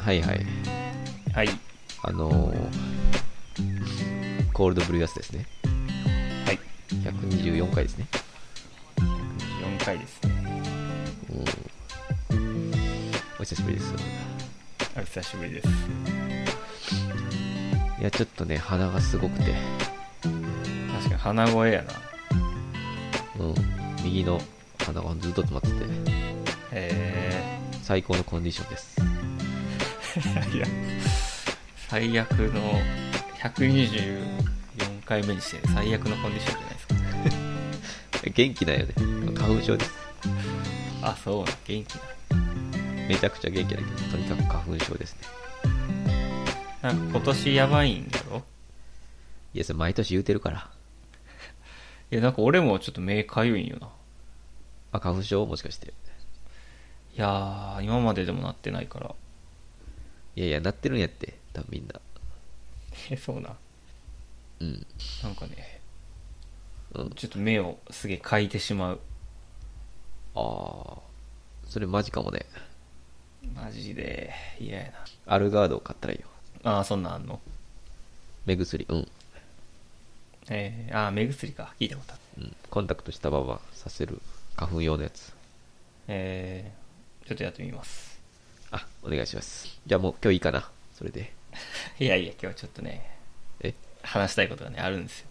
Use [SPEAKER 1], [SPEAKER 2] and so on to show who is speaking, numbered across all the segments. [SPEAKER 1] はいはい。
[SPEAKER 2] はい。
[SPEAKER 1] あのーコールドブルーやつですね。
[SPEAKER 2] はい。
[SPEAKER 1] 124回ですね。
[SPEAKER 2] 4回ですね。
[SPEAKER 1] うんお久しぶりです。
[SPEAKER 2] お久しぶりです。
[SPEAKER 1] いや、ちょっとね、鼻がすごくて、
[SPEAKER 2] 確かに鼻声やな。
[SPEAKER 1] うん、右の鼻がずっと詰まってて、
[SPEAKER 2] え
[SPEAKER 1] 最高のコンディションです。
[SPEAKER 2] ー、いや、最悪の124回目にして最悪のコンディションじゃないですか。
[SPEAKER 1] 元気ないよね。花粉症です。
[SPEAKER 2] あ、そうな、元気
[SPEAKER 1] めちゃくちゃ元気だけど、とにかく花粉症ですね。
[SPEAKER 2] な。なんか今年やばいんだろ
[SPEAKER 1] いや、それ毎年言うてるから。
[SPEAKER 2] いや、なんか俺もちょっと目かゆいんよな。
[SPEAKER 1] あ、花粉症もしかして。
[SPEAKER 2] いやー、今まででもなってないから。
[SPEAKER 1] いやいや、なってるんやって、多分みんな。
[SPEAKER 2] え、そうな。
[SPEAKER 1] うん。
[SPEAKER 2] なんかね、
[SPEAKER 1] うん。
[SPEAKER 2] ちょっと目をすげえかいてしまう。
[SPEAKER 1] あー、それマジかもね。
[SPEAKER 2] マジで嫌や
[SPEAKER 1] アルガードを買ったらいいよ。
[SPEAKER 2] な。あー、そんなんあんの
[SPEAKER 1] 目薬、うん。
[SPEAKER 2] えー、あー、目薬か。聞いたことある。
[SPEAKER 1] うん。コンタクトしたままさせる花粉用のやつ。
[SPEAKER 2] えー、ちょっとやってみます。
[SPEAKER 1] あ、お願いします。じゃあもう今日いいかな。それで。
[SPEAKER 2] いやいや、今日はちょっとね、
[SPEAKER 1] え、
[SPEAKER 2] 話したいことがね、あるんですよ。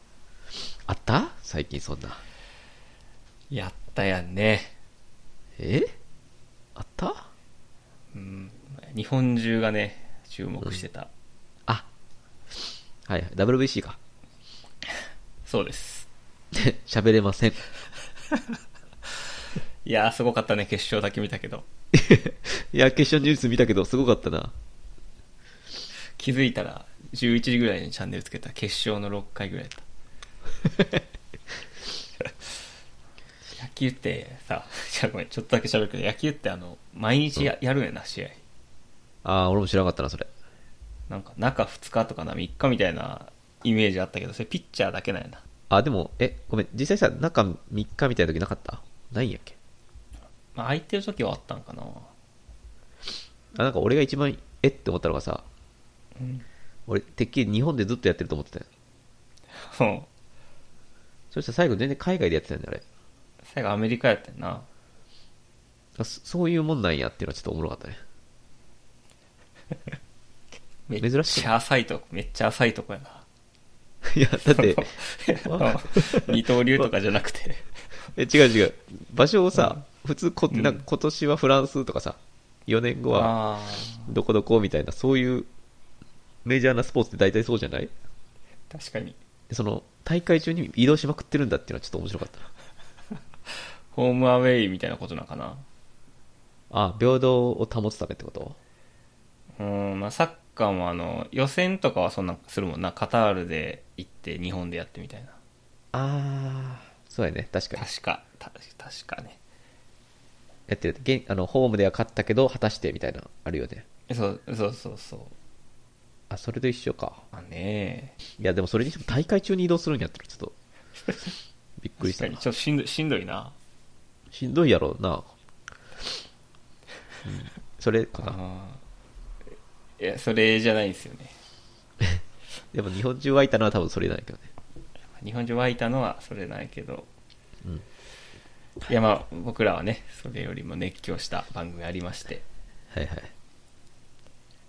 [SPEAKER 1] あった最近そんな。
[SPEAKER 2] やったやんね。
[SPEAKER 1] えあった
[SPEAKER 2] うん、日本中がね、注目してた。
[SPEAKER 1] あ、はいはい、WBC か。
[SPEAKER 2] そうです。
[SPEAKER 1] 喋れません。
[SPEAKER 2] いやー、すごかったね、決勝だけ見たけど。
[SPEAKER 1] いや、決勝ニュース見たけど、すごかったな。
[SPEAKER 2] 気づいたら、11時ぐらいにチャンネルつけたら決勝の6回ぐらいだった。 野球ってさ、 じゃあごめん、ちょっとだけ喋るけど、野球ってあの、毎日ややるんやな、試合。
[SPEAKER 1] あー、俺も知らなかったな、それ。
[SPEAKER 2] なんか、中2日とかな、3日みたいなイメージあったけど、それピッチャーだけなんやな。
[SPEAKER 1] あ、でも、え、ごめん、実際さ、中3日みたいな時なかったないんやっけ
[SPEAKER 2] まあ、空いてる時はあったんかな。
[SPEAKER 1] あ、なんか俺が一番、えって思ったのがさ、
[SPEAKER 2] うん。
[SPEAKER 1] 俺、てっきり日本でずっとやってると思ってたよ。
[SPEAKER 2] もう
[SPEAKER 1] そしたら最後全然海外でやってたんだよ、あれ。
[SPEAKER 2] 最後アメリカやったよな。
[SPEAKER 1] あそそういうもんなんやっていうのはちょっとおもろかったね。
[SPEAKER 2] め
[SPEAKER 1] 珍
[SPEAKER 2] っ
[SPEAKER 1] しい
[SPEAKER 2] ちゃ浅いとこ、めっちゃ浅いとこやな。
[SPEAKER 1] いや、だ って、わ
[SPEAKER 2] 二刀流とかじゃなくて。
[SPEAKER 1] え違う違う場所をさ、普通こなんか今年はフランスとかさ4年後は
[SPEAKER 2] あ
[SPEAKER 1] どこどこみたいなそういうメジャーなスポーツって大体そうじゃない
[SPEAKER 2] あ、確かに。
[SPEAKER 1] その大会中に移動しまくってるんだっていうのはちょっと面白かったな
[SPEAKER 2] ホームアウェイみたいなことなのかな。
[SPEAKER 1] あ平等を保つためってこと
[SPEAKER 2] うん、まあサッカーもあの、予選とかはそんなんするもんな。カタールで行って日本でやってみたいな。
[SPEAKER 1] ああそうやね確かに
[SPEAKER 2] 確か、た確かね。
[SPEAKER 1] やってる現あのホームでは勝ったけど果たしてみたいなのあるよね
[SPEAKER 2] そう、そうそうそう。
[SPEAKER 1] あそれと一緒か
[SPEAKER 2] まあね
[SPEAKER 1] いやでもそれにしても大会中に移動するんやったらちょっ とびっくり
[SPEAKER 2] 確
[SPEAKER 1] した
[SPEAKER 2] か
[SPEAKER 1] な
[SPEAKER 2] に、ちょっとしんどいしんどいな。
[SPEAKER 1] しんどいやろうな、うんそれかな
[SPEAKER 2] あーいや、それじゃないんですよね。
[SPEAKER 1] でも日本中湧いたのは多分それなんやけどね
[SPEAKER 2] 日本中湧いたのはそれないけど、
[SPEAKER 1] うん
[SPEAKER 2] いやまあ僕らはねそれよりも熱狂した番組ありまして
[SPEAKER 1] はい はい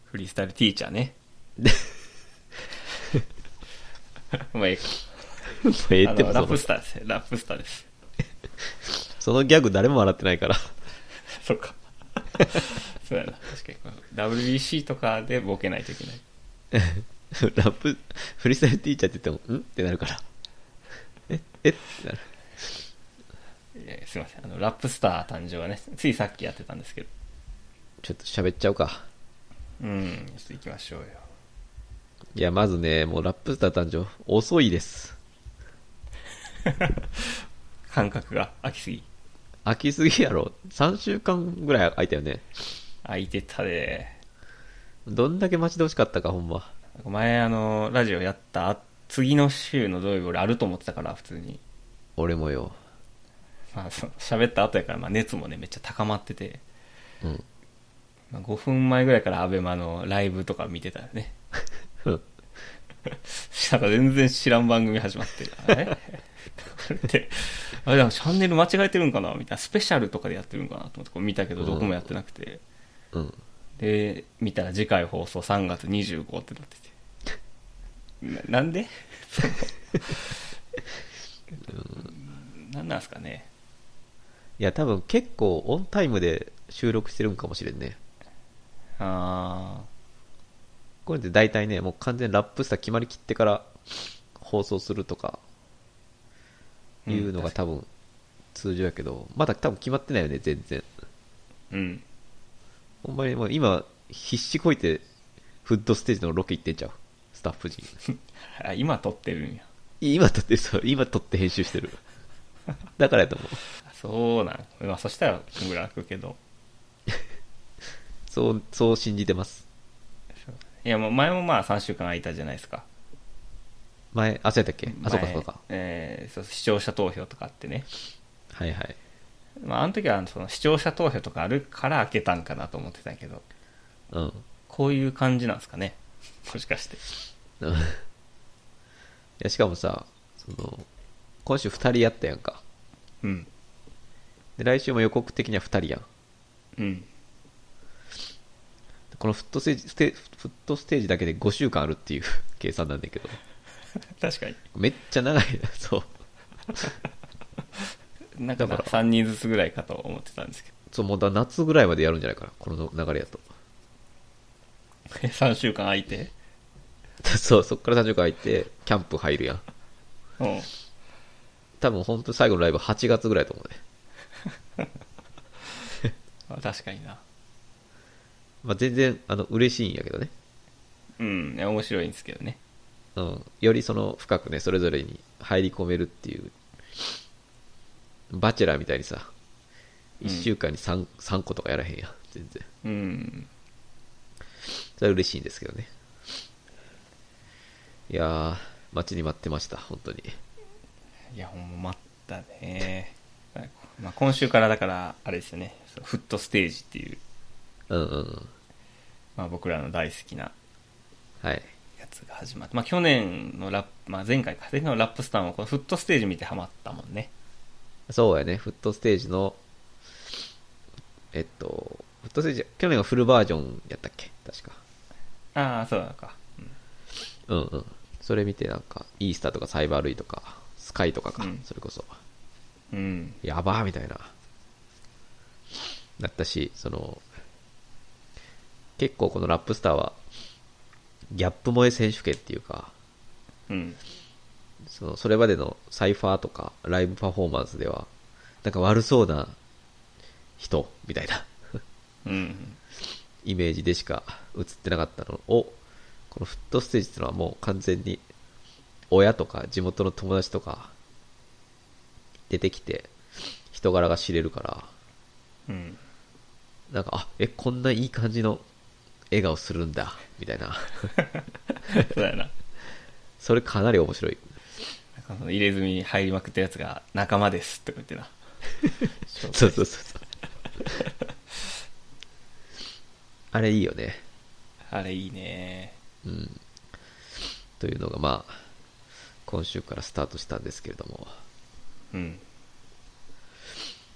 [SPEAKER 2] フリースタイルティーチャー ねまあええか
[SPEAKER 1] もうええ
[SPEAKER 2] あ
[SPEAKER 1] って
[SPEAKER 2] の
[SPEAKER 1] も
[SPEAKER 2] ラッ
[SPEAKER 1] その
[SPEAKER 2] プスターですラップスターです
[SPEAKER 1] そのギャグ誰も笑ってないから
[SPEAKER 2] そっか そうやな確かに WBC とかでボケないといけない
[SPEAKER 1] ラップフリースタイルティーチャーって言っても「ん?」ってなるからええってなる
[SPEAKER 2] いやいやすいませんあのラップスター誕生はねついさっきやってたんですけど
[SPEAKER 1] ちょっと喋っちゃうか
[SPEAKER 2] うんちょっと行きましょうよ
[SPEAKER 1] いやまずねもうラップスター誕生遅いです
[SPEAKER 2] 感覚が空きすぎ
[SPEAKER 1] 飽きすぎやろ3週間ぐらい空いたよね
[SPEAKER 2] 空いてたで
[SPEAKER 1] どんだけ待ち遠しかったかほんま
[SPEAKER 2] 前あのラジオやった次の週の土曜日俺あると思ってたから普通に
[SPEAKER 1] 俺もよ
[SPEAKER 2] まあその喋った後やからまあ熱もねめっちゃ高まってて
[SPEAKER 1] うん
[SPEAKER 2] まあ5分前ぐらいからアベマのライブとか見てたよね。
[SPEAKER 1] うん
[SPEAKER 2] なんか全然知らん番組始まってる。あれ これって、あれでもチャンネル間違えてるんかなみたいな。スペシャルとかでやってるんかなと思ってこう見たけど、どこもやってなくて。
[SPEAKER 1] うん
[SPEAKER 2] で、見たら次回放送3月25ってなってて。ななんでそのなんなんすかね。
[SPEAKER 1] いや多分結構オンタイムで収録してるんかもしれんね
[SPEAKER 2] あ
[SPEAKER 1] これで大体ねもう完全にラップスター決まりきってから放送するとか
[SPEAKER 2] うん
[SPEAKER 1] いうのが多分通常やけど、まだ多分決まってないよね全然
[SPEAKER 2] ーうん。
[SPEAKER 1] ほんまにもう今必死こいてフッドステージのロケ行ってんちゃうスタッ フ陣
[SPEAKER 2] あ今撮ってるんや。
[SPEAKER 1] 今撮ってるそう今撮って編集してるだからやと思う
[SPEAKER 2] そうなん。まあそしたら、ぐらくけど。
[SPEAKER 1] そうそう信じてます
[SPEAKER 2] いや、もう前もまあ3週間空いたじゃないですか。
[SPEAKER 1] 前あそうやったっけあそうか
[SPEAKER 2] 前
[SPEAKER 1] そうか
[SPEAKER 2] えーそう視聴者投票とかあってね。
[SPEAKER 1] はいはい
[SPEAKER 2] まあ、あの時はその視聴者投票とかあるから開けたんかなと思ってたけど、
[SPEAKER 1] うん
[SPEAKER 2] こういう感じなんですかね。もしかして。
[SPEAKER 1] うんいやしかもさその今週2人やったやんか
[SPEAKER 2] うん。
[SPEAKER 1] で来週も予告的には2人やん
[SPEAKER 2] うん。
[SPEAKER 1] でこのフットステージステフットステージだけで5週間あるっていう 計算なんだけど
[SPEAKER 2] 確かに。
[SPEAKER 1] めっちゃ長い なそう
[SPEAKER 2] なんか
[SPEAKER 1] だ
[SPEAKER 2] な
[SPEAKER 1] から
[SPEAKER 2] 3人ずつぐらいかと思ってたんですけど。
[SPEAKER 1] そうもうだ夏ぐらいまでやるんじゃないかなこの流れやと
[SPEAKER 2] 3週間空いて。
[SPEAKER 1] そうそっから3週間空いてキャンプ入るやん
[SPEAKER 2] うん。
[SPEAKER 1] 多分本当に最後のライブ8月ぐらいだと思うね、
[SPEAKER 2] あ確かにな。
[SPEAKER 1] まあ、全然あの嬉しいんやけどね、
[SPEAKER 2] うん。いや、面白いんですけどね。
[SPEAKER 1] うん、よりその深くねそれぞれに入り込めるっていうバチェラーみたいにさ
[SPEAKER 2] うん
[SPEAKER 1] 1週間に 3,、三個とかやらへんやん全然
[SPEAKER 2] うん。
[SPEAKER 1] それは嬉しいんですけどねいやー待ちに待ってました本当に
[SPEAKER 2] いや、ほんま待ったね。 まあ、今週からだから、あれですよね。そうフットステージっていう、
[SPEAKER 1] うんうんうん
[SPEAKER 2] まあ、僕らの大好きな
[SPEAKER 1] はい
[SPEAKER 2] やつが始まって、まあ、去年のラップ、まあ、前回か、前回のラップスターもこのフットステージ見てハマったもんね。
[SPEAKER 1] そうやねフットステージのえっとフットステージ去年はフルバージョンやったっけ確か
[SPEAKER 2] ああ、そうなのか。うん
[SPEAKER 1] うんうん。それ見てなんか、イースターとかサイバールイとか、スカイとかか、
[SPEAKER 2] うん
[SPEAKER 1] それこそ。
[SPEAKER 2] うん。
[SPEAKER 1] やばーみたいな。なったし、その、結構このラップスターは、ギャップ萌え選手権っていうか、
[SPEAKER 2] うん。
[SPEAKER 1] その、それまでのサイファーとか、ライブパフォーマンスでは、なんか悪そうな人、みたいな
[SPEAKER 2] うん。
[SPEAKER 1] イメージでしか映ってなかったのを、このフットステージっていうのはもう完全に、親とか地元の友達とか、出てきて、人柄が知れるから、
[SPEAKER 2] うん。
[SPEAKER 1] なんか、あ、え、こんないい感じの笑顔するんだ、みたいな。
[SPEAKER 2] そうだよな。
[SPEAKER 1] それかなり面白い。
[SPEAKER 2] なんかその入れ墨に入りまくったやつが仲間ですって言ってな。
[SPEAKER 1] そうそうそうそう。あれいいよね。
[SPEAKER 2] あれいいね。
[SPEAKER 1] うん。というのが、まあ、今週からスタートしたんですけれども、
[SPEAKER 2] うん。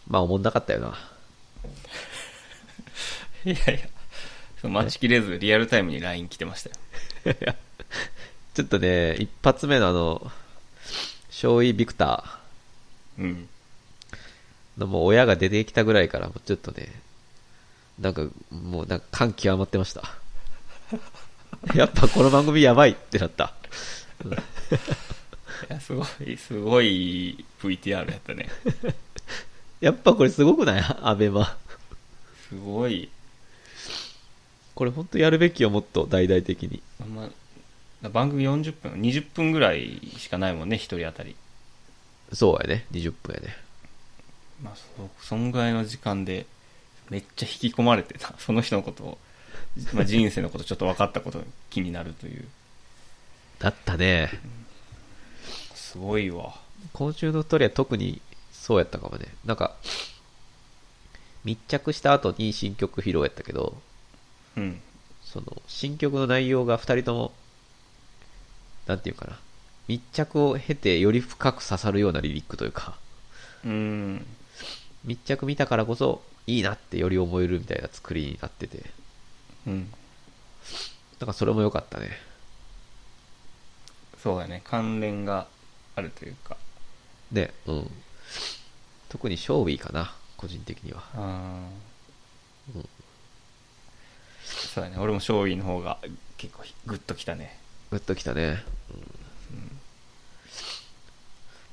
[SPEAKER 1] まあ、おもんなかったよな。
[SPEAKER 2] いやいや、その待ちきれずリアルタイムに LINE 来てましたよ。
[SPEAKER 1] ちょっとね、一発目のあの、勝尉ビクタ
[SPEAKER 2] うん。
[SPEAKER 1] ーのもう親が出てきたぐらいから、もうちょっとね、なんか、もうなんか感極まってました。やっぱこの番組やばいってなった。
[SPEAKER 2] いや、すごい、すごい VTR やったね。
[SPEAKER 1] やっぱこれすごくないアベマ。
[SPEAKER 2] すごい。
[SPEAKER 1] これ本当やるべきよ、もっと大々的に。
[SPEAKER 2] あんま、番組40分、20分ぐらいしかないもんね、一人当たり。
[SPEAKER 1] そうやね、20分やね。
[SPEAKER 2] まあ、そ、そんぐらいの時間で、めっちゃ引き込まれてた。その人のことを、まあ、人生のことちょっと分かったことが気になるという。
[SPEAKER 1] だったね。
[SPEAKER 2] すごいわ。
[SPEAKER 1] 今週の2人は特にそうやったかもね。なんか、密着した後に新曲披露やったけど、
[SPEAKER 2] うん。
[SPEAKER 1] その、新曲の内容が二人とも、なんていうかな、密着を経てより深く刺さるようなリリックというか、
[SPEAKER 2] うん。
[SPEAKER 1] 密着見たからこそ、いいなってより思えるみたいな作りになってて、
[SPEAKER 2] うん。
[SPEAKER 1] なんかそれも良かったね。
[SPEAKER 2] そうだね。関連があるというか。
[SPEAKER 1] ね、うん。特にショーウィーかな、個人的には。
[SPEAKER 2] あー
[SPEAKER 1] うん
[SPEAKER 2] そうだね。俺もショーイの方が結構グッときたね。
[SPEAKER 1] グッときたね。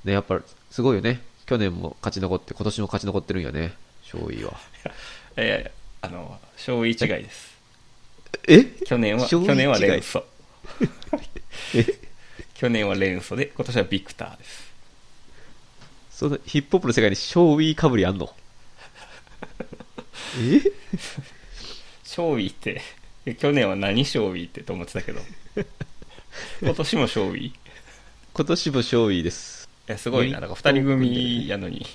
[SPEAKER 1] ね、やっぱすごいよね。去年も勝ち残って、今年も勝ち残ってるんやね、勝尉は。
[SPEAKER 2] いやいやいやあの、ショーイ違いです。
[SPEAKER 1] え
[SPEAKER 2] 去年は、
[SPEAKER 1] ショ
[SPEAKER 2] 去
[SPEAKER 1] ーイ
[SPEAKER 2] 年は
[SPEAKER 1] 違い
[SPEAKER 2] レンソ。
[SPEAKER 1] え
[SPEAKER 2] 去年はレンソで、今年はビクターです。
[SPEAKER 1] そのヒップホップの世界に勝尉かぶりあんのえ
[SPEAKER 2] ショーイって、え去年は何ショーイってと思ってた けど。今年もショーイい
[SPEAKER 1] 今年も勝尉です。
[SPEAKER 2] や、すごいな。なんか二人組やのに、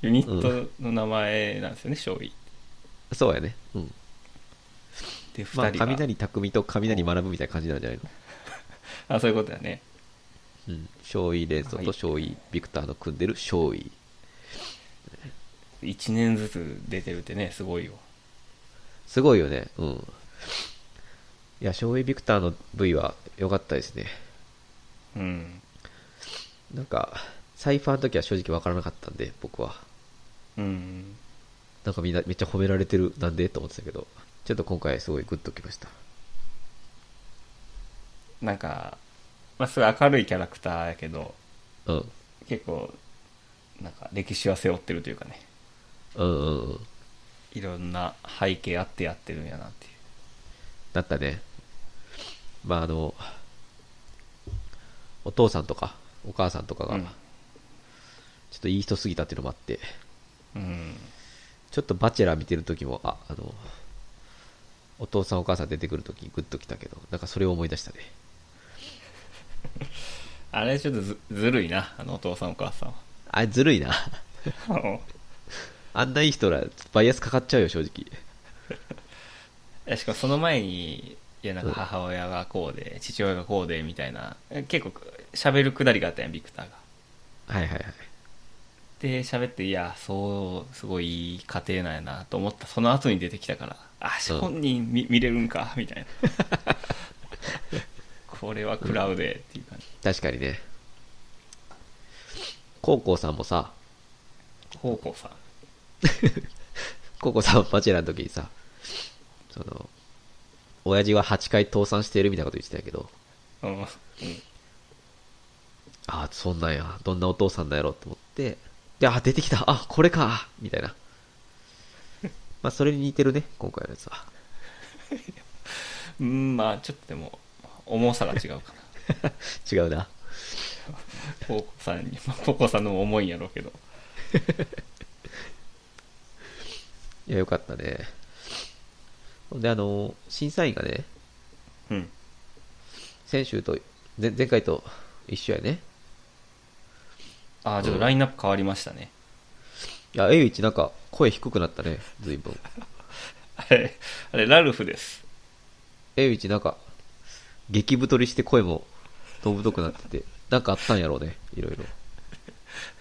[SPEAKER 2] ユニットの名前なんですよね、ショーイ。
[SPEAKER 1] そうやね。うん。
[SPEAKER 2] で、
[SPEAKER 1] ま
[SPEAKER 2] 二
[SPEAKER 1] あ、
[SPEAKER 2] 人が、
[SPEAKER 1] 雷匠と雷学ぶみたいな感じなんじゃないの
[SPEAKER 2] あ、そういうことだね。
[SPEAKER 1] うん。勝尉連想と勝尉ビクターの組んでる勝尉。
[SPEAKER 2] 1年ずつ出てるってねすごいよ
[SPEAKER 1] すごいよね。うん。いや、勝尉ビクターの V は良かったですね。
[SPEAKER 2] うん
[SPEAKER 1] なんか、サイファーの時は正直わからなかったんで、僕は。
[SPEAKER 2] うん
[SPEAKER 1] なんかみんなめっちゃ褒められてる、なんでと思ってたけど、ちょっと今回すごいグッときました。
[SPEAKER 2] なんか、まあ、すごい明るいキャラクターやけど
[SPEAKER 1] うん。
[SPEAKER 2] 結構なんか歴史は背負ってるというかね
[SPEAKER 1] うんうんうん。
[SPEAKER 2] いろんな背景あってやってるんやなっていう
[SPEAKER 1] なったね。まああの、お父さんとか、お母さんとかが、
[SPEAKER 2] うん
[SPEAKER 1] ちょっといい人すぎたっていうのもあって、
[SPEAKER 2] うん
[SPEAKER 1] ちょっとバチェラー見てる時も、あ、あの、お父さんお母さん出てくる時にグッときたけど、なんかそれを思い出したね。
[SPEAKER 2] あれちょっとずずるいなあのお父さんお母さん
[SPEAKER 1] あれずるいな。
[SPEAKER 2] は
[SPEAKER 1] あんないい人ら、バイアスかかっちゃうよ、正直。
[SPEAKER 2] いやしかもその前にいやなんか母親がこうで父親がこうでみたいな結構喋るくだりがあったやんビクターが
[SPEAKER 1] はいはいはい。
[SPEAKER 2] で喋っていやそうすごいいい家庭なんやなと思ったその後に出てきたからあ
[SPEAKER 1] うん
[SPEAKER 2] 本人見,、見れるんかみたいな これはクラウデっていう感じ
[SPEAKER 1] 確かにね。コウコウさんもさ、
[SPEAKER 2] 方向さん
[SPEAKER 1] コウコウさんはバチェラーの時にさ、その、親父は8回倒産しているみたいなこと言ってたけど、
[SPEAKER 2] うん、うん
[SPEAKER 1] ああ、そんなんや、どんなお父さんなんやろうと思って、で、あ、出てきた、あ、これか、みたいな。まあ、それに似てるね、今回のやつは。
[SPEAKER 2] うん、まあちょっとでも重さが違うかな
[SPEAKER 1] 違うな。
[SPEAKER 2] 方向さんにまあ方向さんのも重いんやろうけど
[SPEAKER 1] いや、よかったね。ほんで、あの、審査員がね、
[SPEAKER 2] うん
[SPEAKER 1] 先週と、前前回と一緒やね。
[SPEAKER 2] ああちょっとラインナップ変わりましたね、
[SPEAKER 1] いや、エイウイチなんか声低くなったね、随分。
[SPEAKER 2] あれあれラルフです
[SPEAKER 1] エイウイチなんか、激太りして声も、どぶとくなってて、なんかあったんやろうね、いろいろ。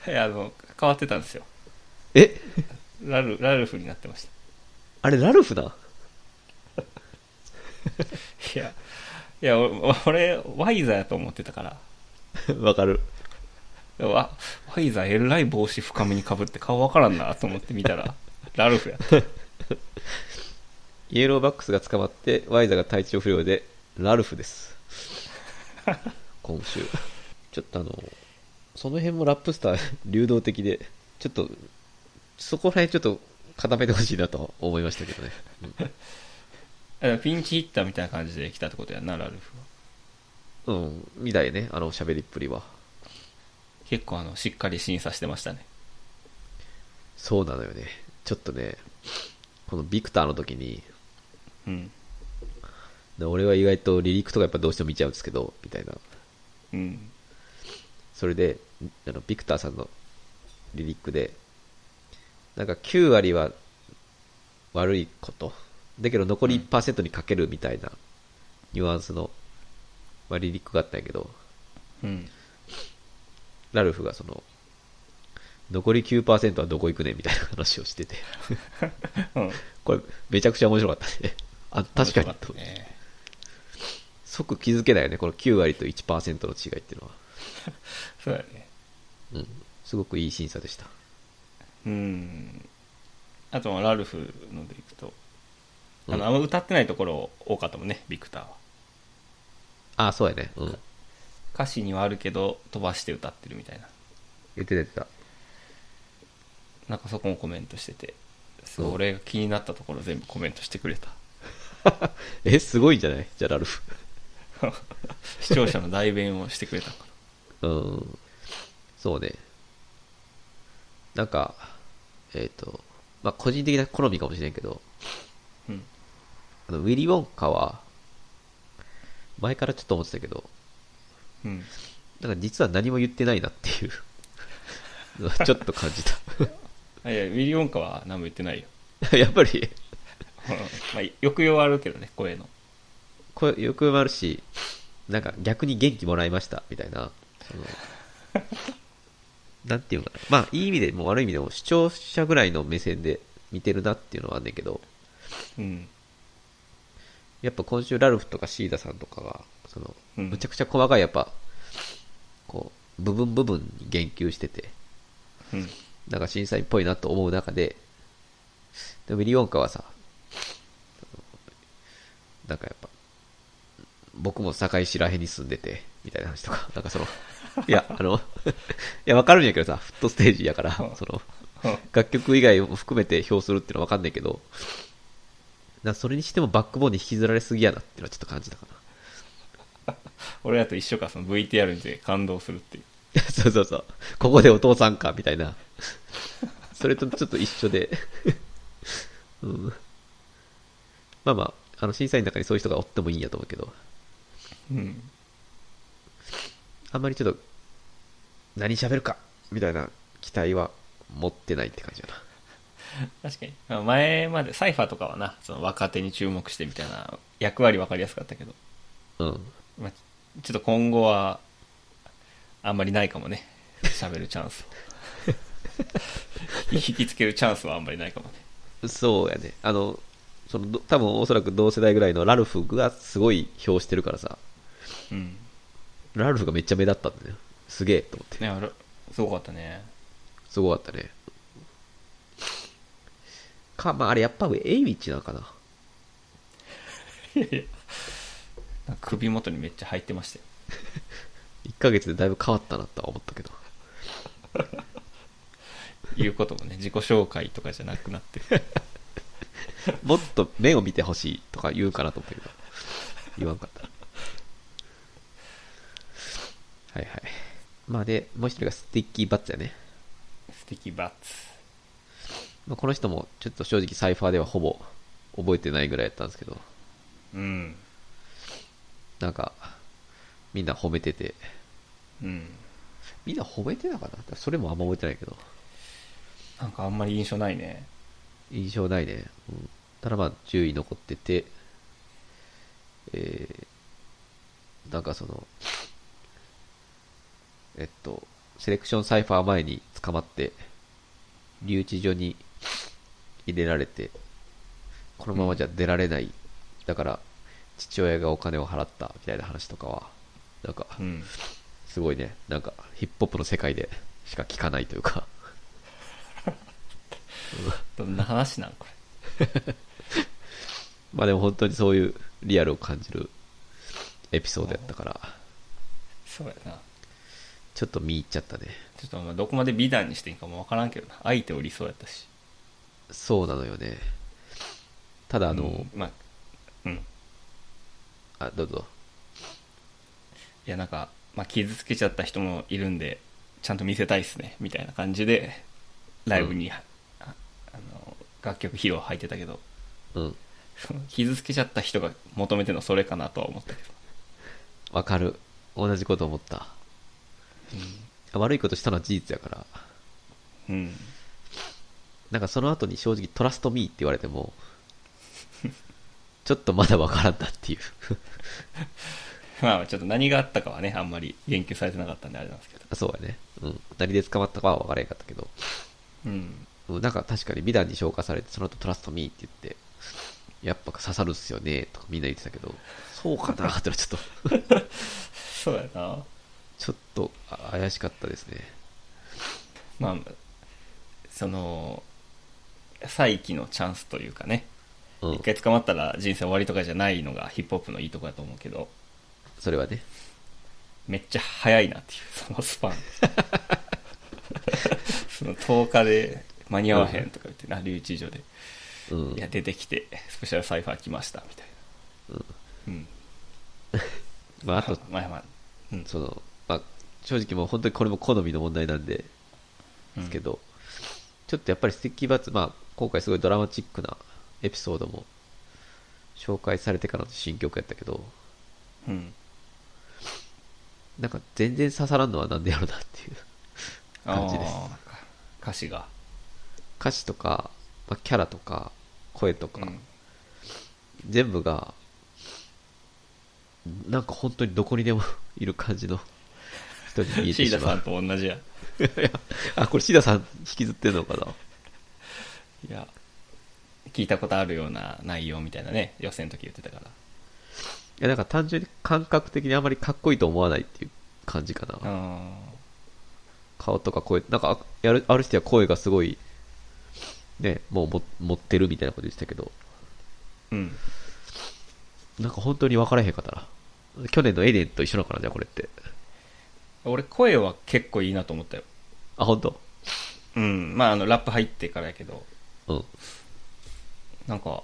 [SPEAKER 2] はいあの変わってたんですよ
[SPEAKER 1] え
[SPEAKER 2] ラルラルフになってました
[SPEAKER 1] あれ、ラルフだ
[SPEAKER 2] いや、いや、お 俺、ワイザーやと思ってたから。
[SPEAKER 1] わかる。
[SPEAKER 2] わワイザー、えらい帽子深めにかぶって顔わからんなと思って見 たら、ラルフやった。
[SPEAKER 1] イエローバックスが捕まって、ワイザが体調不良で、ラルフです。今週。ちょっとあの、その辺もラップスター流動的で、ちょっと、そこら辺ちょっと固めてほしいなと思いましたけどね。
[SPEAKER 2] えピンチヒッターみたいな感じで来たってことやんな、ラルフは。
[SPEAKER 1] うん、うんみたいね、あの喋りっぷりは。
[SPEAKER 2] 結構、あの、しっかり審査してましたね。
[SPEAKER 1] そうなのよね。ちょっとね、このビクターの時に、
[SPEAKER 2] うん。
[SPEAKER 1] で俺は意外とリリックとかやっぱどうしても見ちゃうんですけど、みたいな。
[SPEAKER 2] うん。
[SPEAKER 1] それで、あのビクターさんのリリックで、なんか9割は悪いこと、だけど残り1%にかけるみたいなニュアンスの、まあ、リリックがあったんやけど、
[SPEAKER 2] うん。
[SPEAKER 1] ラルフがその、残り9%はどこ行くねんみたいな話を してて、
[SPEAKER 2] うん。
[SPEAKER 1] これめちゃくちゃ面白かったね。あ、確かに
[SPEAKER 2] 面白った
[SPEAKER 1] と。
[SPEAKER 2] ね
[SPEAKER 1] 即気づけないよね、この9割と1%の違いっていうのは。
[SPEAKER 2] そうだね。
[SPEAKER 1] うん。すごくいい審査でした。
[SPEAKER 2] うん。あとはラルフのでいくと、あ
[SPEAKER 1] うん
[SPEAKER 2] の、あんま歌ってないところ多かったもんね、ビクターは。
[SPEAKER 1] あ、そうやね。うん。
[SPEAKER 2] 歌詞にはあるけど、飛ばして歌ってるみたいな。
[SPEAKER 1] 言ってた言ってた。
[SPEAKER 2] なんかそこもコメントしてて、す
[SPEAKER 1] う
[SPEAKER 2] ごい
[SPEAKER 1] ん
[SPEAKER 2] 俺が気になったところ全部コメントして くれた。
[SPEAKER 1] え、すごいんじゃないじゃあラルフ。
[SPEAKER 2] 視聴者の代弁をしてくれたから。
[SPEAKER 1] うん。そうね。なんか、えっ、と、まあ、個人的な好みかもしれんけど、
[SPEAKER 2] うん。
[SPEAKER 1] あの、ウィリー・ウォンカは、前からちょっと思ってたけど、
[SPEAKER 2] うん。
[SPEAKER 1] なんか実は何も言ってないなっていうのはちょっと感じ
[SPEAKER 2] あいや、ミリオンカは何も言ってないよ。
[SPEAKER 1] た。 やっぱり、
[SPEAKER 2] うんまあ、抑揚はあるけどね、声の。
[SPEAKER 1] こうよくもあるし、なんか逆に元気もらいました、みたいな。その なんていうのかな。まあ、いい意味でも悪い意味でも視聴者ぐらいの目線で見てるなっていうのはあんねんけど、
[SPEAKER 2] うん。
[SPEAKER 1] やっぱ今週ラルフとかシーダさんとかが、その、
[SPEAKER 2] うん
[SPEAKER 1] むちゃくちゃ細かいやっぱ、こう、部分部分に言及してて、
[SPEAKER 2] うん。
[SPEAKER 1] なんか審査員っぽいなと思う中で、でもミリオンカはさ、なんかやっぱ、僕も堺市らへんに住んでて、みたいな話とか、なんかその、いや、あの、い や、わかるんやけどさ、フットステージやから、
[SPEAKER 2] うん
[SPEAKER 1] その、
[SPEAKER 2] うん
[SPEAKER 1] 楽曲以外も含めて評するっていうのはわかんないけど、なそれにしてもバックボーンに引きずられすぎやなっていうのはちょっと感じたか
[SPEAKER 2] 俺らと一緒か、その VTR で感動するっていう。
[SPEAKER 1] な。 そうそうそう。ここでお父さんか、みたいな。 それとちょっと一緒で。 うん。まあまあ、あの審査員の中にそういう人がおってもいいんやと思うけど、
[SPEAKER 2] うん。
[SPEAKER 1] あんまりちょっと、何喋るか、みたいな期待は持ってないって感じだな。
[SPEAKER 2] 確かに。まあ前まで、サイファーとかはな、その若手に注目してみたいな役割分かりやすかったけど、
[SPEAKER 1] うん。
[SPEAKER 2] まあ、ちょっと今後は、あんまりないかもね。喋るチャンス。 引きつけるチャンスはあんまりないかもね。
[SPEAKER 1] そうやね。あの、その、ど多分おそらく同世代ぐらいのラルフがすごい票してるからさ、
[SPEAKER 2] うん。
[SPEAKER 1] ラルフがめっちゃ目立ったんだよ。すげえと思って。
[SPEAKER 2] ね、あれ、すごかったね。
[SPEAKER 1] すごかったね。か、まああれやっぱエイウィッチなのかな。
[SPEAKER 2] なんか首元にめっちゃ入ってましたよ。
[SPEAKER 1] 1ヶ月でだいぶ変わったなとは思ったけど。
[SPEAKER 2] 言うこともね、自己紹介とかじゃなくなって る。
[SPEAKER 1] もっと目を見てほしいとか言うかなと思ったけど、言わんかった。はいはい。まあで、もう一人がスティッキーバッツやね。
[SPEAKER 2] スティキバッツ。
[SPEAKER 1] まあ、この人もちょっと正直サイファーではほぼ覚えてないぐらいやったんですけど、
[SPEAKER 2] うん。
[SPEAKER 1] なんか、みんな褒めてて、
[SPEAKER 2] うん。
[SPEAKER 1] みんな褒めてたかなそれもあんま覚えてないけど、
[SPEAKER 2] なんかあんまり印象ないね。
[SPEAKER 1] 印象ないね。うん、ただまあ、10位残ってて、えー、なんかその、えっと、セレクションサイファー前に捕まって、留置所に入れられて、このままじゃ出られない。だから、父親がお金を払った、みたいな話とかは、なんか、
[SPEAKER 2] うん。
[SPEAKER 1] すごいね、なんか、ヒップホップの世界でしか聞かないというか、
[SPEAKER 2] どんな話なんこ
[SPEAKER 1] まあでも本当にそういうリアルを感じるエピソードやったから、
[SPEAKER 2] れ。そうやな。
[SPEAKER 1] ちょっと見入っちゃったね。
[SPEAKER 2] ちょっとまあどこまで美談にしていいかもわからんけどな。相手おりそうやったし。
[SPEAKER 1] そうなのよね。ただあの、
[SPEAKER 2] うんまあ、うん。い
[SPEAKER 1] あ、どうぞ。
[SPEAKER 2] や、なんか、まあ、傷つけちゃった人もいるんで、ちゃんと見せたいっすね。みたいな感じで、ライブに、ああの、楽曲披露入ってたけど、
[SPEAKER 1] うん。
[SPEAKER 2] その傷つけちゃった人が求めてるのはそれかなとは思ったけど。
[SPEAKER 1] わかる。同じこと思った。悪いことしたのは事実やから、
[SPEAKER 2] うん。
[SPEAKER 1] なんかその後に正直トラストミーって言われても、ちょっとまだわからんなっていう
[SPEAKER 2] まあちょっと何があったかはね、あんまり言及されてなかったんであれなんですけど。
[SPEAKER 1] あそうや ね。うん。何で捕まったかはわからへんかったけど。
[SPEAKER 2] うん。
[SPEAKER 1] うんなんか確かに美談に消化されて、その後トラストミーって言って、やっぱ刺さるっすよね、とかみんな言ってたけど、そうかなってのはちょっと、
[SPEAKER 2] そうやな。
[SPEAKER 1] ちょっとあ怪しかったですね。
[SPEAKER 2] まあ、その、再起のチャンスというかね、
[SPEAKER 1] うん
[SPEAKER 2] 一。回捕まったら人生終わりとかじゃないのがヒップホップのいいとこだと思うけど、
[SPEAKER 1] それはね。
[SPEAKER 2] めっちゃ早いなっていう、その スパン。その10日で間に合わへんとか言ってな、留置所で。
[SPEAKER 1] うん
[SPEAKER 2] い。や、出てきて、スペシャルサイファー来ました、みたいな。うん。
[SPEAKER 1] まあ、あと、
[SPEAKER 2] まあまあ、うん。
[SPEAKER 1] その、まあ、正直もう本当にこれも好みの問題なんで、
[SPEAKER 2] う
[SPEAKER 1] で
[SPEAKER 2] ん
[SPEAKER 1] すけど、ちょっとやっぱりスティッキーバーツ、まあ、今回すごいドラマチックなエピソードも紹介されてからの新曲やったけど、
[SPEAKER 2] うん。
[SPEAKER 1] なんか全然刺さらんのはなんでやろうなっていう感じです
[SPEAKER 2] あー。歌詞が。
[SPEAKER 1] 歌詞とか、まあ、キャラとか、声とか、
[SPEAKER 2] うん
[SPEAKER 1] 全部が、なんか本当にどこにでも いる感じの人に見え
[SPEAKER 2] シ
[SPEAKER 1] て
[SPEAKER 2] ー
[SPEAKER 1] し
[SPEAKER 2] ダ
[SPEAKER 1] ま
[SPEAKER 2] さ。
[SPEAKER 1] うん
[SPEAKER 2] と同じや。
[SPEAKER 1] あ、これシーダさん引きずってんのかない
[SPEAKER 2] や、聞いたことあるような内容みたいなね、予選の時言ってたから。
[SPEAKER 1] いや、なんか単純に感覚的にあまりかっこいいと思わないっていう感じかな。
[SPEAKER 2] あ
[SPEAKER 1] 顔とか声、なんか、あやる、ある人は声がすごい、ね、もうも持ってるみたいなこと言ってたけど、
[SPEAKER 2] ーうん。
[SPEAKER 1] なんか本当に分からへんかったな。去年のエデンと一緒なのかな、じゃあこれって。
[SPEAKER 2] 俺、声は結構いいなと思ったよ。
[SPEAKER 1] あ、本当
[SPEAKER 2] うん。まあ、あの、ラップ入ってからやけど、
[SPEAKER 1] うん。
[SPEAKER 2] なんか、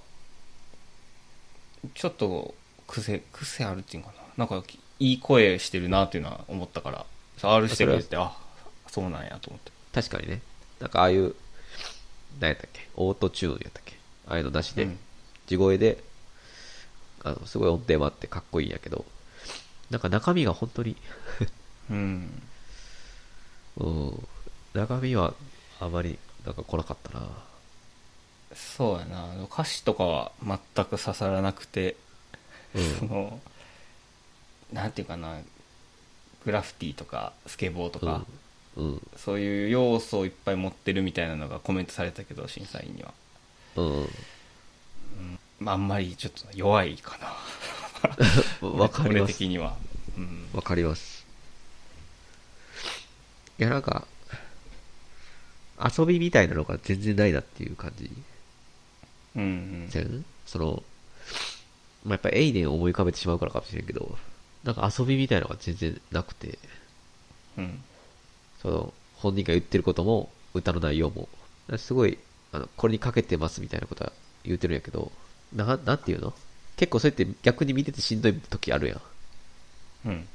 [SPEAKER 2] ちょっと、癖、癖あるっていうのかな。なんか、いい声してるなっていうのは思ったから、R してくれて、あ、そうなんやと思って。
[SPEAKER 1] 確かにね。なんかああいう、何やったっけオートチューンやったっけああいうのなしで、
[SPEAKER 2] うん
[SPEAKER 1] 地声で、あの、すごい音程もあってかっこいいんやけど、なんか中身が本当に、
[SPEAKER 2] うん。
[SPEAKER 1] うん。中身はあまり、なんか来なかったな。
[SPEAKER 2] そうやな。歌詞とかは全く刺さらなくて、
[SPEAKER 1] う
[SPEAKER 2] そ
[SPEAKER 1] ん。
[SPEAKER 2] のなんていうかなグラフィティとかスケボーとか、
[SPEAKER 1] うん。
[SPEAKER 2] そういう要素をいっぱい持ってるみたいなのがコメントされたけど審査員には、
[SPEAKER 1] うん。うん
[SPEAKER 2] まあ、あんまりちょっと弱いかな
[SPEAKER 1] わかり
[SPEAKER 2] 俺
[SPEAKER 1] ます
[SPEAKER 2] 的。には、うん、
[SPEAKER 1] わかります。いや、なんか、遊びみたいなのが全然ないなっていう感じ。
[SPEAKER 2] うんうん
[SPEAKER 1] せんその、まあ、やっぱエイデンを思い浮かべてしまうからかもしれんけど、なんか遊びみたいなのが全然なくて、
[SPEAKER 2] うん
[SPEAKER 1] その、本人が言ってることも、歌の内容も、すごい、あの、これにかけてますみたいなことは言うてるんやけど、な、なんていうの結構そうやって逆に見ててしんどい時あるやん。
[SPEAKER 2] うん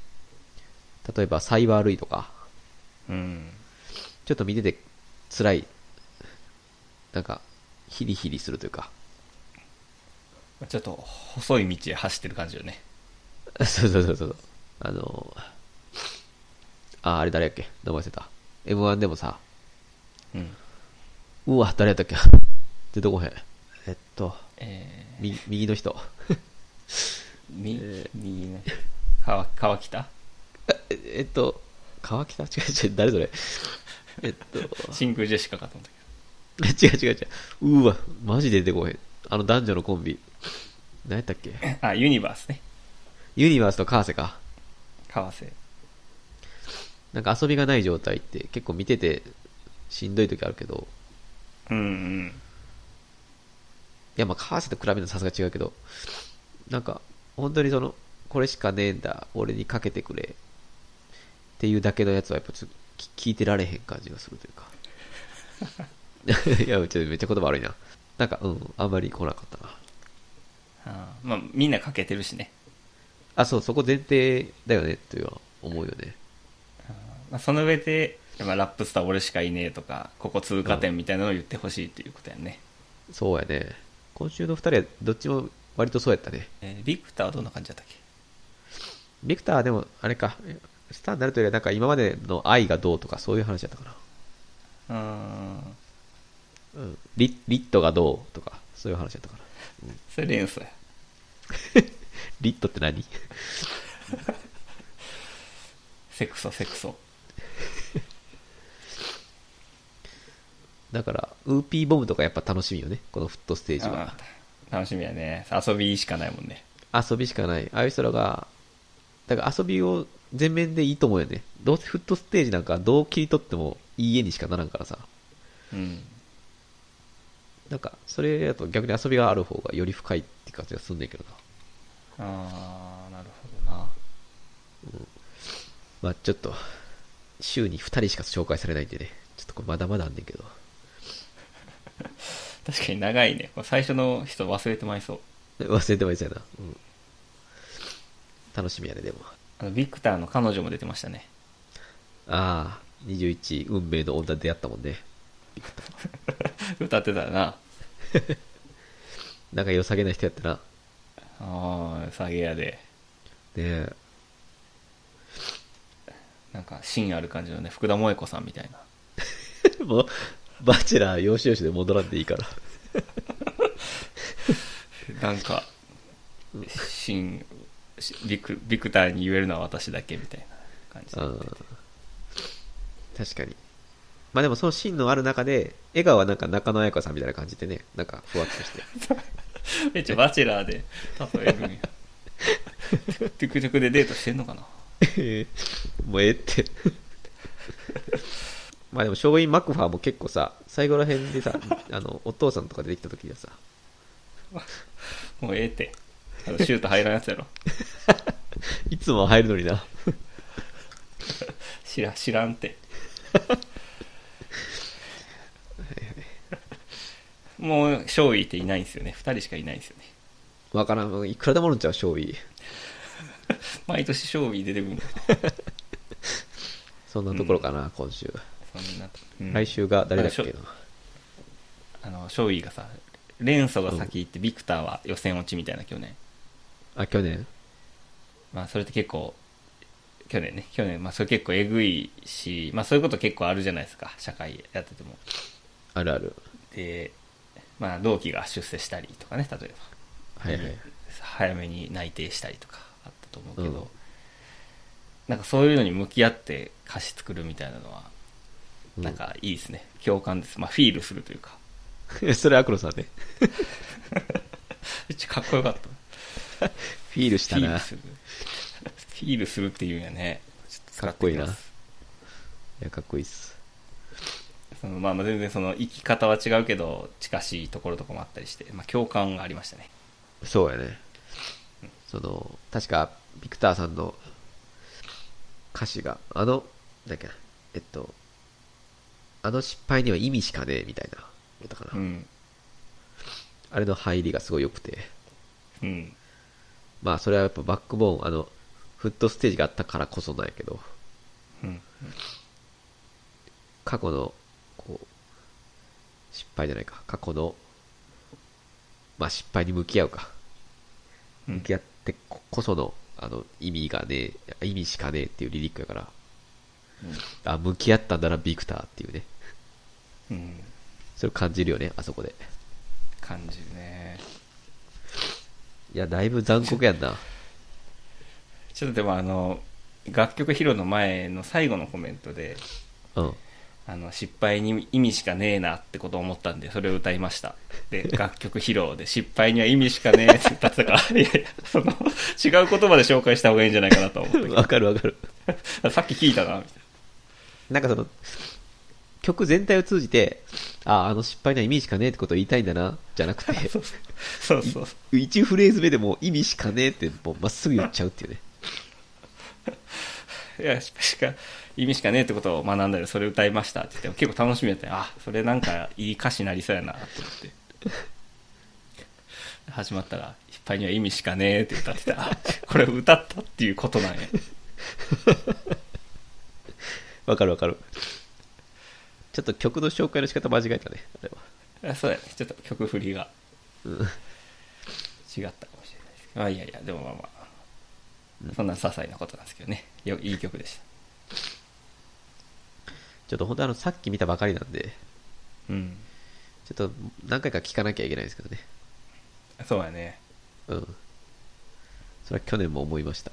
[SPEAKER 1] 例えば、サイバー類とか、
[SPEAKER 2] うん
[SPEAKER 1] ちょっと見てて辛い、なんか、ヒリヒリするというか、
[SPEAKER 2] ちょっと細い道へ走ってる感じよね
[SPEAKER 1] そうそうそうそう。あの、あ、あれ誰やっけ名前忘れた。M1 でもさ、
[SPEAKER 2] うん
[SPEAKER 1] うわ、誰やったっけ 出てこへん。えっと、
[SPEAKER 2] えー
[SPEAKER 1] 右右の人。
[SPEAKER 2] み右ね川川北
[SPEAKER 1] ええっと、川北違う違う、誰それ。えっと、
[SPEAKER 2] 真空ジェシカかと思ったけ
[SPEAKER 1] 違う違う違う。うわ、マジで出てこへん。あの男女のコンビ。何やったっけ
[SPEAKER 2] どあユニバースね
[SPEAKER 1] ユニバースとカーセか。
[SPEAKER 2] 川瀬
[SPEAKER 1] なんか遊びがない状態って結構見ててしんどい時あるけど、
[SPEAKER 2] うんうん
[SPEAKER 1] いや、まあ、カーセと比べるのさすが違うけど、なんか、本当にその、これしかねえんだ、俺にかけてくれ、っていうだけのやつは、やっぱちょっとき聞いてられへん感じがすると いうか。いや、ちょっとめっちゃ言葉悪いな。なんか、うん、あんまり来なかったな。
[SPEAKER 2] あーまあみんな欠けてるしね
[SPEAKER 1] あ、そう、そこ前提だよね、というのは思うよね。
[SPEAKER 2] まあ、その上で、まあ、ラップスター俺しかいねえとかここ通過点みたいなのを言ってほしいっていうことやね、
[SPEAKER 1] そうやね。今週の二人は、どっちも割とそうやったね。
[SPEAKER 2] えービクターはどんな感じだったっけ
[SPEAKER 1] ビクターはでも、あれか、スターになるというよりは、なんか今までの愛がどうとか、そういう話だったかな。
[SPEAKER 2] うーん
[SPEAKER 1] うんリリットがどうとか、そういう話だったから。
[SPEAKER 2] それ連鎖や
[SPEAKER 1] リットって何
[SPEAKER 2] セクソセクソ
[SPEAKER 1] だから、ウーピーボムとかやっぱ楽しみよね。このフットステージは。
[SPEAKER 2] あ楽しみやね遊びしかないもんね
[SPEAKER 1] 遊びしかない。ああいう人らが、だから遊びを全面でいいと思うよね。どうせフットステージなんかどう切り取ってもいい絵にしかならんからさ。
[SPEAKER 2] うん
[SPEAKER 1] なんか、それだと逆に遊びがある方がより深いって感じがすんねんけどな。
[SPEAKER 2] ああなるほどな
[SPEAKER 1] まあちょっと、週に2人しか紹介されないんでね。ちょっとこれまだまだあんねんけど。
[SPEAKER 2] 確かに長いねこれ最初の人忘れてまいそう
[SPEAKER 1] 忘れてもいいやな。うん。楽しみやね、でも。
[SPEAKER 2] あのビクターの彼女も出てましたね
[SPEAKER 1] ああ、21、運命の女出会ったもんね。
[SPEAKER 2] 歌ってたよな
[SPEAKER 1] 仲良さげな人やったな。ね
[SPEAKER 2] ああ下げ屋で
[SPEAKER 1] え。
[SPEAKER 2] なんか芯ある感じのね福田萌子さんみたいな
[SPEAKER 1] もう、バチェラー、よしよしで戻らんでいい から。
[SPEAKER 2] なんか芯しビクビクターに言えるのは私だけみたいな感じで
[SPEAKER 1] うん確かに。まあでも、そのシーンのある中で、笑顔はなんか中野彩子さんみたいな感じでね、なんかふわっとして。
[SPEAKER 2] めっちゃバチェラーで例えるん やトゥクトゥクでデートしてんのかな
[SPEAKER 1] もうええって。 まあでも、ショーイン・マクファーも結構さ、最後ら辺でさ、あの、お父さんとか出てきた時はさ、
[SPEAKER 2] もうええってあのシュート入らんやつやろ
[SPEAKER 1] いつもは入るのにな。
[SPEAKER 2] 知ら知らんってもう少尉っていないんですよね2人しかいないんですよね
[SPEAKER 1] わからん。いくらでもおるんちゃう、ショーイン。
[SPEAKER 2] 毎年少尉出てくるんだ
[SPEAKER 1] そんなところかな、今週。
[SPEAKER 2] そんな、うん
[SPEAKER 1] 来週が誰だっけな
[SPEAKER 2] あ。あの少尉がさ連鎖が先行ってビクターは予選落ちみたいな去年
[SPEAKER 1] あ、去年
[SPEAKER 2] まあそれって結構去年ね去年まあそれ結構えぐいしまあそういうこと結構あるじゃないですか社会やってても
[SPEAKER 1] あるある。
[SPEAKER 2] でまあ同期が出世したりとかね例えば
[SPEAKER 1] はいはい。
[SPEAKER 2] 早めに内定したりとかあったと思うけど、
[SPEAKER 1] うん
[SPEAKER 2] なんかそういうのに向き合って歌詞作るみたいなのは
[SPEAKER 1] うん
[SPEAKER 2] なんかいいですね、共感ですまあフィールするというか
[SPEAKER 1] それ、アクロさんね。
[SPEAKER 2] めっちゃかっこよかった
[SPEAKER 1] フィールした
[SPEAKER 2] フィール
[SPEAKER 1] な。
[SPEAKER 2] する フィールするっていうんやねちょっと使てみます
[SPEAKER 1] かっこいいいや、かっこいいっす。
[SPEAKER 2] そのまあまあ全然その生き方は違うけど近しいところとかもあったりして、まあ、共感がありましたね
[SPEAKER 1] そうやね。その、確か、ビクターさんの歌詞が、あの、なんだっけな、えっと、あの失敗には意味しかねえ、みたいな、歌かな。
[SPEAKER 2] うん
[SPEAKER 1] あれの入りがすごい良くて。
[SPEAKER 2] うん
[SPEAKER 1] まあ、それはやっぱバックボーン、あの、フットステージがあったからこそなんやけど、
[SPEAKER 2] うん
[SPEAKER 1] 過去の、こう、失敗じゃないか、過去の、まあ失敗に向き合うか。
[SPEAKER 2] うん
[SPEAKER 1] 向き合ってここその、あの、意味がねえ、意味しかねえっていうリリックやから、あ、向き合ったんだな、ビクターっていうね。
[SPEAKER 2] うんうん
[SPEAKER 1] それを感じるよね、あそこで。
[SPEAKER 2] 感じるね
[SPEAKER 1] いや、だいぶ残酷やんな。
[SPEAKER 2] ちょっとでもあの楽曲披露の前の最後のコメントで
[SPEAKER 1] うん。
[SPEAKER 2] あの失敗に意味しかねえなってことを思ったんでそれを歌いましたで楽曲披露で失敗には意味しかねえって歌ってたから いやいやその違う言葉で紹介した方がいいんじゃないかなと思ったけ
[SPEAKER 1] わかるわかる。
[SPEAKER 2] どさっき聞いた なみたい
[SPEAKER 1] なんかその、曲全体を通じて、あ、あの失敗には意味しかねえってことを言いたいんだな、じゃなくて、
[SPEAKER 2] なそうそう
[SPEAKER 1] 一フレーズ目でも意味しかねえって、もうまっすぐ言っちゃうっていうね。
[SPEAKER 2] いや失敗しか意味しかねえってことを学んだよそれ歌いましたって言って結構楽しみだったよあそれなんかいい歌詞になりそうやなと思って始まったら「失敗には意味しかねえ」って歌ってたあこれ歌ったっていうことなんや
[SPEAKER 1] わかるわかる。ちょっと曲の紹介の仕方間違えたね、あれは。
[SPEAKER 2] あそうやねちょっと曲振りが
[SPEAKER 1] うん
[SPEAKER 2] 違ったかもしれないですけどまあいやいやでもまあまあそんな些細なことなんですけどねよいい曲でした
[SPEAKER 1] ちょっと本当あの、さっき見たばかりなんで、
[SPEAKER 2] うん
[SPEAKER 1] ちょっと何回か聞かなきゃいけないですけどね。
[SPEAKER 2] そうやね
[SPEAKER 1] うん。それは去年も思いました。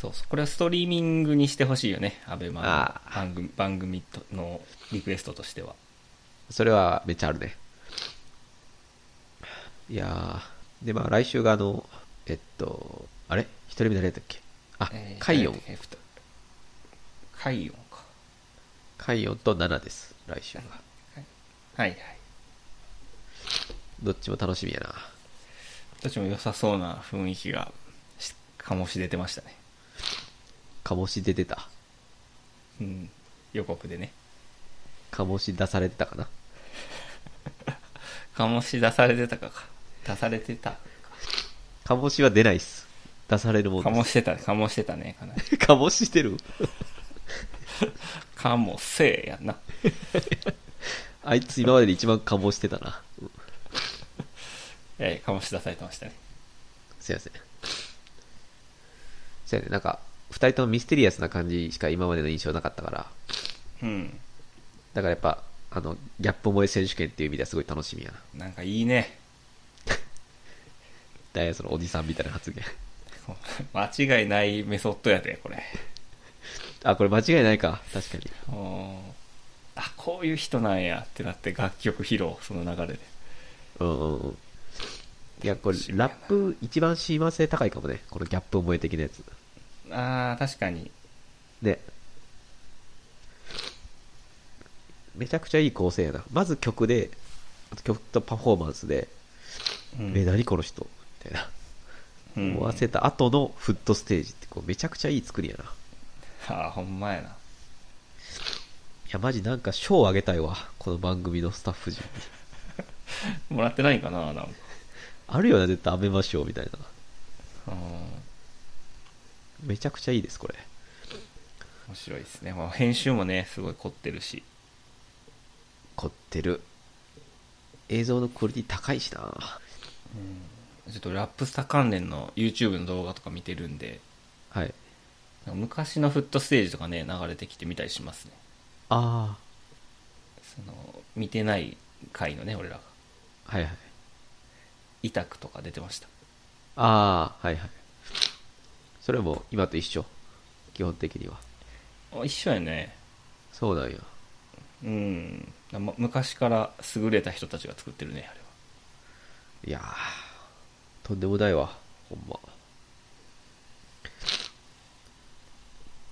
[SPEAKER 2] そうそう。これはストリーミングにしてほしいよね。アベマ
[SPEAKER 1] あ
[SPEAKER 2] の番組番組とのリクエストとしては。
[SPEAKER 1] それはめっちゃあるね。いやー。で、まあ来週があの、えっと、あれ一人目誰だったっけあ、カイヨン。
[SPEAKER 2] えー。カイオンか。
[SPEAKER 1] カイヨンとナナです。来週が。
[SPEAKER 2] はいはい。
[SPEAKER 1] どっちも楽しみやな。
[SPEAKER 2] どっちも良さそうな雰囲気がし醸し出てましたね。
[SPEAKER 1] 醸し出てた。
[SPEAKER 2] うん。予告でね。
[SPEAKER 1] 醸し出されてたかな。
[SPEAKER 2] 醸し出されてたかか。出されてた。
[SPEAKER 1] 醸しは出ないっす。出されるもんで
[SPEAKER 2] 醸してた、醸してたね、かなり。
[SPEAKER 1] す。 醸ししてる
[SPEAKER 2] 醸せやな。
[SPEAKER 1] あいつ今までで一番醸してたな。うん
[SPEAKER 2] えー、醸し出されてましたね。
[SPEAKER 1] すいません。そうやね、なんか、二人ともミステリアスな感じしか今までの印象なかったから、
[SPEAKER 2] うん。
[SPEAKER 1] だからやっぱ、あの、ギャップ萌え選手権っていう意味ではすごい楽しみやな。
[SPEAKER 2] なんかいいね。
[SPEAKER 1] ダイヤそのおじさんみたいな発言。
[SPEAKER 2] 間違いないメソッドやで、これ。
[SPEAKER 1] あ、これ間違いないか。確かに。
[SPEAKER 2] おあ、こういう人なんやってなって楽曲披露、その流れで。
[SPEAKER 1] うんうんうん。いや、これ、ラップ一番親和性高いかもね。このギャップ萌え的なやつ。
[SPEAKER 2] ああ、確かに。
[SPEAKER 1] ね。めちゃくちゃいい構成やな。まず曲で、あと曲とパフォーマンスで、
[SPEAKER 2] うん
[SPEAKER 1] え、何この人みたいな。
[SPEAKER 2] うん
[SPEAKER 1] 思わせた後のフットステージってこうめちゃくちゃいい作りやな。い
[SPEAKER 2] ああ、ほんまやな。
[SPEAKER 1] や、マジなんか賞あげたいわ。この番組のスタッフ陣に。
[SPEAKER 2] もらってないんかな、なんか。
[SPEAKER 1] あるよな、絶対アベマ賞みたいな。
[SPEAKER 2] うん。
[SPEAKER 1] めちゃくちゃいいです、これ。
[SPEAKER 2] 面白いですね。まあ、編集もね、すごい凝ってるし。
[SPEAKER 1] 凝ってる。映像のクオリティ高いしな。
[SPEAKER 2] ちょっとラップスタ関連の YouTube の動画とか見てるんで、
[SPEAKER 1] はい。
[SPEAKER 2] なんか昔のフットステージとかね、流れてきて見たりしますね。
[SPEAKER 1] あ
[SPEAKER 2] その、見てない回のね、俺らが。
[SPEAKER 1] あ、はいはい。
[SPEAKER 2] 委託とか出てました。
[SPEAKER 1] ああ、はいはい。それも今と一緒。基本的には。
[SPEAKER 2] あ一緒やね。
[SPEAKER 1] そうなんや。
[SPEAKER 2] うん、ま昔から優れた人たちが作ってるねあれはい
[SPEAKER 1] やー、とんでもないわ、ほんま。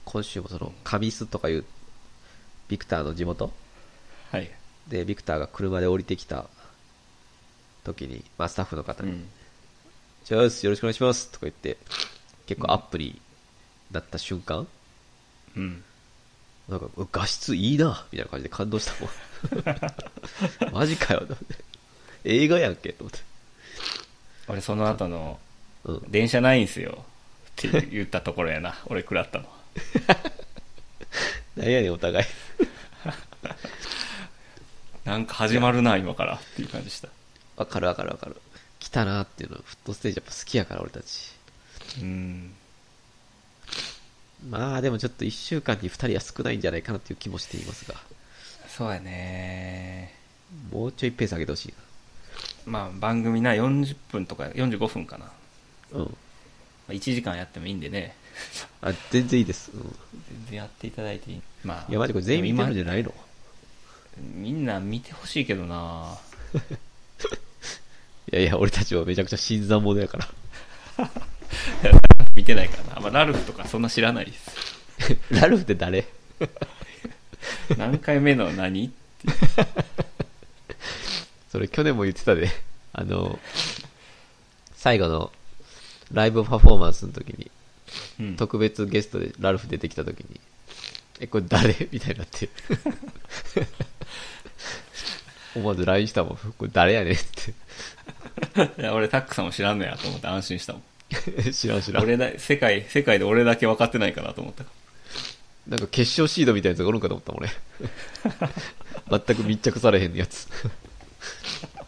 [SPEAKER 1] 今週もその、カミスとかいう、ビクターの地元
[SPEAKER 2] はい、
[SPEAKER 1] で、ビクターが車で降りてきた時に、まあ、スタッフの方
[SPEAKER 2] う
[SPEAKER 1] に、
[SPEAKER 2] ん、
[SPEAKER 1] じゃあよろしくお願いしますとか言って、結構アップになった瞬間、
[SPEAKER 2] うん、
[SPEAKER 1] なんか、う画質いいなみたいな感じで感動した もん。マジかよ、と思って。映画やんけ、と思って。
[SPEAKER 2] 俺その後の
[SPEAKER 1] うん
[SPEAKER 2] 「電車ないんすよ」って言ったところやな 俺食らったの
[SPEAKER 1] なんやねん、お互い。
[SPEAKER 2] なんか始まるな今からっていう感じした
[SPEAKER 1] わかるわかるわかる。来たなっていうの、フットステージやっぱ好きやから、俺たち。
[SPEAKER 2] うん
[SPEAKER 1] まあでもちょっと1週間に2人は少ないんじゃないかなっていう気もしていますが、
[SPEAKER 2] そうやね
[SPEAKER 1] もうちょいペース上げてほしい
[SPEAKER 2] まあ番組な40分とか45分かな、ま
[SPEAKER 1] な。うん。
[SPEAKER 2] あ、1時間やってもいいんでね
[SPEAKER 1] あ、全然いいです。うん。
[SPEAKER 2] 全然やっていただいていいまあ
[SPEAKER 1] いや、マジこれ全員見てるんじゃ
[SPEAKER 2] でも
[SPEAKER 1] ないの
[SPEAKER 2] 今みんな見てほしいけどない
[SPEAKER 1] やいや、俺たちはめちゃくちゃ新参者や から。
[SPEAKER 2] 見てないからな、まあ、ラルフとかそんな知らないです
[SPEAKER 1] ラルフって誰
[SPEAKER 2] 何回目の何
[SPEAKER 1] それ去年も言ってたで。 あの、最後のライブパフォーマンスの時に、
[SPEAKER 2] うん
[SPEAKER 1] 特別ゲストでラルフ出てきた時に、え、これ誰 みたいになって。思わず LINE したもん。これ誰やねんっ
[SPEAKER 2] いや俺タックさんも知らんのやと思って安心したもん
[SPEAKER 1] て。 知らん知らん。
[SPEAKER 2] 俺だ世界世界で俺だけ分かってないかなと思ったか
[SPEAKER 1] なんか決勝シードみたいなやつがおるんかと思ったもん、 俺。全く密着されへんやつ。
[SPEAKER 2] ら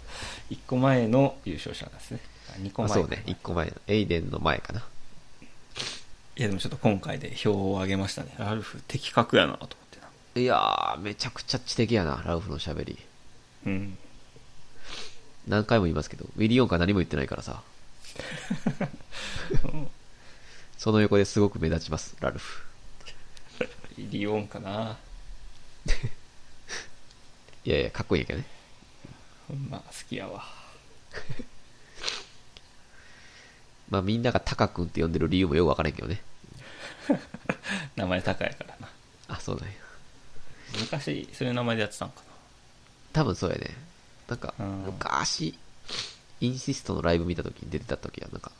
[SPEAKER 2] 1個前の優勝者なんですね2個
[SPEAKER 1] あ
[SPEAKER 2] 前
[SPEAKER 1] そうね、1個前の。エイデンの前かな。
[SPEAKER 2] いやでもちょっと今回で票を上げましたねラルフ的確やなと思ってない
[SPEAKER 1] やー、めちゃくちゃ知的やな、ラウフの喋り。
[SPEAKER 2] うん
[SPEAKER 1] 何回も言いますけど、ウィリオンカー何も言ってないからさ。その横ですごく目立ちます、ラルフ。
[SPEAKER 2] リオンかない
[SPEAKER 1] やいや、かっこいいんやけどね。
[SPEAKER 2] まあ好きやわ
[SPEAKER 1] まあみんながタカ君って呼んでる理由もよくわからんけどね。
[SPEAKER 2] 名前高いからな
[SPEAKER 1] あ、そうなんや。
[SPEAKER 2] 昔そういう名前でやってたんか
[SPEAKER 1] 多分そうやね。なんか、
[SPEAKER 2] うん
[SPEAKER 1] 昔、インシストのライブ見た時に出てた時は、なんか、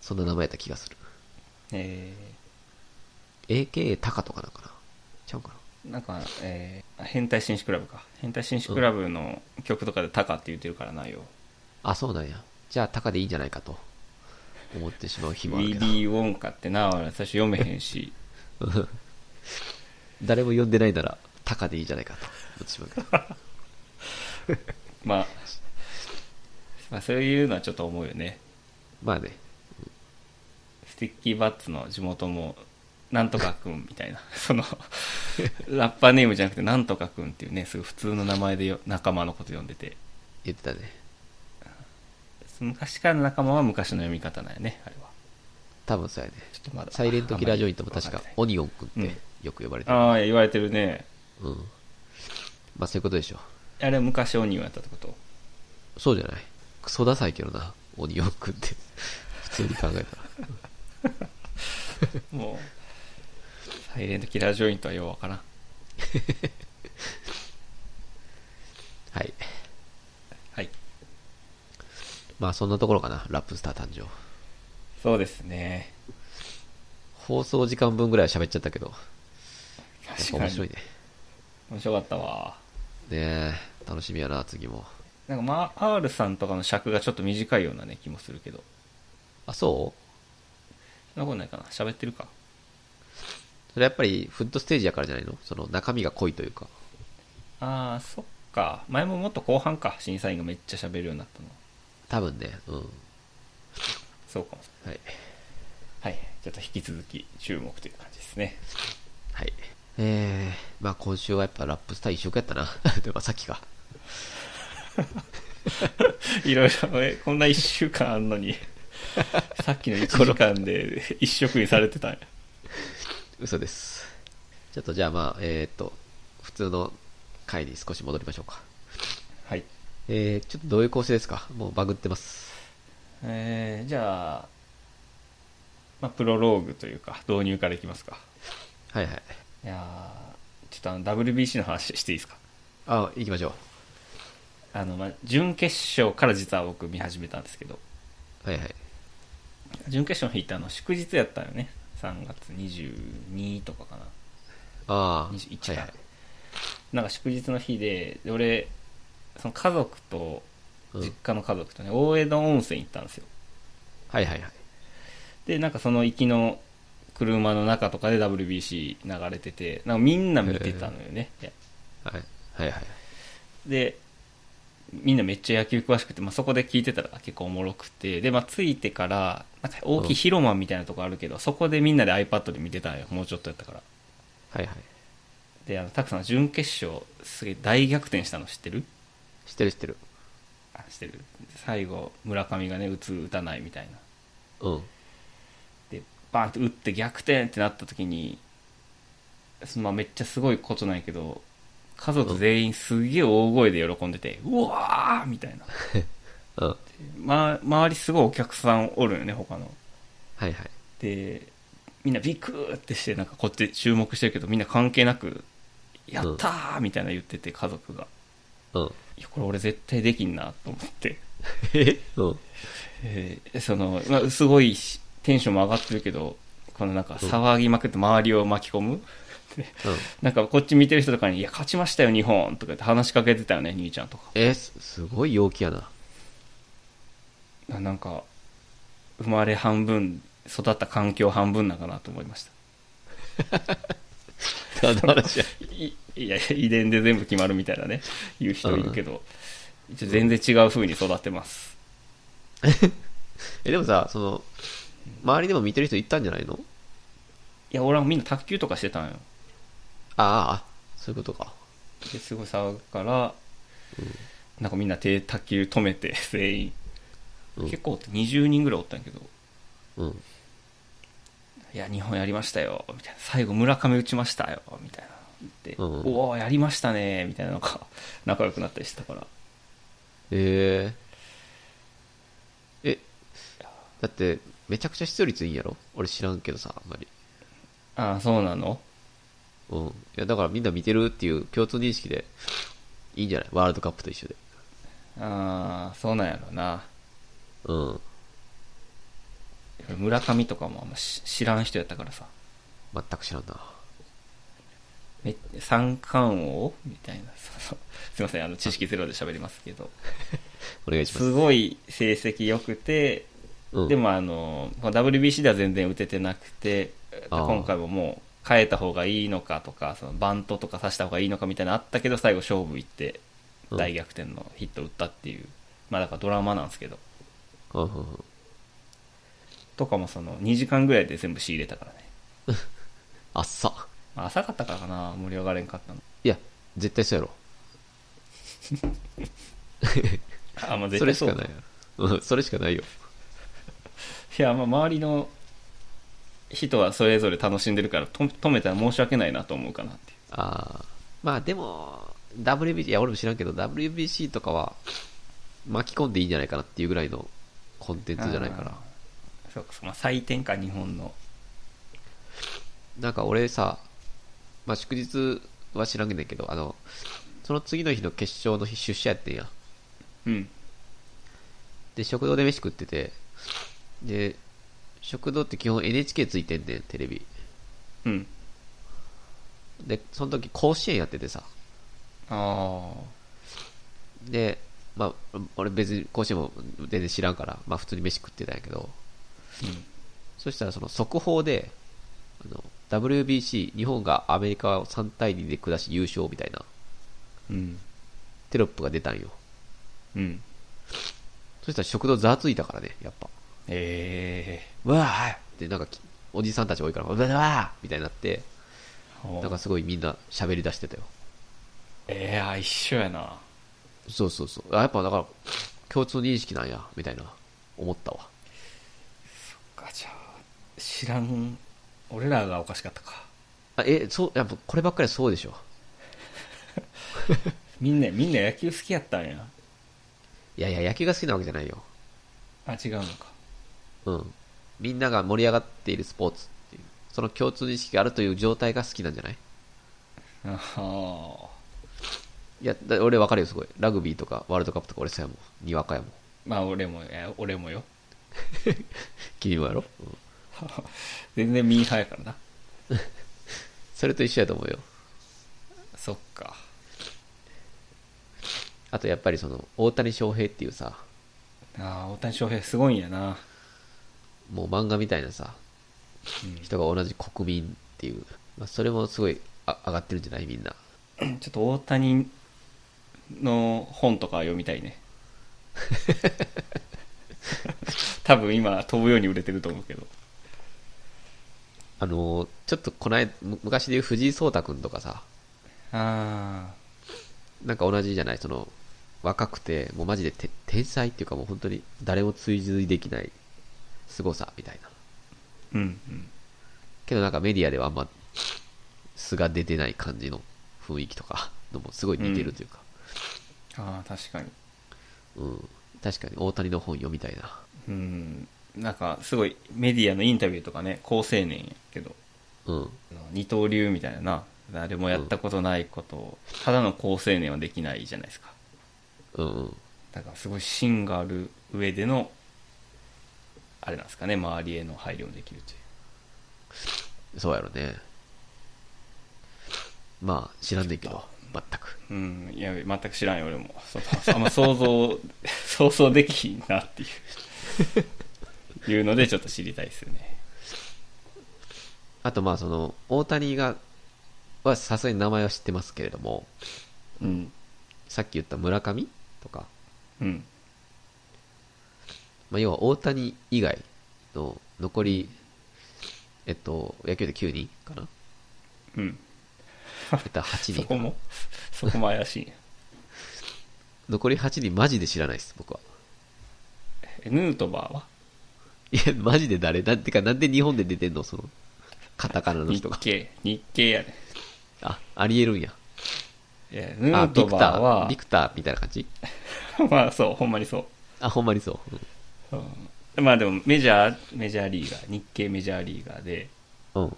[SPEAKER 1] そんな名前やった気がする。
[SPEAKER 2] なえ
[SPEAKER 1] AKA タカとかなんかな。ちゃうかな。
[SPEAKER 2] ー、なんか、えー、変態紳士クラブか変態紳士クラブの曲とかで「タカ」って言ってるからなよ
[SPEAKER 1] あ、そうなんや。じゃあタカでいいんじゃないかと、思ってしまう
[SPEAKER 2] 「ウ
[SPEAKER 1] 日もあるけ
[SPEAKER 2] ィ
[SPEAKER 1] ど。
[SPEAKER 2] リー・ウォンカ」ってな俺最初読めへん し
[SPEAKER 1] 誰も呼んでないなら、タカでいいんじゃないかと、思ってしまうけど。
[SPEAKER 2] まあまあそういうのはちょっと思うよね
[SPEAKER 1] まあね。
[SPEAKER 2] スティッキーバッツの地元もなんとかくんみたいな そのラッパーネームじゃなくてなんとかくんっていうねすごい普通の名前でよ仲間のこと呼んでて
[SPEAKER 1] 言ってたね。
[SPEAKER 2] 昔からの仲間は昔の読み方なんやねあれは
[SPEAKER 1] 多分そうやね。
[SPEAKER 2] ちょっとまだ
[SPEAKER 1] サイレントキラージョイントも確
[SPEAKER 2] あん
[SPEAKER 1] か
[SPEAKER 2] まり、
[SPEAKER 1] オニオン君っ
[SPEAKER 2] うん
[SPEAKER 1] てよく呼ばれてる。
[SPEAKER 2] ああ言われてるね
[SPEAKER 1] うん。まあそういうことでしょ
[SPEAKER 2] あれは昔オニオンやったっ てこと
[SPEAKER 1] う。そうじゃない。クソダサいけどな、オニオン君って。 普通に考えたら。
[SPEAKER 2] もうサイレントキラージョイントはようわからん
[SPEAKER 1] はい。
[SPEAKER 2] はい
[SPEAKER 1] まあそんなところかな、ラップスター誕生。
[SPEAKER 2] そうですね
[SPEAKER 1] 放送時間分ぐらいは喋っちゃったけど、やっ
[SPEAKER 2] 確
[SPEAKER 1] ぱ
[SPEAKER 2] か
[SPEAKER 1] 面
[SPEAKER 2] に
[SPEAKER 1] 白いね。
[SPEAKER 2] 面白かったわ
[SPEAKER 1] ねえ、楽しみやな、次も。
[SPEAKER 2] なんかまあ R さんとかの尺がちょっと短いようなね気もするけど
[SPEAKER 1] あ、そう
[SPEAKER 2] そんなことないかな喋ってるか
[SPEAKER 1] それやっぱりフットステージやからじゃないのその中身が濃いというか。
[SPEAKER 2] ああそっか前ももっと後半か審査員がめっちゃ喋るようになったの
[SPEAKER 1] 多分ね、うん。
[SPEAKER 2] そうかも
[SPEAKER 1] はい。
[SPEAKER 2] はいちょっと引き続き注目という感じですね
[SPEAKER 1] はい。えー、まあ今週はやっぱラップスター一色やったな。 でもさっきが。
[SPEAKER 2] いろいろねこんな1週間あん のにさっきの1時間で一食にされてたんや
[SPEAKER 1] 嘘です。ちょっとじゃあまあ、えーっと、普通の回に少し戻りましょうか。
[SPEAKER 2] はい
[SPEAKER 1] えー、ちょっとどういう構成ですかもうバグってます。
[SPEAKER 2] えーじゃあ、まあ、プロローグというか導入からいきますか
[SPEAKER 1] はいはい。
[SPEAKER 2] いやーちょっとあの WBC の話していいですか
[SPEAKER 1] あ、行きましょ
[SPEAKER 2] あの、まあ、準決勝から実は僕見始めたんですけど
[SPEAKER 1] う。はいはい。
[SPEAKER 2] 準決勝の日ってあの祝日やったよね3月22とかかな
[SPEAKER 1] ああ。
[SPEAKER 2] 21
[SPEAKER 1] は
[SPEAKER 2] か、
[SPEAKER 1] いはい。
[SPEAKER 2] なんか祝日の日でで俺その家族と
[SPEAKER 1] うん
[SPEAKER 2] 実家の家族とね、大江戸温泉行ったんですよ
[SPEAKER 1] はいはいはい。
[SPEAKER 2] でなんかその行きの車の中とかで WBC 流れててなんかみんな見てたのよね、いや
[SPEAKER 1] はいはいはい。
[SPEAKER 2] でみんなめっちゃ野球詳しくて、まあ、そこで聞いてたら結構おもろくてで、まあ、着いてからなんか大きい広間みたいなとこあるけど、そこでみんなで iPad で見てたのよもうちょっとやったから
[SPEAKER 1] はいはい。
[SPEAKER 2] であのたくさん準決勝すげえ大逆転したの知ってる
[SPEAKER 1] 知ってる知ってる。
[SPEAKER 2] あしてる最後村上がね打つ打たないみたいな
[SPEAKER 1] うん。
[SPEAKER 2] でバーンと打って逆転ってなった時に、そまあ、めっちゃすごいことなんやけど家族全員すげえ大声で喜んでてうわーみたいな、
[SPEAKER 1] うん。は
[SPEAKER 2] ま、周りすごいお客さんおるよね他の
[SPEAKER 1] いはい。
[SPEAKER 2] でみんなビクーってしてなんかこっち注目してるけどみんな関係なくやったーみたいな言ってて家族が
[SPEAKER 1] うん。
[SPEAKER 2] いやこれ俺絶対できんなと思って
[SPEAKER 1] えうん。
[SPEAKER 2] えーその、まあ、すごいしテンションも上がってるけど、このなんか騒ぎまくって周りを巻き込む。
[SPEAKER 1] うん。
[SPEAKER 2] なんかこっち見てる人とかに、いや、勝ちましたよ、日本とかって話しかけてたよね、兄ちゃんとか。
[SPEAKER 1] えす、すごい陽気やな。
[SPEAKER 2] ななんか、生まれ半分、育った環境半分なんかなと思いました。
[SPEAKER 1] 何の話や。
[SPEAKER 2] いいや、遺伝で全部決まるみたいなね、言う人いるけど、一応全然違う風に育ってます。
[SPEAKER 1] え、でもさ、その、周りでも見てる人いったんじゃないの
[SPEAKER 2] いや、俺はみんな卓球とかしてたんよ。
[SPEAKER 1] あああ、そういうことか。
[SPEAKER 2] ですごい騒ぐから、なんかみんな手卓球止めて全員、
[SPEAKER 1] うん
[SPEAKER 2] 結構おって20人ぐらいおったんやけど
[SPEAKER 1] うん。
[SPEAKER 2] いや、日本やりましたよ、みたいな。最後、村上打ちましたよ、みたいな。で、
[SPEAKER 1] うんうん
[SPEAKER 2] おお、やりましたね、みたいなのが 仲良くなったりしてたから。
[SPEAKER 1] えええ、だって、めちゃくちゃ視聴率いいんやろ俺知らんけどさ、あんまり。
[SPEAKER 2] ああ、そうなの
[SPEAKER 1] うん。いや、だからみんな見てるっていう共通認識で、いいんじゃないワールドカップと一緒で。
[SPEAKER 2] ああ、そうなんやろな。
[SPEAKER 1] うん。
[SPEAKER 2] 村上とかもあんまし知らん人やったからさ。
[SPEAKER 1] 全く知らんな。
[SPEAKER 2] め三冠王みたいな。 そのすいません、あの、知識ゼロで喋りますけど。
[SPEAKER 1] お願いします。
[SPEAKER 2] すごい成績良くて、
[SPEAKER 1] うん、
[SPEAKER 2] でもあの、この WBC では全然打ててなくて、
[SPEAKER 1] あー
[SPEAKER 2] 今回ももう変えた方がいいのかとか、そのバントとか刺した方がいいのかみたいなのあったけど、最後勝負行って、
[SPEAKER 1] うん
[SPEAKER 2] 大逆転のヒット打ったっていう、まあだからドラマなんですけど、
[SPEAKER 1] うんうんうん
[SPEAKER 2] とかもその2時間ぐらいで全部仕入れたからね。
[SPEAKER 1] あっさ。
[SPEAKER 2] まあ、浅かったからかな、盛り上がれんかったの。
[SPEAKER 1] いや、絶対そうやろ。
[SPEAKER 2] あ、ま
[SPEAKER 1] そ
[SPEAKER 2] あ絶
[SPEAKER 1] れ
[SPEAKER 2] 対
[SPEAKER 1] し
[SPEAKER 2] そう
[SPEAKER 1] か
[SPEAKER 2] だ。
[SPEAKER 1] ない。うん、それしかないよ。
[SPEAKER 2] いや、まあ周りの人はそれぞれ楽しんでるから、と止めたら申し訳ないなと思うかなっていう。
[SPEAKER 1] ああ。まあでも、WBC、いや、俺も知らんけど、WBC とかは巻き込んでいいんじゃないかなっていうぐらいのコンテンツじゃないか
[SPEAKER 2] あ
[SPEAKER 1] な。
[SPEAKER 2] ー。そうか、まあ、採点か、日本の。
[SPEAKER 1] なんか俺さ、まあ祝日は知らんねんけど、あの、その次の日の決勝の日出社やってんや。
[SPEAKER 2] うん。
[SPEAKER 1] で、食堂で飯食ってて、で、食堂って基本 NHK ついてんねん、テレビ。
[SPEAKER 2] うん。
[SPEAKER 1] で、その時甲子園やっててさ。
[SPEAKER 2] あ
[SPEAKER 1] で、まあ、俺別に甲子園も全然知らんから、まあ普通に飯食ってたんやけど、そしたらその速報で、あの、WBC、日本がアメリカを3対2で下し優勝みたいな
[SPEAKER 2] あ。うん。
[SPEAKER 1] テロップが出たんよ。
[SPEAKER 2] うん。
[SPEAKER 1] そしたら食堂ざわついたからね、やっぱ。
[SPEAKER 2] え
[SPEAKER 1] うわーってなんかき、おじさんたち多いから、うわーみたいになって、
[SPEAKER 2] え
[SPEAKER 1] なんかすごいみんな喋り出してたよ。
[SPEAKER 2] ええあ、一緒やな。
[SPEAKER 1] そうそうそう。あやっぱだから、共通認識なんや、みたいな、思ったわ。
[SPEAKER 2] ガチャ。知らん。俺らがおかしかったか。
[SPEAKER 1] あえ、そう、やっぱこればっかりはそうでしょ。
[SPEAKER 2] みんな、みんな野球好きやったんや。
[SPEAKER 1] いやいや、野球が好きなわけじゃないよ。
[SPEAKER 2] あ、違うのか。
[SPEAKER 1] うん。みんなが盛り上がっているスポーツっていう、その共通認識があるという状態が好きなんじゃない
[SPEAKER 2] ああ。
[SPEAKER 1] いや、だ俺わかるよ、すごい。ラグビーとかワールドカップとか俺さやもん。にわかやもん。
[SPEAKER 2] まあ、俺も、え俺 もよ。
[SPEAKER 1] 君もやろ、うん、
[SPEAKER 2] 全然ミーハーやからな。
[SPEAKER 1] それと一緒やと思うよ。
[SPEAKER 2] そっか。
[SPEAKER 1] あとやっぱりその、大谷翔平っていうさ、
[SPEAKER 2] ああ、大谷翔平すごいんやな。
[SPEAKER 1] もう漫画みたいなさ、人が同じ国民っていう、まあ、それもすごいあ上がってるんじゃないみんな。
[SPEAKER 2] うん。ちょっと大谷の本とか読みたいね。 多分今飛ぶように売れてると思うけど。
[SPEAKER 1] あのーちょっとこないむ昔で言う藤井聡太くんとかさ、
[SPEAKER 2] あ
[SPEAKER 1] なんか同じじゃない、その、若くて、もうマジでて天才っていうかもう本当に誰も追随できない凄さみたいな。
[SPEAKER 2] あうんうん
[SPEAKER 1] けどなんかメディアではあんま素が出てない感じの雰囲気とかのもすごい似てるというか、
[SPEAKER 2] ああ確かに
[SPEAKER 1] うん確かに大谷の本読みたいな
[SPEAKER 2] うんなんかすごいメディアのインタビューとかね好青年やけど
[SPEAKER 1] うん
[SPEAKER 2] あの二刀流みたいなな誰もやったことないことを、ただの好青年はできないじゃないですか
[SPEAKER 1] うんうん
[SPEAKER 2] だからすごい芯がある上でのあれなんですかね周りへの配慮もできるという
[SPEAKER 1] そうやろねまあ知らんねんけど全く
[SPEAKER 2] うんいや全く知らんよ俺もそのあんま想像 想像できひんなっていういうのでちょっと知りたいですよね
[SPEAKER 1] あとまあその大谷がはさすがに名前は知ってますけれども
[SPEAKER 2] うん
[SPEAKER 1] さっき言った村上とか、
[SPEAKER 2] うん
[SPEAKER 1] まあ、要は大谷以外の残りえっと野球で9人かな
[SPEAKER 2] うん
[SPEAKER 1] えっと8人
[SPEAKER 2] そ
[SPEAKER 1] か
[SPEAKER 2] こ
[SPEAKER 1] な
[SPEAKER 2] も、 そこも怪しいね。
[SPEAKER 1] 残り8人マジで知らないです僕は
[SPEAKER 2] えヌートバーは
[SPEAKER 1] いや、マジで誰なんてか、なんで日本で出てんのその、カタカナの
[SPEAKER 2] 日
[SPEAKER 1] 人が。
[SPEAKER 2] 系、日系やね。
[SPEAKER 1] あ、ありえるんや。
[SPEAKER 2] いや、ヌ
[SPEAKER 1] あ、
[SPEAKER 2] ー
[SPEAKER 1] ビ
[SPEAKER 2] ト
[SPEAKER 1] クタ
[SPEAKER 2] バー
[SPEAKER 1] ー、
[SPEAKER 2] は
[SPEAKER 1] ビ、クターみたいな感じ
[SPEAKER 2] まあそう、ほんまにそ
[SPEAKER 1] あ、ほんまにそう。うん
[SPEAKER 2] う。うんまあでも、メジャー、メジャーリーガー、日系メジャーリーガーで、
[SPEAKER 1] うん。
[SPEAKER 2] い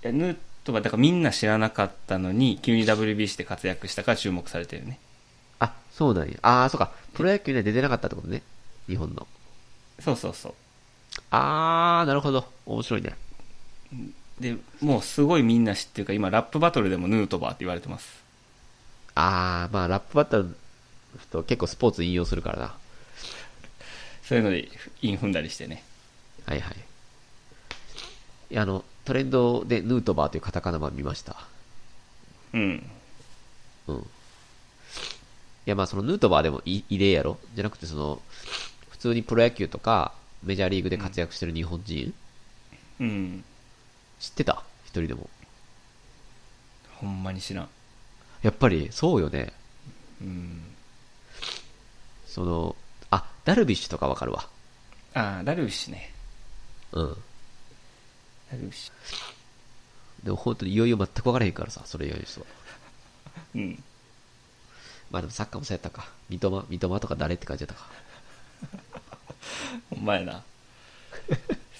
[SPEAKER 2] やヌートバー、だからみんな知らなかったのに、急に WBC で活躍したから注目されてるね。
[SPEAKER 1] あ、そうなんや。ああ、そうか。プロ野球には出てなかったってことね。日本の。
[SPEAKER 2] そうそうそう。
[SPEAKER 1] あー、なるほど。面白いね。
[SPEAKER 2] で、もうすごいみんな知ってるから、今、ラップバトルでもヌートバーって言われてます。
[SPEAKER 1] あー、まあ、ラップバトルの人結構スポーツ引用するからな。
[SPEAKER 2] そういうので、イン踏んだりしてね。
[SPEAKER 1] はいはい。いや、あの、トレンドでヌートバーというカタカナ版見ました。
[SPEAKER 2] うん。
[SPEAKER 1] うん。いや、まあ、そのヌートバーでもい異例やろじゃなくて、その、普通にプロ野球とか、メジャーリーグで活躍してる日本人、
[SPEAKER 2] うん。
[SPEAKER 1] 知ってた一人でも。
[SPEAKER 2] ほんまに知らん。
[SPEAKER 1] やっぱり、そうよね。
[SPEAKER 2] うん。
[SPEAKER 1] その、あ、ダルビッシュとかわかるわ。
[SPEAKER 2] ああ、ダルビッシュね。
[SPEAKER 1] うん。
[SPEAKER 2] ダルビッシ
[SPEAKER 1] でも本当にいよいよ全く分からへんからさ、それ以外の人は。
[SPEAKER 2] ュ。うん。
[SPEAKER 1] まあでもサッカーもそうやったか。三笘、三笘とか誰って感じだったか。
[SPEAKER 2] ほんまやな。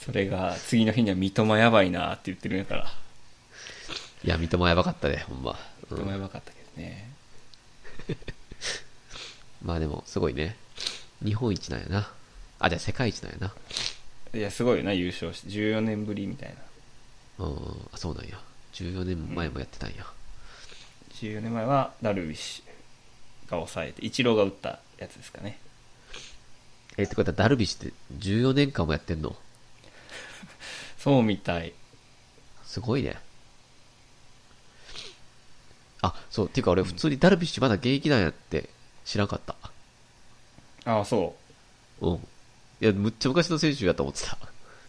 [SPEAKER 2] それが、次の日には三笘やばいなって言ってるんやから。
[SPEAKER 1] いや、三笘やばかったね、ほんま。う
[SPEAKER 2] 三笘
[SPEAKER 1] ん、
[SPEAKER 2] やばかったけどね。
[SPEAKER 1] まあでも、すごいね。日本一なんやな。あ、じゃあ世界一なんやな。
[SPEAKER 2] いや、すごいよな、優勝して。14年ぶりみたいな。
[SPEAKER 1] うん、あ、そうなんや。14年前もやってたんや。
[SPEAKER 2] 14年前は、ダルビッシュが抑えて、イチローが打ったやつですかね。
[SPEAKER 1] え、ってことはダルビッシュって14年間もやってんの
[SPEAKER 2] そうみたい。
[SPEAKER 1] すごいね。あ、そう、っていうか俺普通にダルビッシュまだ現役なんやって知らんかった。
[SPEAKER 2] ああ、そう。
[SPEAKER 1] うん。いや、むっちゃ昔の選手やと思ってた。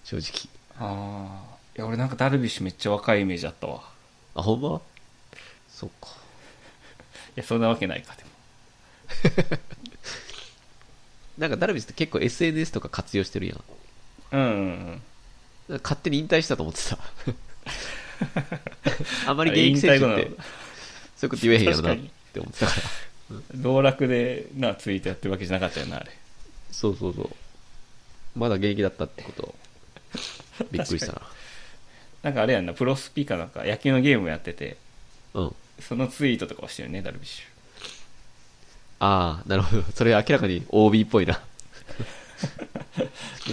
[SPEAKER 1] 正直。
[SPEAKER 2] ああいや俺なんかダルビッシュめっちゃ若いイメージあったわ
[SPEAKER 1] あ、ほんまそっか。
[SPEAKER 2] いやそんなわけないかでも
[SPEAKER 1] なんかダルビッシュって結構 SNS とか活用してるやん。
[SPEAKER 2] うんうんうん
[SPEAKER 1] 勝手に引退したと思 ってた。あんまり現役選手
[SPEAKER 2] あ
[SPEAKER 1] っ
[SPEAKER 2] れ
[SPEAKER 1] てそうい
[SPEAKER 2] 引退後な、
[SPEAKER 1] うこと言えへんやろなっ
[SPEAKER 2] 確かに
[SPEAKER 1] て思ってたから。
[SPEAKER 2] 道楽でなツイートやってるわけじゃなかったよなあれ
[SPEAKER 1] そうそうそう。まだ現役だったってこと。びっくりしたな。
[SPEAKER 2] なんかあれやんなプロスピーカーなんか野球のゲームやってて
[SPEAKER 1] うん。
[SPEAKER 2] そのツイートとかをしてるねダルビッシ
[SPEAKER 1] ああ、なるほど。それ明らかに OB っぽいな。
[SPEAKER 2] ュで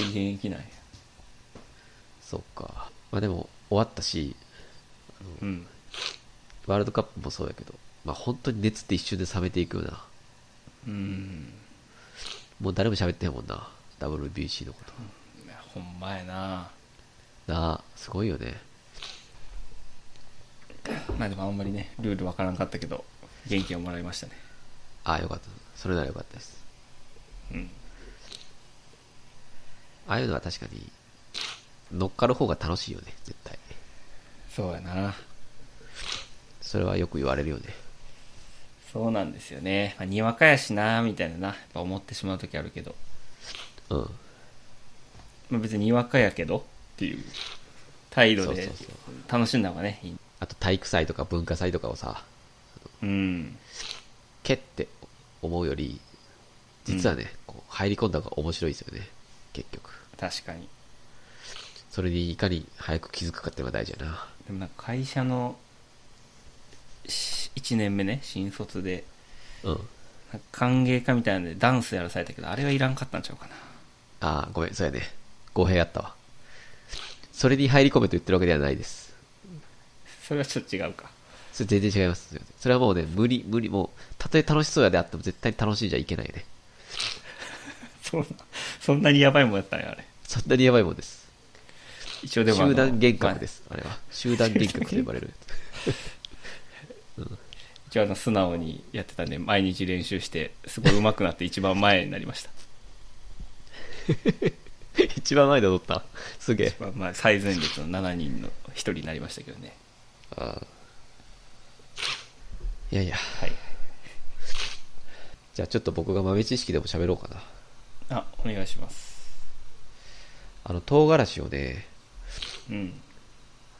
[SPEAKER 2] 現役なんや
[SPEAKER 1] そっか。まあでも、終わったし、
[SPEAKER 2] うん
[SPEAKER 1] ワールドカップもそうやけど、まあ本当に熱って一瞬で冷めていくよな。
[SPEAKER 2] うん
[SPEAKER 1] もう誰も喋ってへんもんな。WBC のこと。
[SPEAKER 2] いやほんまやな
[SPEAKER 1] なあ、すごいよね。
[SPEAKER 2] まあでもあんまりねルールわからんかったけど元気をもらいましたね
[SPEAKER 1] ああ、よかった。それならよかったです。
[SPEAKER 2] うん
[SPEAKER 1] ああいうのは確かに、乗っかる方が楽しいよね、絶対。
[SPEAKER 2] そうやな
[SPEAKER 1] それはよく言われるよね。
[SPEAKER 2] そうなんですよね、まあ、にわかやしなみたいななやっぱ思ってしまう時あるけど
[SPEAKER 1] うん。
[SPEAKER 2] まあ、別ににわかやけどっていう態度で
[SPEAKER 1] そうそうそ
[SPEAKER 2] 楽しんだ方がねいい
[SPEAKER 1] あと体育祭とか文化祭とかをさ、
[SPEAKER 2] うん
[SPEAKER 1] けって思うより、実はね、こう入り込んだ方が面白いですよね、結局。
[SPEAKER 2] 確かに
[SPEAKER 1] それにいかに早く気づくかっていうのが大事やな。
[SPEAKER 2] でもなんか会社の1年目ね新卒で
[SPEAKER 1] うん。
[SPEAKER 2] なんか歓迎会みたいなんでダンスやらされたけどあれはいらんかったんちゃうかな
[SPEAKER 1] ああ、ごめん、そうやね。語弊あったわ。それに入り込めと言ってるわけではないです。
[SPEAKER 2] それはちょっと違うか
[SPEAKER 1] それ全然違います。すいませんそれはもうね、無理、無理、もう、たとえ楽しそうやであっても絶対に楽しいじゃいけないね。
[SPEAKER 2] そうなそんなにやばいもんやったんやあれ
[SPEAKER 1] そんなにやばいもんです。
[SPEAKER 2] 一応でもあの、
[SPEAKER 1] 集団幻覚ですす、あれは。集団幻覚と呼ばれるや
[SPEAKER 2] まあ一応あの素直にやってたんで毎日練習してすごい上手くなって一番前になりました
[SPEAKER 1] つ。 一番前で踊った。すげえ
[SPEAKER 2] 一。番前最前列の7人の1人になりましたけどね
[SPEAKER 1] あーいやいや、
[SPEAKER 2] はい
[SPEAKER 1] じゃあちょっと僕が豆知識でも喋ろうかな。
[SPEAKER 2] あお願いします
[SPEAKER 1] あの、唐辛子をね、
[SPEAKER 2] うん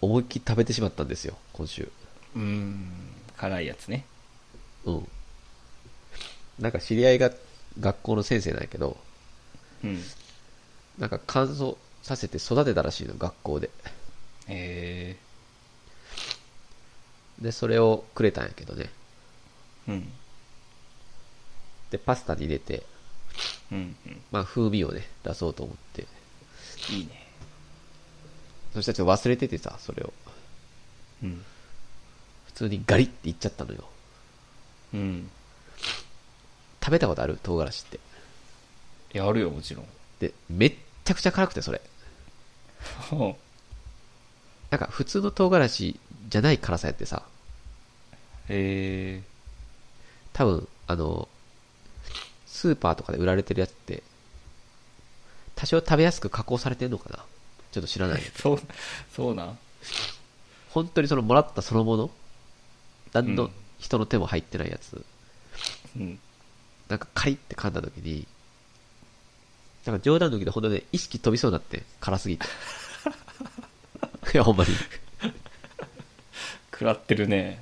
[SPEAKER 1] 思いっきり食べてしまったんですよ、今週。
[SPEAKER 2] うーん辛いやつね
[SPEAKER 1] うん。なんか知り合いが学校の先生なんやけど、
[SPEAKER 2] うん
[SPEAKER 1] なんか乾燥させて育てたらしいの、学校で。
[SPEAKER 2] え
[SPEAKER 1] で、それをくれたんやけどね。
[SPEAKER 2] ー、うん
[SPEAKER 1] で、パスタに入れて、
[SPEAKER 2] うんうん
[SPEAKER 1] まあ風味をね、出そうと思って。
[SPEAKER 2] いいね
[SPEAKER 1] そしたらちょっと忘れててさ、それを。
[SPEAKER 2] うん
[SPEAKER 1] 普通にガリっていっちゃったのよ。
[SPEAKER 2] うん
[SPEAKER 1] 食べたことある唐辛子って。
[SPEAKER 2] やるよもち ろん
[SPEAKER 1] で、めっちゃくちゃ辛くて、それ。なんか普通の唐辛子じゃない辛さやってさ、
[SPEAKER 2] え
[SPEAKER 1] 多分、あの、スーパーとかで売られてるやつって、多少食べやすく加工されてんのかなちょっと知らない。
[SPEAKER 2] ー、そうそうなん
[SPEAKER 1] 本当にそのもらったそのもの何
[SPEAKER 2] う
[SPEAKER 1] の
[SPEAKER 2] ん
[SPEAKER 1] 人の手も入ってないやつ、
[SPEAKER 2] うん
[SPEAKER 1] なんかカリって噛んだ時に、なんか冗談抜きで本当にね、意識飛びそうになって、辛すぎて。いや、ほんまに。
[SPEAKER 2] 食らってるね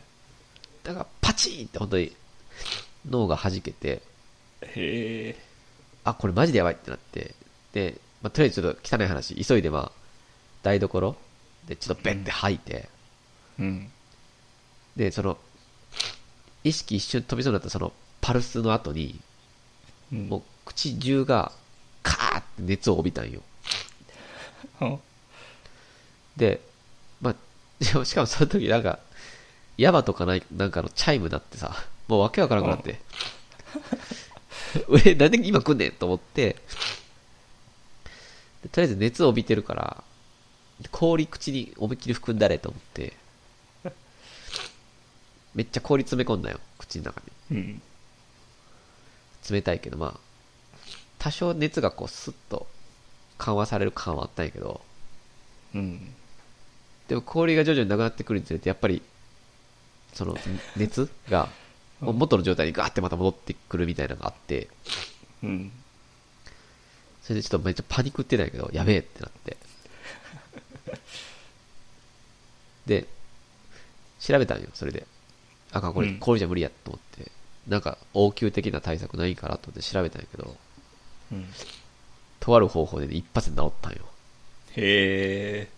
[SPEAKER 1] だからパチーンって本当に脳が弾けて、
[SPEAKER 2] へえ
[SPEAKER 1] あ、これマジでやばいってなって、で、まあ、とりあえずちょっと汚い話、急いでまあ、台所でちょっとベンって吐いて、
[SPEAKER 2] うん
[SPEAKER 1] で、その、意識一瞬飛びそうになったそのパルスの後に、
[SPEAKER 2] うん
[SPEAKER 1] もう口中がカーって熱を帯びたんよ。
[SPEAKER 2] うん
[SPEAKER 1] で、まあ、 しかもしかもその時なんか、ヤマとかないなんかのチャイムだってさ、もうわけわからなくなって。俺、なんで今来んねんと思って、でとりあえず熱を帯びてるから、氷口に思いっきり含んだれと思って、めっちゃ氷詰め込んだよ、口の中に。
[SPEAKER 2] うん
[SPEAKER 1] 冷たいけど、まあ、多少熱がこう、スッと緩和される感はあったんやけど、
[SPEAKER 2] うん
[SPEAKER 1] でも氷が徐々になくなってくるにつれて、やっぱり、その、熱が、もう元の状態にガーってまた戻ってくるみたいなのがあって、
[SPEAKER 2] うん
[SPEAKER 1] それでちょっとめっちゃパニックってないけど、やべえってなって。で、調べたんよ、それで。あかん、これ
[SPEAKER 2] うん
[SPEAKER 1] 氷じゃ無理やと思って。なんか、応急的な対策ないんかなと思って調べたんやけど、
[SPEAKER 2] うん
[SPEAKER 1] とある方法でね、一発で治ったんよ。
[SPEAKER 2] へえ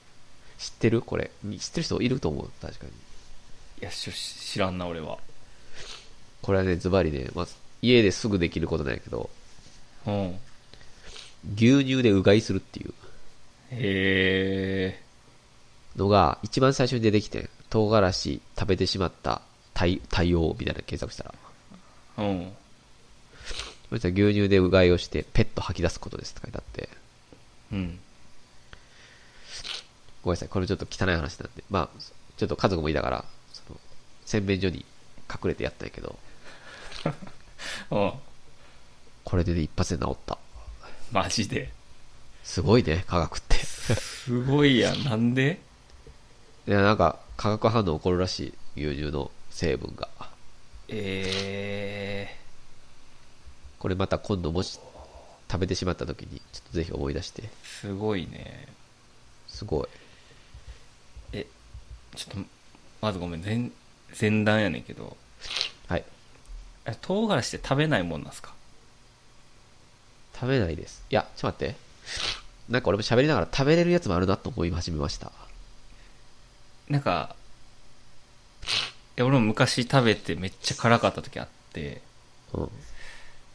[SPEAKER 1] 知ってるこれ。知ってる人いると思う、確かに。
[SPEAKER 2] いやし知らんな俺は
[SPEAKER 1] これはね、ズバリね、まず、家ですぐできることなんやけど、
[SPEAKER 2] うんへ
[SPEAKER 1] 牛乳でうがいするっていう
[SPEAKER 2] え
[SPEAKER 1] のが、一番最初に出てきて、唐辛子食べてしまった対対応みたいなの検索したら、
[SPEAKER 2] うん
[SPEAKER 1] そしたら牛乳でうがいをして、ペット吐き出すことですって書いてあって、
[SPEAKER 2] うん
[SPEAKER 1] ごめんなさい、これちょっと汚い話なんで、まあ、ちょっと家族もいたから、その洗面所に隠れてやったんやけど、
[SPEAKER 2] うん
[SPEAKER 1] これでね、一発で治った。
[SPEAKER 2] マジです
[SPEAKER 1] ごいね、科学って。
[SPEAKER 2] すごいやんなんで
[SPEAKER 1] いや、なんか、化学反応起こるらしい、牛乳の成分が。
[SPEAKER 2] え
[SPEAKER 1] これまた今度もし食べてしまった時に、ちょっとぜひ思い出して。
[SPEAKER 2] ー、すごいね
[SPEAKER 1] すごい。
[SPEAKER 2] えちょっとまずごめん前前段やねんけど
[SPEAKER 1] はい。
[SPEAKER 2] え唐辛子って食べないもんなんすか
[SPEAKER 1] 食べないです。いや、ちょっと待って。なんか俺も喋りながら食べれるやつもあるなと思い始めました。
[SPEAKER 2] なんかいや俺も昔食べてめっちゃ辛かった時あって
[SPEAKER 1] うん。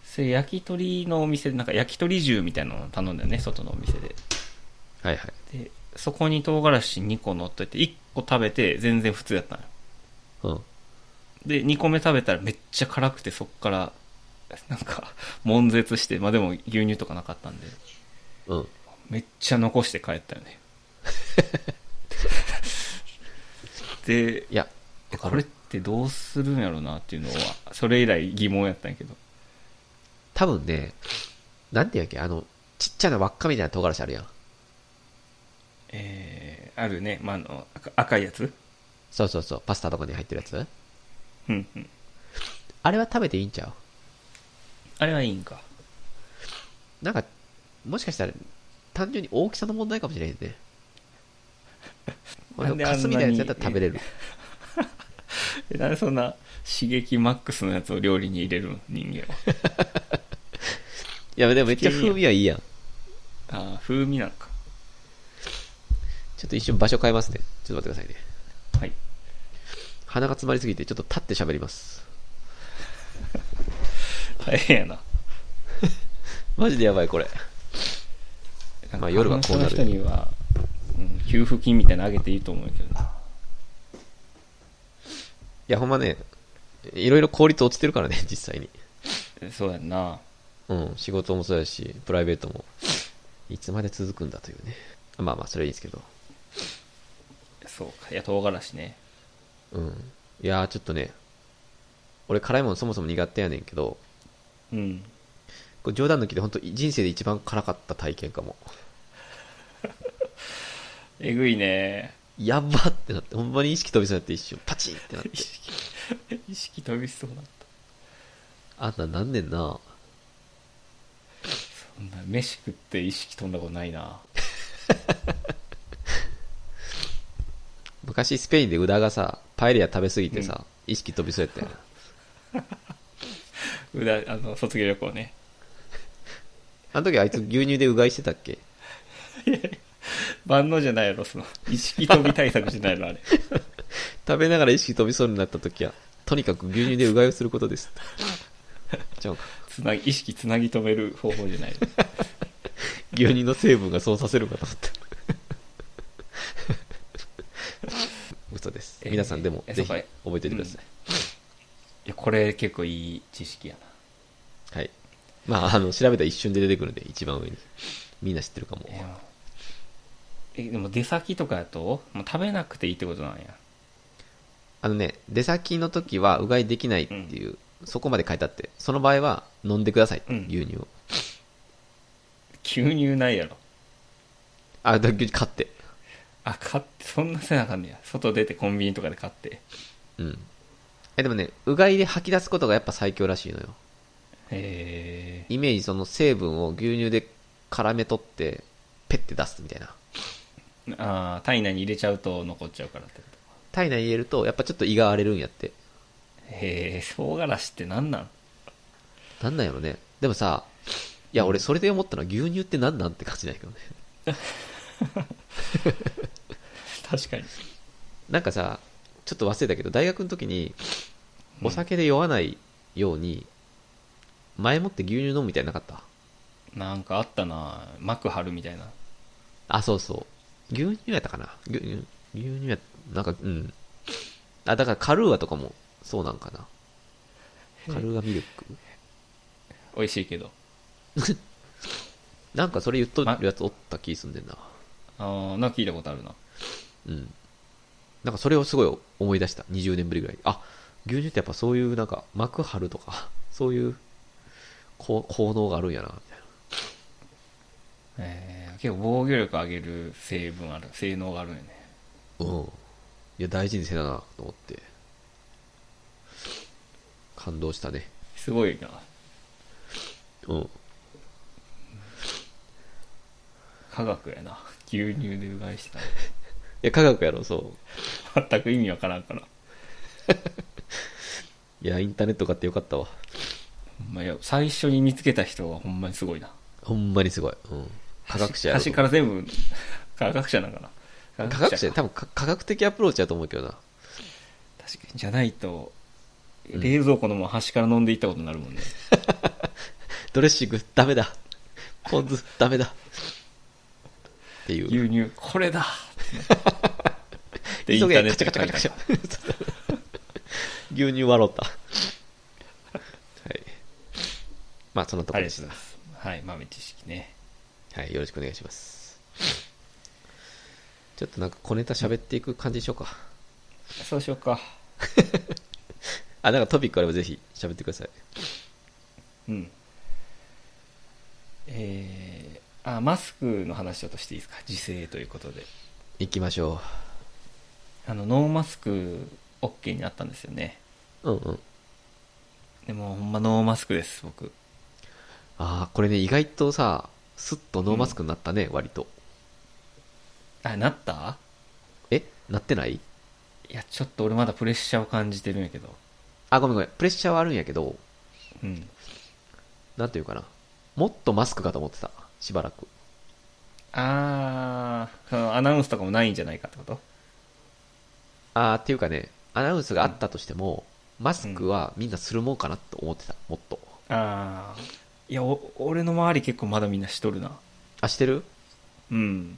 [SPEAKER 2] それ焼き鳥のお店でなんか焼き鳥重みたいなのを頼んだよね外のお店で
[SPEAKER 1] はいはい。
[SPEAKER 2] でそこに唐辛子2個乗っといて1個食べて全然普通やったのよ
[SPEAKER 1] うん。
[SPEAKER 2] で2個目食べたらめっちゃ辛くてそっからなんか悶絶してまあでも牛乳とかなかったんで
[SPEAKER 1] うん。
[SPEAKER 2] めっちゃ残して帰ったよ ねで
[SPEAKER 1] いや、わか
[SPEAKER 2] これっ
[SPEAKER 1] る。
[SPEAKER 2] てどうするんやろうなっていうのはそれ以来疑問やったんやけど
[SPEAKER 1] 多分ね、なんていうわけあの、ちっちゃな輪っかみたいな唐辛子あるやん。
[SPEAKER 2] えー、あるね、まあ、あの赤赤いやつ
[SPEAKER 1] そうそうそう。パスタとかに入ってるやつ
[SPEAKER 2] うんうん
[SPEAKER 1] あれは食べていいんちゃう
[SPEAKER 2] あれはいいんか
[SPEAKER 1] なんか、もしかしたら、単純に大きさの問題かもしれへんね。まあ、で
[SPEAKER 2] なんで
[SPEAKER 1] もカ
[SPEAKER 2] あんなに
[SPEAKER 1] スみたいなやつやったら食べれる。
[SPEAKER 2] えなんでそんな刺激マックスのやつを料理に入れるの人間は
[SPEAKER 1] いや、でもめっちゃ風味はいいやん。
[SPEAKER 2] ああ風味なのか
[SPEAKER 1] ちょっと一瞬場所変えますね。ちょっと待ってくださいね。
[SPEAKER 2] はい
[SPEAKER 1] 鼻が詰まりすぎて、ちょっと立って喋ります。
[SPEAKER 2] 大変やな
[SPEAKER 1] マジでやばい、これ。まあ夜はこうなる
[SPEAKER 2] その人には、うん、給付金みたいなのあげていいと思うけどない
[SPEAKER 1] や、ほんまね、いろいろ効率落ちてるからね、実際に。
[SPEAKER 2] えそうやんな
[SPEAKER 1] うん、仕事もそうやし、プライベートも。いつまで続くんだというね。まあまあ、それはいいんですけど。
[SPEAKER 2] そうかいや唐辛子ね
[SPEAKER 1] うん。いやー、ちょっとね、俺辛いもんそもそも苦手やねんけど、
[SPEAKER 2] うん
[SPEAKER 1] これ冗談抜きで本当人生で一番辛かった体験かも。
[SPEAKER 2] えぐいね
[SPEAKER 1] やばってなって、ほんまに意識飛びそうになって一瞬、パチンってなって
[SPEAKER 2] 意。識意識飛びそうだった
[SPEAKER 1] あんななんねんな。
[SPEAKER 2] そんな飯食って意識飛んだことないな
[SPEAKER 1] 昔スペインで宇田がさ、パエリア食べ過ぎてさ、意識飛びそうやったよな。
[SPEAKER 2] うだあの卒業旅行ね
[SPEAKER 1] あの時あいつ牛乳でうがいしてたっけ
[SPEAKER 2] 万能じゃないやろその意識飛び対策じゃないのあれ
[SPEAKER 1] 食べながら意識飛びそうになった時は、とにかく牛乳でうがいをすることです。 じゃあ、
[SPEAKER 2] つなぎ意識つなぎ止める方法じゃない
[SPEAKER 1] 牛乳の成分がそうさせるかと思った。 嘘です。
[SPEAKER 2] えー
[SPEAKER 1] 皆さんでも
[SPEAKER 2] え
[SPEAKER 1] ぜひ
[SPEAKER 2] そう
[SPEAKER 1] 覚
[SPEAKER 2] か
[SPEAKER 1] えておいてください。
[SPEAKER 2] いやこれ結構いい知識やな
[SPEAKER 1] はい。まあ、あの、調べたら一瞬で出てくるんで、一番上に。みんな知ってるかも。
[SPEAKER 2] ええでも出先とかやともう食べなくていいってことなんや
[SPEAKER 1] あのね、出先の時はうがいできないっていう、そこまで書いてあって、その場合は飲んでください、
[SPEAKER 2] うん
[SPEAKER 1] 牛乳を。
[SPEAKER 2] 牛乳ないやろ
[SPEAKER 1] あ、だ牛乳買って。
[SPEAKER 2] あ買ってそんなせなあかんねや外出てコンビニとかで買って
[SPEAKER 1] うん。え、でもね、うがいで吐き出すことがやっぱ最強らしいのよ。
[SPEAKER 2] へえ
[SPEAKER 1] イメージその成分を牛乳で絡め取って、ペッて出すみたいな。
[SPEAKER 2] あー体内に入れちゃうと残っちゃうからってこと
[SPEAKER 1] 体内に入れると、やっぱちょっと胃が荒れるんやって。
[SPEAKER 2] へえ唐辛子って何なん
[SPEAKER 1] なんなんやろね。でもさ、いや、俺それで思ったのは牛乳ってなんなんって感じないけどね。
[SPEAKER 2] 確かに
[SPEAKER 1] なんかさ、ちょっと忘れたけど、大学の時に、お酒で酔わないように、前もって牛乳飲むみたいなのなかった
[SPEAKER 2] なんかあったな幕張るみたいな
[SPEAKER 1] あ、そうそう。牛乳やったかな牛乳、牛乳や、なんか、うん。あ、だからカルーアとかも、そうなんかな。カルーアミルク。
[SPEAKER 2] 美味しいけど
[SPEAKER 1] なんかそれ言っとるやつおった気すんでんな。
[SPEAKER 2] あーなんか聞いたことあるな
[SPEAKER 1] うん。なんかそれをすごい思い出した。20年ぶりぐらい。あ、牛乳ってやっぱそういうなんか膜張るとか、 そういうこう効能があるんやな、みたいな。
[SPEAKER 2] えー、結構防御力上げる成分ある性能があるよね
[SPEAKER 1] うん。いや、大事にせなな、と思って。感動したね。
[SPEAKER 2] すごいな
[SPEAKER 1] うん。
[SPEAKER 2] 科学やな牛乳でうがいして
[SPEAKER 1] いや、科学やろ、そう。
[SPEAKER 2] た全く意味わからんから
[SPEAKER 1] いや、インターネット買ってよかったわ。
[SPEAKER 2] ほんまや最初に見つけた人はほんまにすごいな
[SPEAKER 1] ほんまにすごい。うん。科学者やろ。
[SPEAKER 2] 端から全部科学者なんかな
[SPEAKER 1] 科学者、
[SPEAKER 2] か
[SPEAKER 1] 多分か科学的アプローチやと思うけどな。
[SPEAKER 2] 確かにじゃないと
[SPEAKER 1] うん
[SPEAKER 2] 冷蔵庫のもん端から飲んでいったことになるもんね、
[SPEAKER 1] ドレッシング、ダメだ。ポン酢、 ダメだ。っていう。
[SPEAKER 2] 牛乳これだで イ
[SPEAKER 1] 急
[SPEAKER 2] ンタ
[SPEAKER 1] げ
[SPEAKER 2] ーネット
[SPEAKER 1] カ
[SPEAKER 2] で
[SPEAKER 1] チ
[SPEAKER 2] 書
[SPEAKER 1] ャ
[SPEAKER 2] い
[SPEAKER 1] カチャカチャカ
[SPEAKER 2] てあ
[SPEAKER 1] チャ 牛乳笑った。はい。まあ、そんなとこ
[SPEAKER 2] り
[SPEAKER 1] ろで
[SPEAKER 2] がと
[SPEAKER 1] し
[SPEAKER 2] うござい
[SPEAKER 1] た
[SPEAKER 2] ま。すはい豆知識ね
[SPEAKER 1] はい、よろしくお願いします。ちょっとなんか小ネタ喋っていく感じでしょうか。
[SPEAKER 2] そうしようか
[SPEAKER 1] あ、なんかトピックあればぜひ喋ってください。
[SPEAKER 2] うんえー、あマスクの話ちょっとしていいですか自制ということで
[SPEAKER 1] 行きましょ
[SPEAKER 2] あのノーマスク OK になったんですよね
[SPEAKER 1] う。うんうん。
[SPEAKER 2] でもほんまノーマスクです僕
[SPEAKER 1] ああ、これね、意外とさ、スッとノーマスクになったね、割と。
[SPEAKER 2] あなった
[SPEAKER 1] えなってない
[SPEAKER 2] いやちょっと俺まだプレッシャーを感じてるんやけど
[SPEAKER 1] あ、ごめんごめん。プレッシャーはあるんやけど、
[SPEAKER 2] うん
[SPEAKER 1] なんていうかな。もっとマスクかと思ってた。しばらく。
[SPEAKER 2] あーそのアナウンスとかもないんじゃないかってこと
[SPEAKER 1] あーっていうかね、アナウンスがあったとしても、マスクはみんなするもんかなと思ってた。もっと。
[SPEAKER 2] ああいやお俺の周り結構まだみんなしとるな
[SPEAKER 1] あ、してる
[SPEAKER 2] うん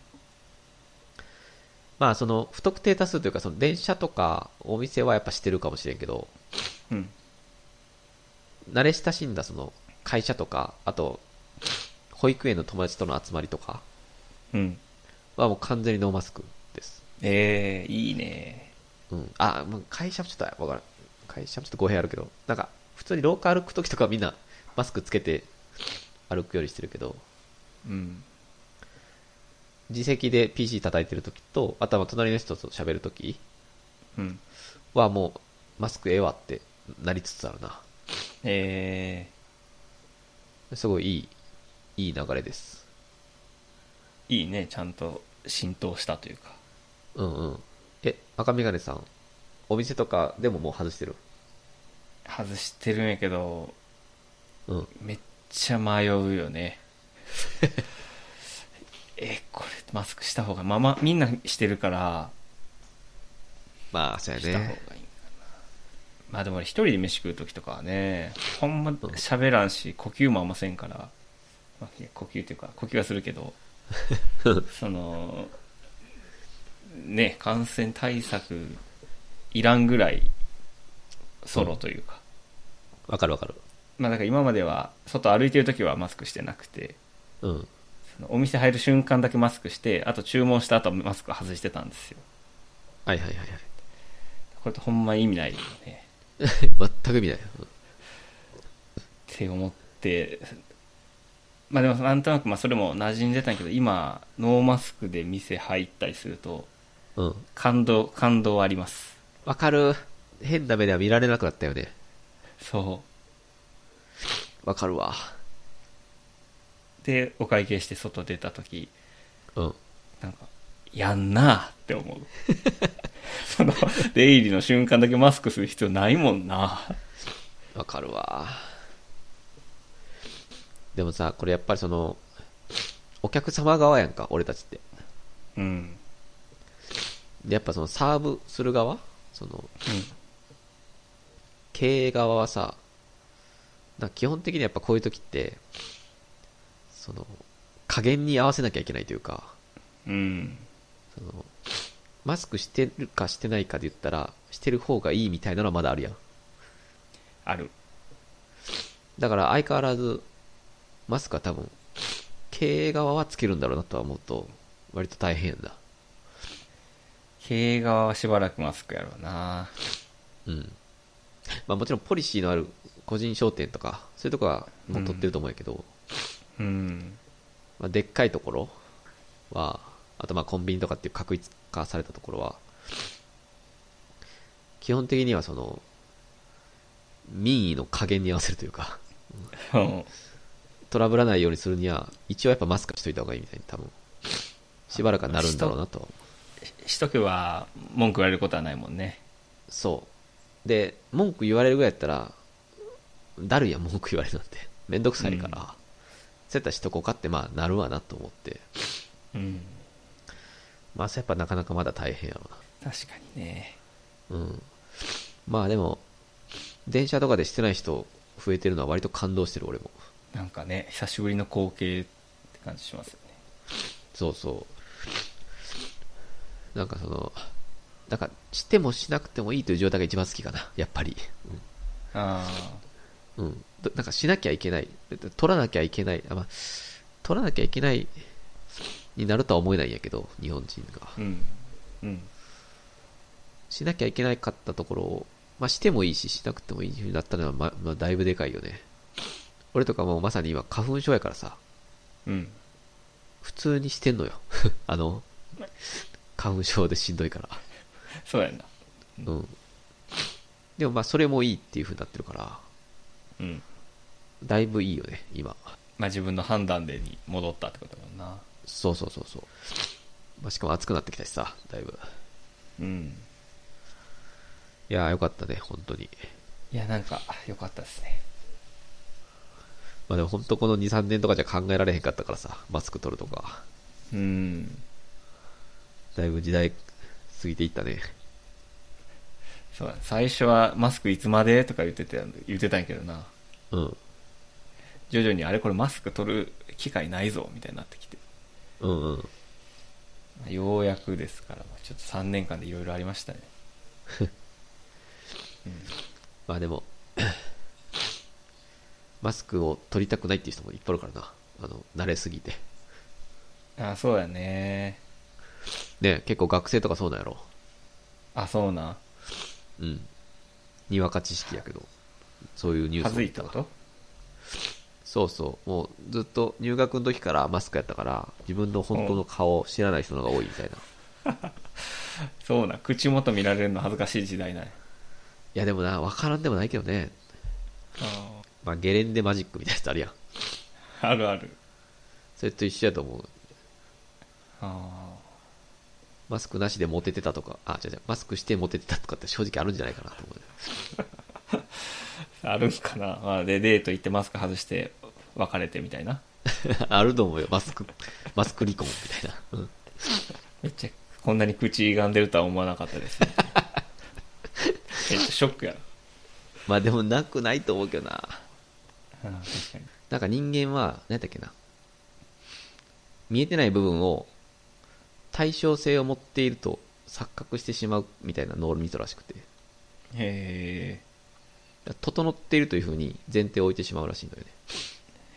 [SPEAKER 1] まあ、その、不特定多数というか、その電車とかお店はやっぱしてるかもしれんけど、
[SPEAKER 2] うん
[SPEAKER 1] 慣れ親しんだその会社とか、あと、保育園の友達との集まりとか
[SPEAKER 2] うん
[SPEAKER 1] はもう完全にノーマスクです。
[SPEAKER 2] ええいいね
[SPEAKER 1] うん。あ、もう会社もちょっとわからん。会社もちょっと語弊あるけど、なんか、普通に廊下歩くときとかはみんなマスクつけて歩くようにしてるけど、
[SPEAKER 2] うん
[SPEAKER 1] 自席で PC 叩いてるときと、あとは隣の人と喋るとき
[SPEAKER 2] うん
[SPEAKER 1] はもう、マスクええわってなりつつあるな。
[SPEAKER 2] え
[SPEAKER 1] すごいいい、いい流れです。
[SPEAKER 2] えいいねちゃんと浸透したというか
[SPEAKER 1] うんうん。え、赤眼鏡さん、お店とかでももう外してる
[SPEAKER 2] 外してるんやけど
[SPEAKER 1] うん。
[SPEAKER 2] めっちゃ迷うよねえこれマスクした方がまあまあみんなしてるから
[SPEAKER 1] まあ、そうや
[SPEAKER 2] した方がいい
[SPEAKER 1] ね。
[SPEAKER 2] かな、まあでも俺一人で飯食う時とかはねほんま喋らんし呼吸もあんませんから、まあ、いや呼吸というか呼吸はするけどそのね感染対策いらんぐらいソロというか、
[SPEAKER 1] わかるわかる。
[SPEAKER 2] まあだから今までは外歩いてる時はマスクしてなくて
[SPEAKER 1] うん。
[SPEAKER 2] そのお店入る瞬間だけマスクしてあと注文した後はマスク外してたんですよ
[SPEAKER 1] はいはいはいはい。
[SPEAKER 2] これとほんま意味ないよね
[SPEAKER 1] 全く見ない。 うん
[SPEAKER 2] って思ってまあでもなんとなくまあそれも馴染んでたんやけど今ノーマスクで店入ったりすると
[SPEAKER 1] うん。
[SPEAKER 2] 感動感動あります
[SPEAKER 1] わかる。変な目では見られなくなったよね。
[SPEAKER 2] そ
[SPEAKER 1] わかるわ。
[SPEAKER 2] うでお会計して外出た時
[SPEAKER 1] うん。
[SPEAKER 2] なんかやんなあって思う その出入りの瞬間だけマスクする必要ないもんな
[SPEAKER 1] わかるわ。でもさ、これやっぱりその、お客様側やんか、俺たちって。
[SPEAKER 2] うん
[SPEAKER 1] で、やっぱそのサーブする側その、経営側はさ、なんか基本的にやっぱこういう時って、その、加減に合わせなきゃいけないというか、
[SPEAKER 2] うんうん
[SPEAKER 1] その、マスクしてるかしてないかで言ったら、してる方がいいみたいなのはまだあるやん。
[SPEAKER 2] ある
[SPEAKER 1] だから相変わらず、マスクは多分、経営側はつけるんだろうなとは思うと、割と大変だ。
[SPEAKER 2] 経営側はしばらくマスクやろうな
[SPEAKER 1] うん。まあもちろんポリシーのある個人商店とか、そういうとこはもう取ってると思うんやけど、
[SPEAKER 2] うん
[SPEAKER 1] まあ、でっかいところは、あとまあコンビニとかっていう確一化されたところは、基本的にはその、民意の加減に合わせるというか、トラブらないようにするには、一応やっぱマスクしといた方がいいみたいに多分、しばらくはなるんだろうなとは
[SPEAKER 2] しとけば文句言われることはないもんね
[SPEAKER 1] そう。で、文句言われるぐらいやったら、だるいやん文句言われるなんて。 めんどくさいから、
[SPEAKER 2] うん
[SPEAKER 1] そうやったらしとこうかって、まあ、なるわなと思って。
[SPEAKER 2] うん
[SPEAKER 1] まあ、そうやっぱなかなかまだ大変やろ
[SPEAKER 2] 確かにね
[SPEAKER 1] うな。うん。まあでも、電車とかでしてない人増えてるのは割と感動してる、俺も。
[SPEAKER 2] なんかね久しぶりの光景って感じしますよね
[SPEAKER 1] そうそう。なんかその、なんか、してもしなくてもいいという状態が一番好きかな、やっぱり。うん
[SPEAKER 2] あ
[SPEAKER 1] うん。どなんかしなきゃいけない。取らなきゃいけない。あまあ、取らなきゃいけないになるとは思えないんやけど、日本人が。
[SPEAKER 2] あうんうん
[SPEAKER 1] しなきゃいけなかったところを、まあしてもいいし、しなくてもいいふうになったのは、ま、まあだいぶでかいよね。俺とかもうまさに今花粉症やからさ、
[SPEAKER 2] うん
[SPEAKER 1] 普通にしてんのよ。 あの、花粉症でしんどいから。
[SPEAKER 2] そうやんな
[SPEAKER 1] うん。でもまあそれもいいっていうふうになってるから、
[SPEAKER 2] うん
[SPEAKER 1] だいぶいいよね、今。
[SPEAKER 2] まあ、自分の判断でに戻ったってことだもんな
[SPEAKER 1] そうそうそうそう、まあ、しかも暑くなってきたしさだいぶ
[SPEAKER 2] うん
[SPEAKER 1] いやーよかったね本当に
[SPEAKER 2] いやなんか良かったですね
[SPEAKER 1] まあでも本当この23年とかじゃ考えられへんかったからさマスク取るとか
[SPEAKER 2] うん
[SPEAKER 1] だいぶ時代過ぎていったね
[SPEAKER 2] そうだ最初はマスクいつまでとか言ってた言ってたんやけどな
[SPEAKER 1] うん
[SPEAKER 2] 徐々にあれこれマスク取る機会ないぞみたいになってきて
[SPEAKER 1] うんうん
[SPEAKER 2] ようやくですからちょっと3年間でいろいろありました ねうん
[SPEAKER 1] まあでも マスクを取りたくないっていう人もいっぱいいるからなあの慣れすぎて
[SPEAKER 2] あそうだね
[SPEAKER 1] ね結構学生とかそうなんやろ
[SPEAKER 2] あそうな
[SPEAKER 1] うんにわか知識やけどそういうニュース
[SPEAKER 2] は
[SPEAKER 1] を
[SPEAKER 2] ずい
[SPEAKER 1] 見
[SPEAKER 2] って
[SPEAKER 1] たわ
[SPEAKER 2] こと
[SPEAKER 1] そうそうもうずっと入学の時からマスクやったから自分の本当の顔を知らない人の方が多いみたいな、
[SPEAKER 2] そうな口元見られるの恥ずかしい時代ない
[SPEAKER 1] いやでもな、わからんでもないけどね。
[SPEAKER 2] あ
[SPEAKER 1] まあ、ゲレンデマジックみたいなやつあるやん。
[SPEAKER 2] ーあるある
[SPEAKER 1] それと一緒やと思う。
[SPEAKER 2] あ
[SPEAKER 1] マスクなしでモテてたとか、あ、違う違う、マスクしてモテてたとかって正直あるんじゃないかなと思う。
[SPEAKER 2] ーあるんかな、まあ、でデート行ってマスク外して別れてみたいな
[SPEAKER 1] あると思うよ、マスク、マスク離婚みたいな。うん
[SPEAKER 2] めっちゃこんなに口がんでるとは思わなかった です、めっちゃショックや
[SPEAKER 1] まあでもなくないと思うけどな。
[SPEAKER 2] な、うん、確かに
[SPEAKER 1] なんか人間は、何やったっけな。見えてない部分を対称性を持っていると錯覚してしまうみたいな脳みそらしくて。
[SPEAKER 2] へ
[SPEAKER 1] だから整っているというふうに前提を置いてしまうらしいのよね。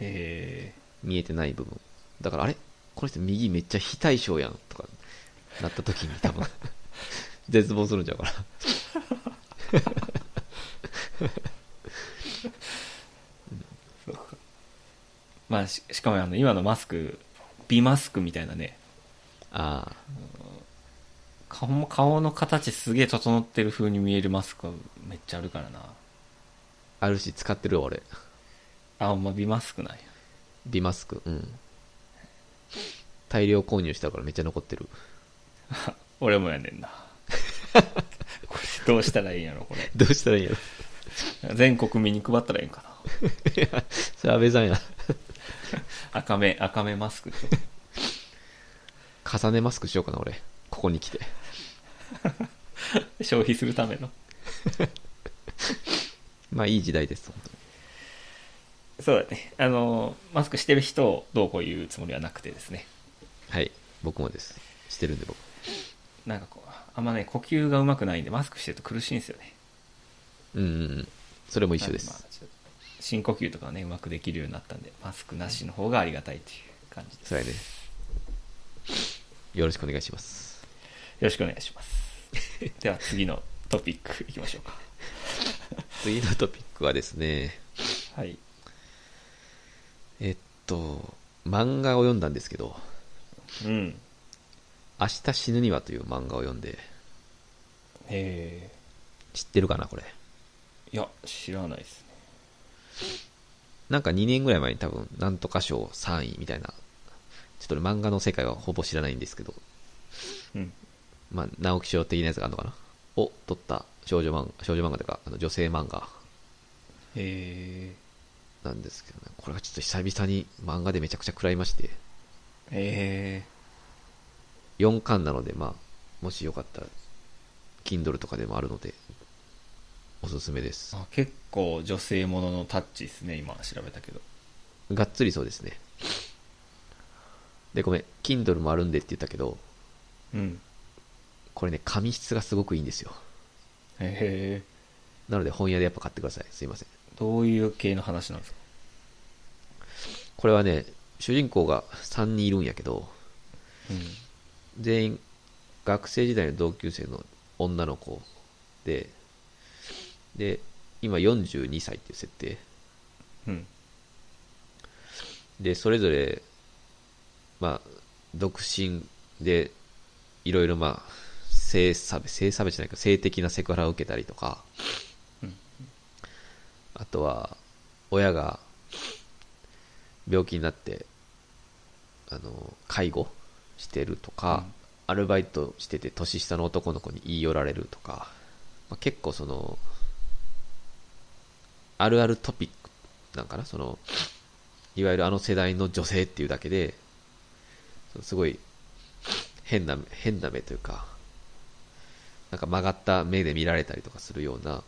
[SPEAKER 2] えへ
[SPEAKER 1] 見えてない部分だからあれこの人右めっちゃ非対称やんとかなった時に多分絶望するんちゃうから
[SPEAKER 2] えまあししかもあの今のマスク美マスクみたいなね
[SPEAKER 1] ああ
[SPEAKER 2] 顔も顔の形すげえ整ってる風に見えるマスクはめっちゃあるからな
[SPEAKER 1] あるし使ってるよ俺
[SPEAKER 2] あほんま美マスクなんや
[SPEAKER 1] 美マスクうん大量購入したからめっちゃ残ってる
[SPEAKER 2] 俺もやねんな これどうしたらいいんやろこれ
[SPEAKER 1] どうしたらいいんやろ
[SPEAKER 2] 全国民に配ったらいいんかな
[SPEAKER 1] それ安倍さんや
[SPEAKER 2] 赤目赤目マスクって
[SPEAKER 1] 重ねマスクしようかな俺ここに来て
[SPEAKER 2] 消費するための
[SPEAKER 1] まあいい時代です本当に
[SPEAKER 2] そうだねあのマスクしてる人をどうこう言うつもりはなくてですね
[SPEAKER 1] はい僕もですしてるんで僕
[SPEAKER 2] なんかこうあんまね呼吸がうまくないんでマスクしてると苦しいんですよね
[SPEAKER 1] うんうんうんそれも一緒で
[SPEAKER 2] なん
[SPEAKER 1] す
[SPEAKER 2] まあちょっと深呼吸とかはねうまくできるようになったんでマスクなしの方がありがたいという感じです
[SPEAKER 1] それねよろしくお願いします
[SPEAKER 2] よろしくお願いしますでは次のトピックいきましょうか
[SPEAKER 1] 次のトピックはですね、
[SPEAKER 2] はい
[SPEAKER 1] えっと、漫画を読んだんですけど、
[SPEAKER 2] うん
[SPEAKER 1] 明日死ぬにはという漫画を読んで、
[SPEAKER 2] え
[SPEAKER 1] 知ってるかな、これ。
[SPEAKER 2] ー、いや知らないですね
[SPEAKER 1] なんか2年ぐらい前に多分、なんとか賞3位みたいな、ちょっと俺漫画の世界はほぼ知らないんですけど、
[SPEAKER 2] うん
[SPEAKER 1] まあ、直木賞的なやつがあるのかなを取った少女漫画、少女漫画というか、あの女性漫画
[SPEAKER 2] え
[SPEAKER 1] なんですけどね、これがちょっと久々に漫画でめちゃくちゃ食らいまして、
[SPEAKER 2] ー、え
[SPEAKER 1] 4巻なので、まあ、もしよかったら、Kindle とかでもあるので、おすすめです
[SPEAKER 2] ー、。あ結構女性もののタッチですね今調べたけど
[SPEAKER 1] がっつりそうですね。で、ごめん、Kindle もあるんでって言ったけど、
[SPEAKER 2] うん
[SPEAKER 1] これね、紙質がすごくいいんですよ。
[SPEAKER 2] え
[SPEAKER 1] なので本屋でやっぱ買ってください。すいません。
[SPEAKER 2] ー、どういう系の話なんですか
[SPEAKER 1] これはね、主人公が3人いるんやけど、
[SPEAKER 2] うん
[SPEAKER 1] 全員学生時代の同級生の女の子で、で、今42歳っていう設定。
[SPEAKER 2] うん
[SPEAKER 1] で、それぞれ、まあ、独身で、いろいろまあ、性差別、性差別じゃないか、性的なセクハラを受けたりとか、
[SPEAKER 2] うん
[SPEAKER 1] あとは、親が、病気になってあの介護してるとか、アルバイトしてて年下の男の子に言い寄られるとか、まあ、結構そのあるあるトピックなんかなそのいわゆるあの世代の女性っていうだけで、すごい変な、変な目というか、なんか曲がった目で見られたりとかするような、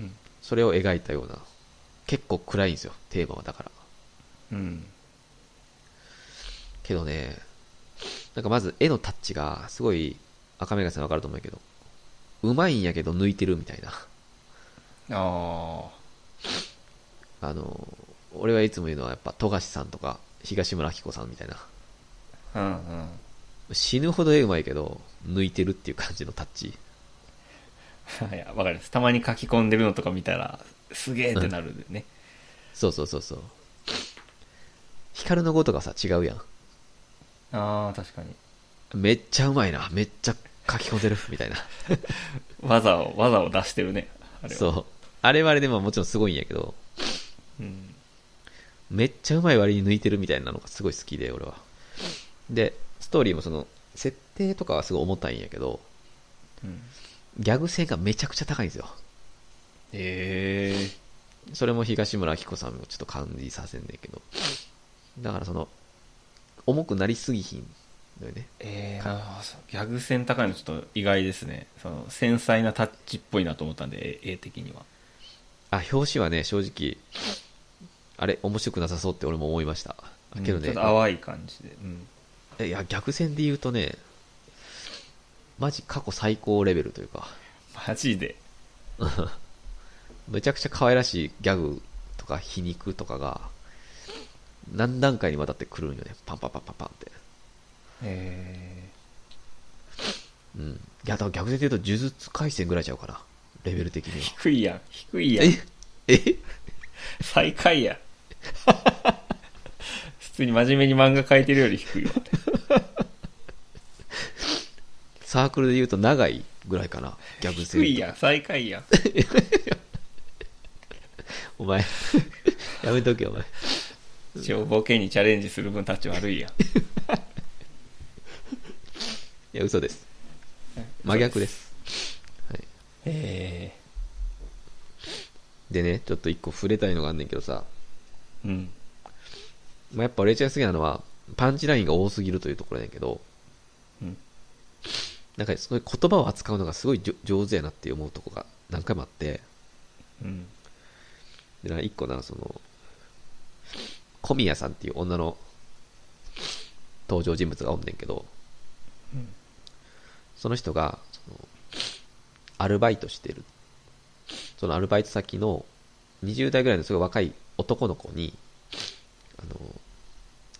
[SPEAKER 2] うん
[SPEAKER 1] それを描いたような、結構暗いんですよ、テーマはだから。
[SPEAKER 2] うん
[SPEAKER 1] けどね、なんかまず絵のタッチが、すごい、赤目がさんわかると思うけど、うまいんやけど抜いてるみたいな。
[SPEAKER 2] あ
[SPEAKER 1] あの、俺はいつも言うのはやっぱ、富樫さんとか、東村明子さんみたいな。
[SPEAKER 2] あうんうん
[SPEAKER 1] 死ぬほど絵うまいけど、抜いてるっていう感じのタッチ。
[SPEAKER 2] いや、わかります。たまに書き込んでるのとか見たら、すげえってなるんでね。
[SPEAKER 1] そうそうそうそう。光の語とかさ、違うやん。
[SPEAKER 2] ああ、確かに。
[SPEAKER 1] めっちゃうまいな。めっちゃ書き込んでる。みたいな。
[SPEAKER 2] 技を、技を出してるね。あれは。
[SPEAKER 1] そう。あれはあれでももちろんすごいんやけど、
[SPEAKER 2] うん。
[SPEAKER 1] めっちゃうまい割に抜いてるみたいなのがすごい好きで、俺は。で、ストーリーもその、設定とかはすごい重たいんやけど、
[SPEAKER 2] うん、
[SPEAKER 1] ギャグ性がめちゃくちゃ高いんですよ。
[SPEAKER 2] ええ
[SPEAKER 1] それも東村明子さんもちょっと感じさせんねんけど。だからその、重くなりすぎひんのよね。
[SPEAKER 2] ええなあそうギャグ線高いのちょっと意外ですね。その、繊細なタッチっぽいなと思ったんで、絵絵的には。
[SPEAKER 1] あ、表紙はね、正直、あれ、面白くなさそうって俺も思いました。けど
[SPEAKER 2] う
[SPEAKER 1] ね
[SPEAKER 2] んちょっ、と淡い感じで。うん。
[SPEAKER 1] いや、逆戦で言うとね、マジ過去最高レベルというか、
[SPEAKER 2] マジで。
[SPEAKER 1] めちゃくちゃ可愛らしいギャグとか皮肉とかが、何段階にわたってくるんよね、パンパンパンパンパンって。
[SPEAKER 2] え
[SPEAKER 1] うん。いや、だから逆戦で言うと、呪術回戦ぐらいちゃうかな、レベル的に
[SPEAKER 2] え
[SPEAKER 1] は。
[SPEAKER 2] 低いやん。低いやん。
[SPEAKER 1] ええ
[SPEAKER 2] 最下位や。普通に真面目に漫画描いてるより低いわ。
[SPEAKER 1] サークルで言うと長いぐらいかな、逆戦
[SPEAKER 2] 低いやん。最下位やん。
[SPEAKER 1] お前、 やめとけ、お前。
[SPEAKER 2] 一応ボケにチャレンジする分たち悪いやん
[SPEAKER 1] いや、嘘です。真逆です。はい。
[SPEAKER 2] え
[SPEAKER 1] でね、ちょっと一個触れたいのがあんねんけどさ、
[SPEAKER 2] えうん
[SPEAKER 1] まあ、やっぱ俺ちゃん好きなのは、パンチラインが多すぎるというところだけど、
[SPEAKER 2] うん
[SPEAKER 1] なんかそういう言葉を扱うのがすごいじょ上手やなって思うとこが何回もあって、
[SPEAKER 2] うん
[SPEAKER 1] で、なんか一個な、その、小宮さんっていう女の登場人物がおんねんけど、
[SPEAKER 2] うん
[SPEAKER 1] その人が、そのアルバイトしてる。そのアルバイト先の20代ぐらいのすごい若い男の子に、あの、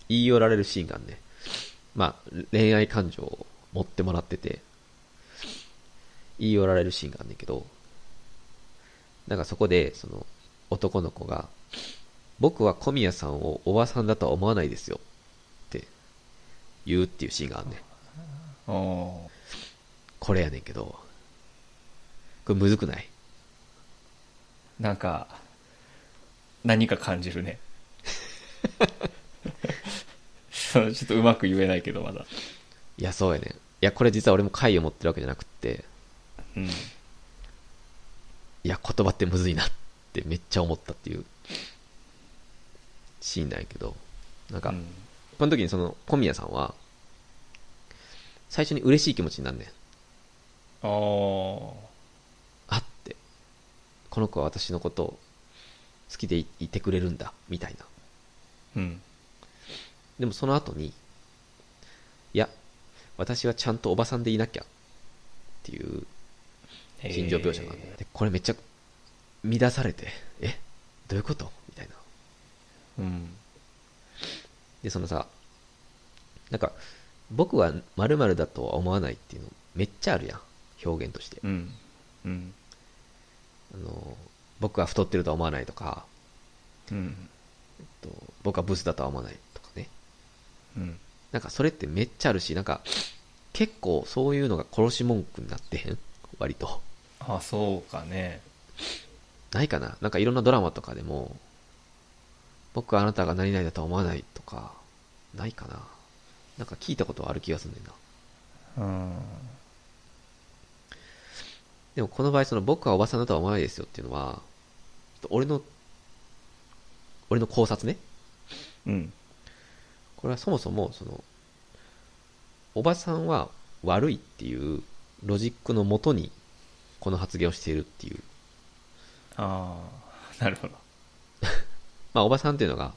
[SPEAKER 1] 言い寄られるシーンがあんね。まあ、恋愛感情を持ってもらってて、言い寄られるシーンがあんねんけど、なんかそこで、その、男の子が、僕は小宮さんをおばさんだとは思わないですよって言うっていうシーンがあんねん。
[SPEAKER 2] お
[SPEAKER 1] これやねんけど、これむずくない
[SPEAKER 2] ーなんか何か感じるねそうちょっとうまく言えないけどまだ
[SPEAKER 1] いや、そうやねん。いや、これ実は俺も回を持ってるわけじゃなくって、
[SPEAKER 2] うん
[SPEAKER 1] いや、言葉ってむずいなってめっちゃ思ったっていうシーンなんやけど、なんか、
[SPEAKER 2] うん
[SPEAKER 1] この時にその小宮さんは、最初に嬉しい気持ちになんねん。
[SPEAKER 2] あー
[SPEAKER 1] あって、この子は私のことを好きでいいてくれるんだ、みたいな。
[SPEAKER 2] うん
[SPEAKER 1] でもその後に、いや、私はちゃんとおばさんでいなきゃっていう心情描写があるんだよ
[SPEAKER 2] え
[SPEAKER 1] でこれめっちゃ乱されて、えどういうことみたいな。
[SPEAKER 2] ーうん
[SPEAKER 1] で、そのさ、なんか、僕は〇〇だとは思わないっていうのめっちゃあるやん。表現として。
[SPEAKER 2] うんうん
[SPEAKER 1] あの僕は太ってるとは思わないとか、
[SPEAKER 2] うん
[SPEAKER 1] えっと僕はブスだとは思わないとかね。
[SPEAKER 2] うん
[SPEAKER 1] なんかそれってめっちゃあるし、なんか結構そういうのが殺し文句になってへん割と。
[SPEAKER 2] あそうかね
[SPEAKER 1] ないかななんかいろんなドラマとかでも、僕はあなたが何々だとは思わないとか、ないかな。なんか聞いたことはある気がするんだよな。
[SPEAKER 2] うん。
[SPEAKER 1] でもこの場合、その僕はおばさんだとは思わないですよっていうのは、俺の、俺の考察ね。
[SPEAKER 2] うん。
[SPEAKER 1] これはそもそも、その、おばさんは悪いっていうロジックのもとに、この発言をしているっていう。
[SPEAKER 2] ああ、なるほど。
[SPEAKER 1] まあ、おばさんっていうのが、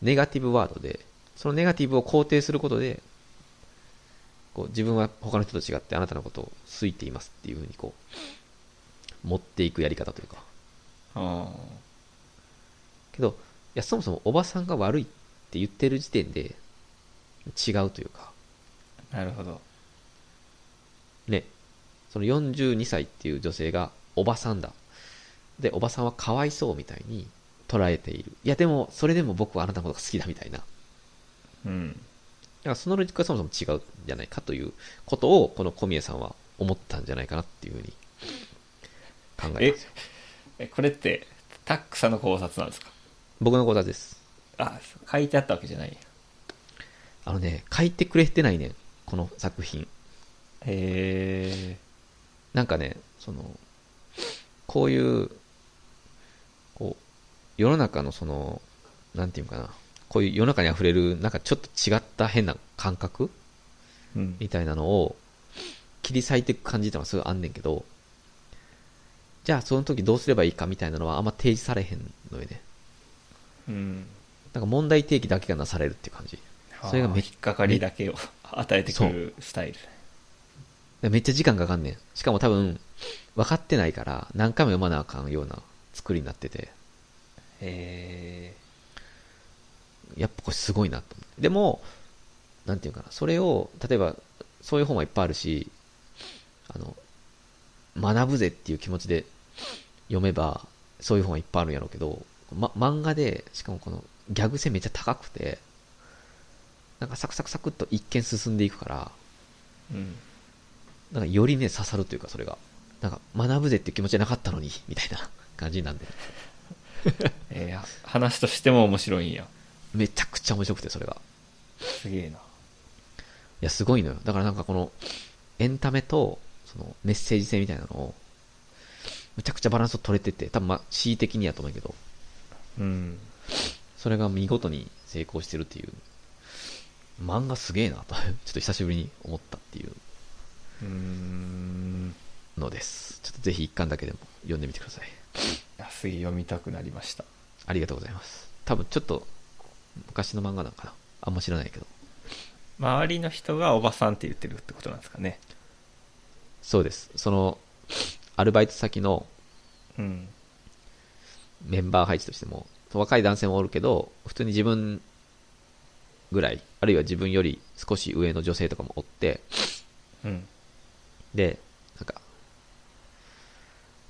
[SPEAKER 1] ネガティブワードで、そのネガティブを肯定することで、こう自分は他の人と違ってあなたのことを好いていますっていうふうにこう、持っていくやり方というか。
[SPEAKER 2] あ
[SPEAKER 1] けど、いや、そもそもおばさんが悪いって言ってる時点で、違うというか、
[SPEAKER 2] あ、なるほど。
[SPEAKER 1] ね、その42歳っていう女性がおばさんだ。で、おばさんはかわいそうみたいに捉えている。いや、でも、それでも僕はあなたのことが好きだみたいな。だか
[SPEAKER 2] うん。
[SPEAKER 1] らそのロジックはそもそも違うんじゃないかということを、この小宮さんは思ったんじゃないかなっていうふうに考え
[SPEAKER 2] え
[SPEAKER 1] ますよ。、
[SPEAKER 2] えこれって、タックさんの考察なんですか
[SPEAKER 1] 僕の講座です。
[SPEAKER 2] あ、書いてあったわけじゃない。
[SPEAKER 1] あのね、書いてくれてないねん、この作品。
[SPEAKER 2] へえ。
[SPEAKER 1] なんかね、その、こういう、こう、世の中のその、なんていうのかな、こういう世の中に溢れる、なんかちょっと違った変な感覚
[SPEAKER 2] うん。
[SPEAKER 1] みたいなのを、切り裂いていく感じってのはすごいあんねんけど、じゃあその時どうすればいいかみたいなのはあんま提示されへんのよね。
[SPEAKER 2] うん。
[SPEAKER 1] なんか問題提起だけがなされるっていう感じ。それがめ
[SPEAKER 2] 引っかかりだけを与えてくるスタイル。
[SPEAKER 1] めっちゃ時間かかんねん。しかも多分、分かってないから、何回も読まなあかんような作りになってて。
[SPEAKER 2] へえ。
[SPEAKER 1] やっぱこれすごいなと思ってでも、なんていうかな、それを、例えば、そういう本はいっぱいあるし、あの、学ぶぜっていう気持ちで読めば、そういう本はいっぱいあるんやろうけど、ま、漫画で、しかもこのギャグ性めっちゃ高くて、なんかサクサクサクっと一見進んでいくから、
[SPEAKER 2] うん。
[SPEAKER 1] なんかよりね、刺さるというか、それが。なんか、学ぶぜっていう気持ちじゃなかったのに、みたいな感じなんで、
[SPEAKER 2] えー、は話としても面白いんや。
[SPEAKER 1] めちゃくちゃ面白くて、それが。
[SPEAKER 2] すげえな。
[SPEAKER 1] いや、すごいのよ。だからなんかこの、エンタメと、その、メッセージ性みたいなのを、むちゃくちゃバランスを取れてて、多分まあ、恣意的にやと思うけど、
[SPEAKER 2] うん。
[SPEAKER 1] それが見事に成功してるっていう、漫画すげえなと、 ちょっと久しぶりに思ったっていう
[SPEAKER 2] うーん。
[SPEAKER 1] のです。ちょっとぜひ一巻だけでも読んでみてください。
[SPEAKER 2] あすげえ読みたくなりました。
[SPEAKER 1] ありがとうございます。多分ちょっと、昔の漫画なのかな。あんま知らないけど。
[SPEAKER 2] 周りの人がおばさんって言ってるってことなんですかね。
[SPEAKER 1] そうです。その、アルバイト先の
[SPEAKER 2] うん。
[SPEAKER 1] メンバー配置としても、若い男性もおるけど、普通に自分ぐらい、あるいは自分より少し上の女性とかもおって、
[SPEAKER 2] うん。
[SPEAKER 1] で、なんか、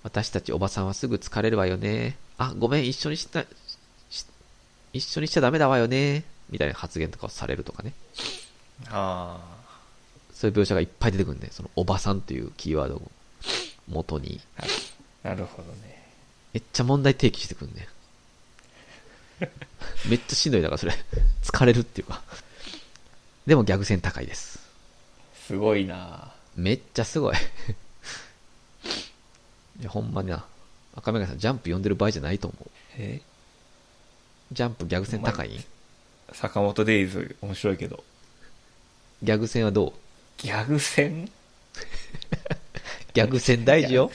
[SPEAKER 1] 私たちおばさんはすぐ疲れるわよね。あ、ごめん、一緒にした、し一緒にしちゃダメだわよね。みたいな発言とかをされるとかね。
[SPEAKER 2] あ
[SPEAKER 1] そういう描写がいっぱい出てくるんで、そのおばさんというキーワードを元に、
[SPEAKER 2] あ。なるほどね。
[SPEAKER 1] めっちゃ問題提起してくるんで。めっちゃしんどい だから、それ。疲れるっていうか。でもギャグ線高いです。
[SPEAKER 2] すごいな
[SPEAKER 1] めっちゃすごい。いや、ほんまにな。赤目がさん、ジャンプ読んでる場合じゃないと思う。
[SPEAKER 2] え
[SPEAKER 1] ジャンプギャグ線高い
[SPEAKER 2] 坂本デイズ面白いけど。
[SPEAKER 1] ギャグ線はどう
[SPEAKER 2] ギャグ戦
[SPEAKER 1] ギャグ線大事よ。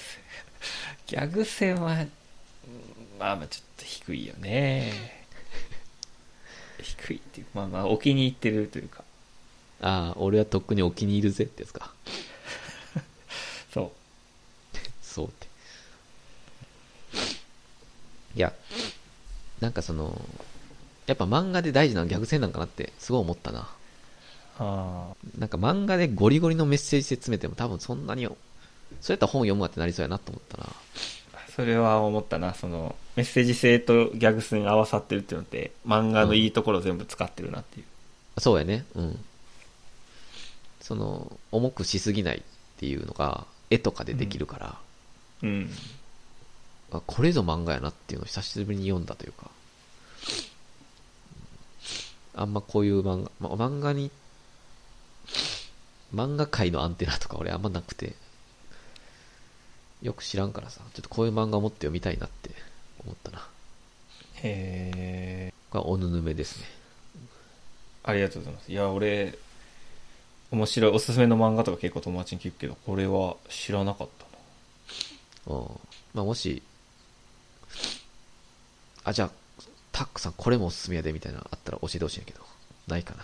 [SPEAKER 2] ギャグ戦は、うんまあまあちょっと低いよね。 低いっていうか、まあまあお気に入ってるというか。
[SPEAKER 1] ああ、俺はとっくにお気に入るぜってやつか。
[SPEAKER 2] そ
[SPEAKER 1] そうって。いや、なんかその、やっぱ漫画で大事なのはギャグ線なんかなって、すごい思ったな。
[SPEAKER 2] う。ああ。
[SPEAKER 1] なんか漫画でゴリゴリのメッセージ性詰めても多分そんなに、そうやったら本読むわってなりそうやなと思ったな。
[SPEAKER 2] それは思ったな。その、メッセージ性とギャグ性が合わさってるっていうのって、漫画のいいところを全部使ってるなっていう。
[SPEAKER 1] そうやね。うん。その、重くしすぎないっていうのが、絵とかでできるから、
[SPEAKER 2] うん。
[SPEAKER 1] あこれぞ漫画やなっていうのを久しぶりに読んだというか、あんまこういう漫画、まあ、漫画に、漫画界のアンテナとか俺あんまなくて、よく知らんからさ、ちょっとこういう漫画を持って読みたいなって思ったな。
[SPEAKER 2] へえ
[SPEAKER 1] これはおぬぬめですね。
[SPEAKER 2] ありがとうございますいや俺面白いおすすめの漫画とか結構友達に聞くけどこれは知らなかったな
[SPEAKER 1] うん。まあ、もし、あ、じゃあ、タックさんこれもおすすめやでみたいなのあったら教えてほしいんやけど、ないかな。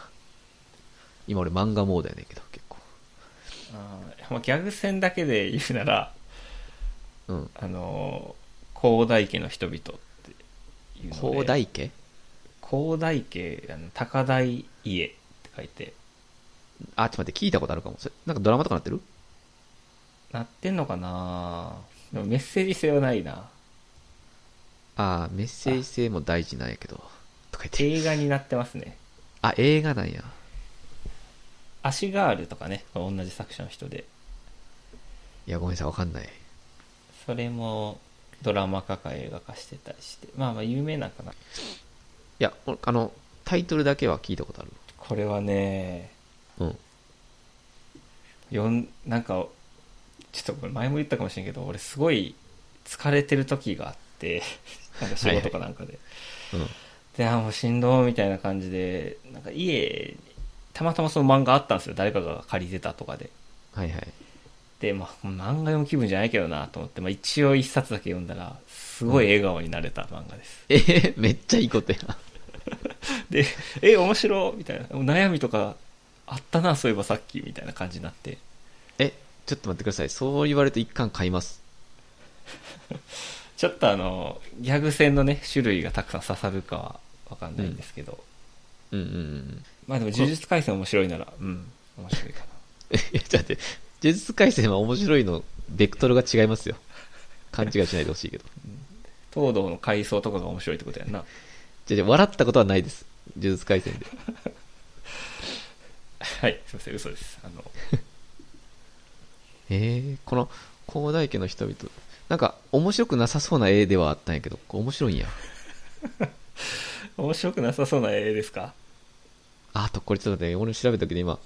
[SPEAKER 1] 今俺漫画モードやねんけど、結構。
[SPEAKER 2] あー、まあ、ギャグ戦だけで言うなら
[SPEAKER 1] うん。
[SPEAKER 2] あのー広大家の人々っていうので
[SPEAKER 1] 広大家
[SPEAKER 2] 広大家あの高台家って書いて
[SPEAKER 1] あ、ちょっと待って、聞いたことあるかも。それなんかドラマとかなってる
[SPEAKER 2] なってんのかなでもメッセージ性はないな
[SPEAKER 1] ああ、メッセージ性も大事なんやけど。とか言って。
[SPEAKER 2] 映画になってますね
[SPEAKER 1] あ、映画なんや。
[SPEAKER 2] アシガールとかね同じ作者の人で
[SPEAKER 1] いや、ごめんなさい、わかんない。
[SPEAKER 2] それもドラマ化か映画化してたりしてまあまあ有名なんかない
[SPEAKER 1] や、おあの、タイトルだけは聞いたことある。
[SPEAKER 2] これはね
[SPEAKER 1] うん。
[SPEAKER 2] よんなんかちょっとこれ前も言ったかもしれんけど俺すごい疲れてる時があって なんか仕事かなんかで、
[SPEAKER 1] うん。
[SPEAKER 2] であーもうしんどいみたいな感じでなんか家にたまたまその漫画あったんですよ誰かが借りてたとかで
[SPEAKER 1] はいはい。
[SPEAKER 2] で、まあ、漫画読む気分じゃないけどなと思って、まあ、一応一冊だけ読んだらすごい笑顔になれた漫画です、
[SPEAKER 1] え へへめっちゃいいことや。
[SPEAKER 2] で「え面白い」みたいな悩みとかあったなそういえばさっきみたいな感じになって
[SPEAKER 1] え、ちょっと待ってください。そう言われると一巻買います。
[SPEAKER 2] ちょっとあのギャグ戦のね種類がたくさん刺さるかは分かんないんですけど、
[SPEAKER 1] うんうんうん。
[SPEAKER 2] まあでも呪術廻戦面白いならうん面白いかな
[SPEAKER 1] えいや、ちょっと待って、呪術廻戦は面白いの、ベクトルが違いますよ。勘違いしないでほしいけど。
[SPEAKER 2] 東堂の回想とかが面白いってことやんな
[SPEAKER 1] じゃあじゃあ笑ったことはないです。呪術廻戦で。
[SPEAKER 2] はいすいません嘘ですあの
[SPEAKER 1] えー、この、広大家の人々、なんか、面白くなさそうな絵ではあったんやけど、これ面白いんや。
[SPEAKER 2] 面白くなさそうな絵ですか
[SPEAKER 1] ああと、これちょっと待って、俺調べたけど今、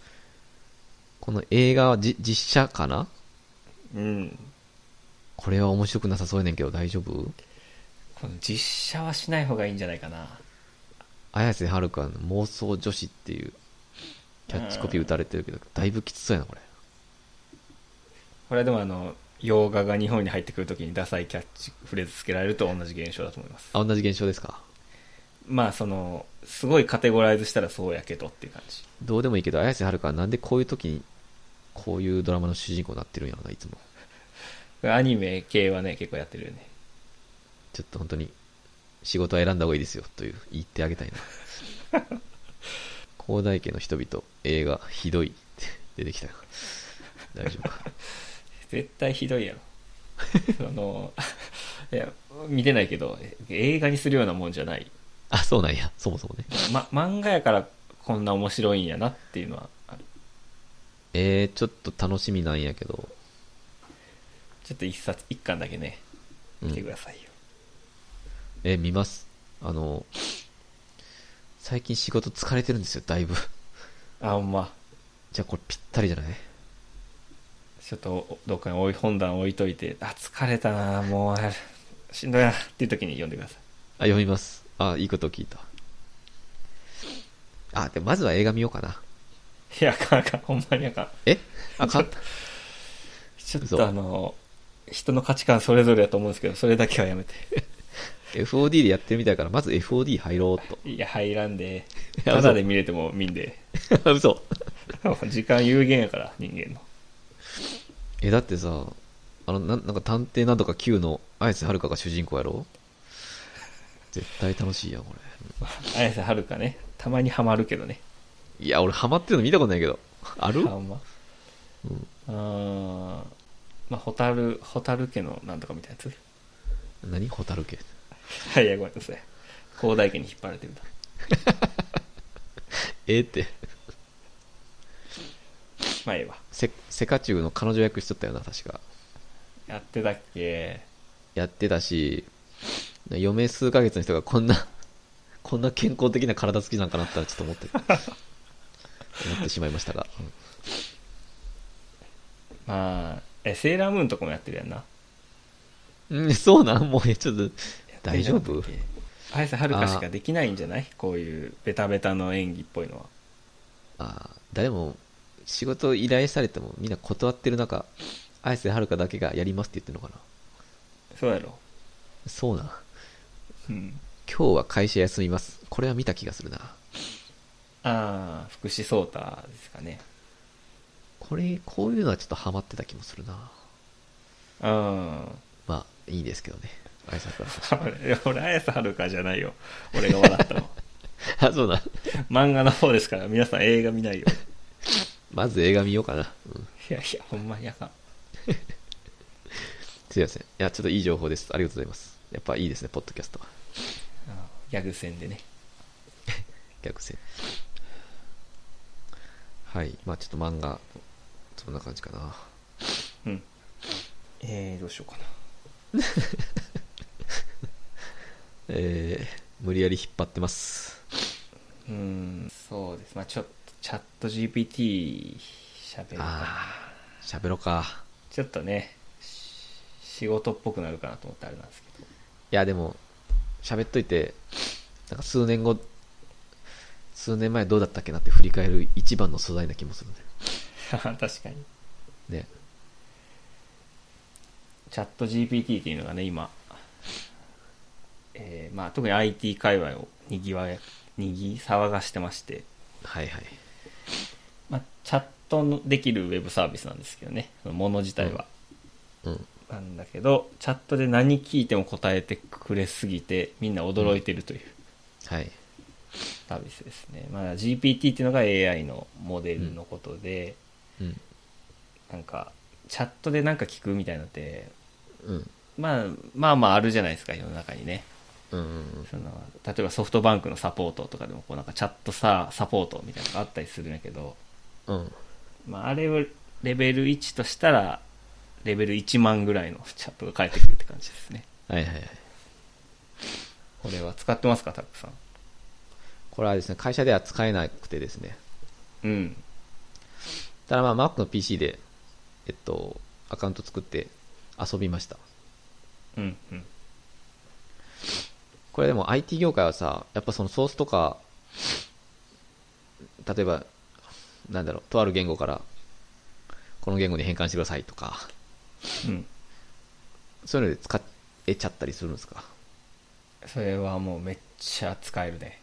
[SPEAKER 1] この映画はじ実写かな
[SPEAKER 2] うん
[SPEAKER 1] これは面白くなさそうやねんけど、大丈夫
[SPEAKER 2] この実写はしない方がいいんじゃないかな
[SPEAKER 1] 綾瀬はるかの妄想女子っていうキャッチコピー打たれてるけど、だいぶきつそうやな、これ。
[SPEAKER 2] これはでもあの洋画が日本に入ってくるときにダサいキャッチフレーズつけられると同じ現象だと思います
[SPEAKER 1] あ、同じ現象ですか。
[SPEAKER 2] まあそのすごいカテゴライズしたらそうやけどっていう感じ
[SPEAKER 1] どうでもいいけど、綾瀬はるかはなんでこういう時に、こういうドラマの主人公になってるんやろな、いつも。
[SPEAKER 2] アニメ系はね結構やってるよね
[SPEAKER 1] ちょっと本当に、仕事は選んだ方がいいですよ、という、言ってあげたいな。広大家の人々、映画、ひどいって出てきたよ。大丈夫か。
[SPEAKER 2] 絶対ひどいやろ そのいや見てないけどえ映画にするようなもんじゃない、
[SPEAKER 1] あ、そうなんや、そもそもね。
[SPEAKER 2] ま、漫画やからこんな面白いんやなっていうのはある
[SPEAKER 1] えー、ちょっと楽しみなんやけど、
[SPEAKER 2] ちょっと一冊一巻だけね
[SPEAKER 1] うん
[SPEAKER 2] 見てくださいよ、
[SPEAKER 1] えー見ます。あの、最近仕事疲れてるんですよ、だいぶ。
[SPEAKER 2] あほんま
[SPEAKER 1] じゃあこれぴったりじゃない
[SPEAKER 2] ちょっとどっかに置い本棚置いといてあ疲れたなもうあしんどいなっていう時に読んでください
[SPEAKER 1] あ、読みます。あ、いいことを聞いた。あ、で、まずは映画見ようかな。
[SPEAKER 2] いやあかんあかんほんまにあかん
[SPEAKER 1] えあかん
[SPEAKER 2] ちょっ
[SPEAKER 1] 嘘
[SPEAKER 2] とあの人の価値観それぞれだと思うんですけどそれだけはやめて
[SPEAKER 1] FOD でやってるみたいから、まず FOD 入ろう
[SPEAKER 2] いや入らんで
[SPEAKER 1] い や
[SPEAKER 2] ただで見れても見んで
[SPEAKER 1] と。嘘。
[SPEAKER 2] 時間有限やから人間の
[SPEAKER 1] え、だってさ、あの、ななんか探偵なんとか Q の綾瀬はるかが主人公や ろ絶対楽しいやん、これ。
[SPEAKER 2] 綾瀬はるかねたまにはまるけどね
[SPEAKER 1] いや、俺ハマってるの見たことないけど。ある
[SPEAKER 2] あんま
[SPEAKER 1] うん。
[SPEAKER 2] うーんまあ蛍蛍家のなんとかみたいなや
[SPEAKER 1] 何ホタル系。
[SPEAKER 2] つ はいいやごめんなさい広大家に引っ張られてるんだ
[SPEAKER 1] ええって。
[SPEAKER 2] まあええわ
[SPEAKER 1] せ、セカチュウの彼女役しとったよな、確か。
[SPEAKER 2] やってたっけ
[SPEAKER 1] やってたし、余命数ヶ月の人がこんな こんな健康的な体好きなんかなったらちょっと 思って、思ってしまいましたが。うん
[SPEAKER 2] まあえセーラームーンとかもやってるやんな
[SPEAKER 1] うん、そうなんもう、ちょっと、大丈夫
[SPEAKER 2] 綾瀬はるかしかできないんじゃないこういうベタベタの演技っぽいのは
[SPEAKER 1] あー誰も仕事依頼されてもみんな断ってる中、綾瀬はるかだけがやりますって言ってるのかな。
[SPEAKER 2] そうやろ
[SPEAKER 1] そうなん。
[SPEAKER 2] うん
[SPEAKER 1] 今日は会社休みます。これは見た気がするな。
[SPEAKER 2] ああ福士蒼太ですかね
[SPEAKER 1] これ、こういうのはちょっとハマってた気もするな。
[SPEAKER 2] うん
[SPEAKER 1] まあ、いいですけどね。綾瀬は るかさ
[SPEAKER 2] 俺俺綾瀬はるかじゃないよ俺が笑ったの
[SPEAKER 1] ん。あ、そうなん。
[SPEAKER 2] 漫画の方ですから皆さん映画見ないよ
[SPEAKER 1] まず映画見ようかな。うん。
[SPEAKER 2] いやいやほんまにあかん
[SPEAKER 1] すいません。いや、ちょっといい情報です。ありがとうございます。やっぱいいですね、ポッドキャストは。
[SPEAKER 2] あーギャグ戦でね
[SPEAKER 1] 逆線。はい。まあ、ちょっと漫画、そんな感じかな。
[SPEAKER 2] うんえー、どうしようか
[SPEAKER 1] えー、無理やり引っ張ってます。
[SPEAKER 2] なうんそうですまあちょっとチャット GPT しゃべるか
[SPEAKER 1] あ
[SPEAKER 2] な
[SPEAKER 1] あ、喋ろうか。
[SPEAKER 2] ちょっとねし仕事っぽくなるかなと思ってあれなんですけど
[SPEAKER 1] いや、でも、喋っといて、なんか数年後、数年前どうだったっけなって振り返る一番の素材な気もする
[SPEAKER 2] 確か
[SPEAKER 1] ね。
[SPEAKER 2] に
[SPEAKER 1] ね。
[SPEAKER 2] チャット GPT っていうのがね今、えーまあ、特に IT 界隈をにぎわえにぎ騒がしてまして、
[SPEAKER 1] はいはい。
[SPEAKER 2] まあ、チャットのできるウェブサービスなんですけどねそのもの自体は、
[SPEAKER 1] うん。
[SPEAKER 2] なんだけどチャットで何聞いても答えてくれすぎてみんな驚いてるという
[SPEAKER 1] はい。
[SPEAKER 2] サービスですね、まあ、GPT っていうのが AI のモデルのことで、
[SPEAKER 1] うん。
[SPEAKER 2] なんかチャットでなんか聞くみたいなのって、
[SPEAKER 1] うん。
[SPEAKER 2] まあ、まあまああるじゃないですか世の中にね
[SPEAKER 1] うんうん
[SPEAKER 2] その例えばソフトバンクのサポートとかでもこうなんかチャットさサポートみたいなのがあったりするんやけど、
[SPEAKER 1] うん。うん。
[SPEAKER 2] まあ、あれをレベル1としたらレベル1万ぐらいのチャットが返ってくるって感じですね
[SPEAKER 1] はいはいはい。
[SPEAKER 2] これは使ってますかタックさん
[SPEAKER 1] これはですね、会社では使えなくてですね。
[SPEAKER 2] うん
[SPEAKER 1] ただまあ、Mac の PC で、えっと、アカウント作って遊びました。
[SPEAKER 2] うんうん
[SPEAKER 1] これでも IT 業界はさ、やっぱそのソースとか、例えば、なんだろう、とある言語から、この言語に変換してくださいとか、
[SPEAKER 2] うん
[SPEAKER 1] そういうので使えちゃったりするんですか
[SPEAKER 2] それはもうめっちゃ使えるね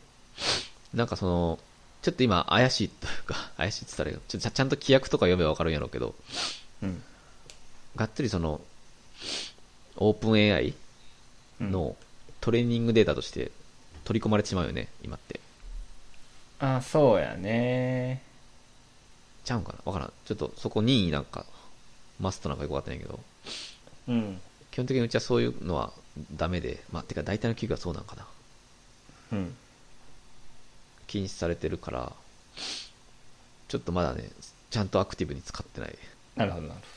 [SPEAKER 1] なんかその、ちょっと今怪しいというか、 怪しいって言ったらいいのちょっとちゃちゃんと規約とか読めばわかるんやろうけど、
[SPEAKER 2] うん
[SPEAKER 1] がっつりその、オープン AI
[SPEAKER 2] うん
[SPEAKER 1] のトレーニングデータとして取り込まれてしまうよね、今って。
[SPEAKER 2] あそうやね
[SPEAKER 1] ちゃうんかなわからん。ちょっとそこ任意なんか、マストなんかよくわかってないけど、
[SPEAKER 2] うん
[SPEAKER 1] 基本的にうちはそういうのはダメで、まあ、てか大体の企業はそうなんかな。
[SPEAKER 2] うん
[SPEAKER 1] 禁止されてるから、ちょっとまだね、ちゃんとアクティブに使ってない。
[SPEAKER 2] なるほどなるほ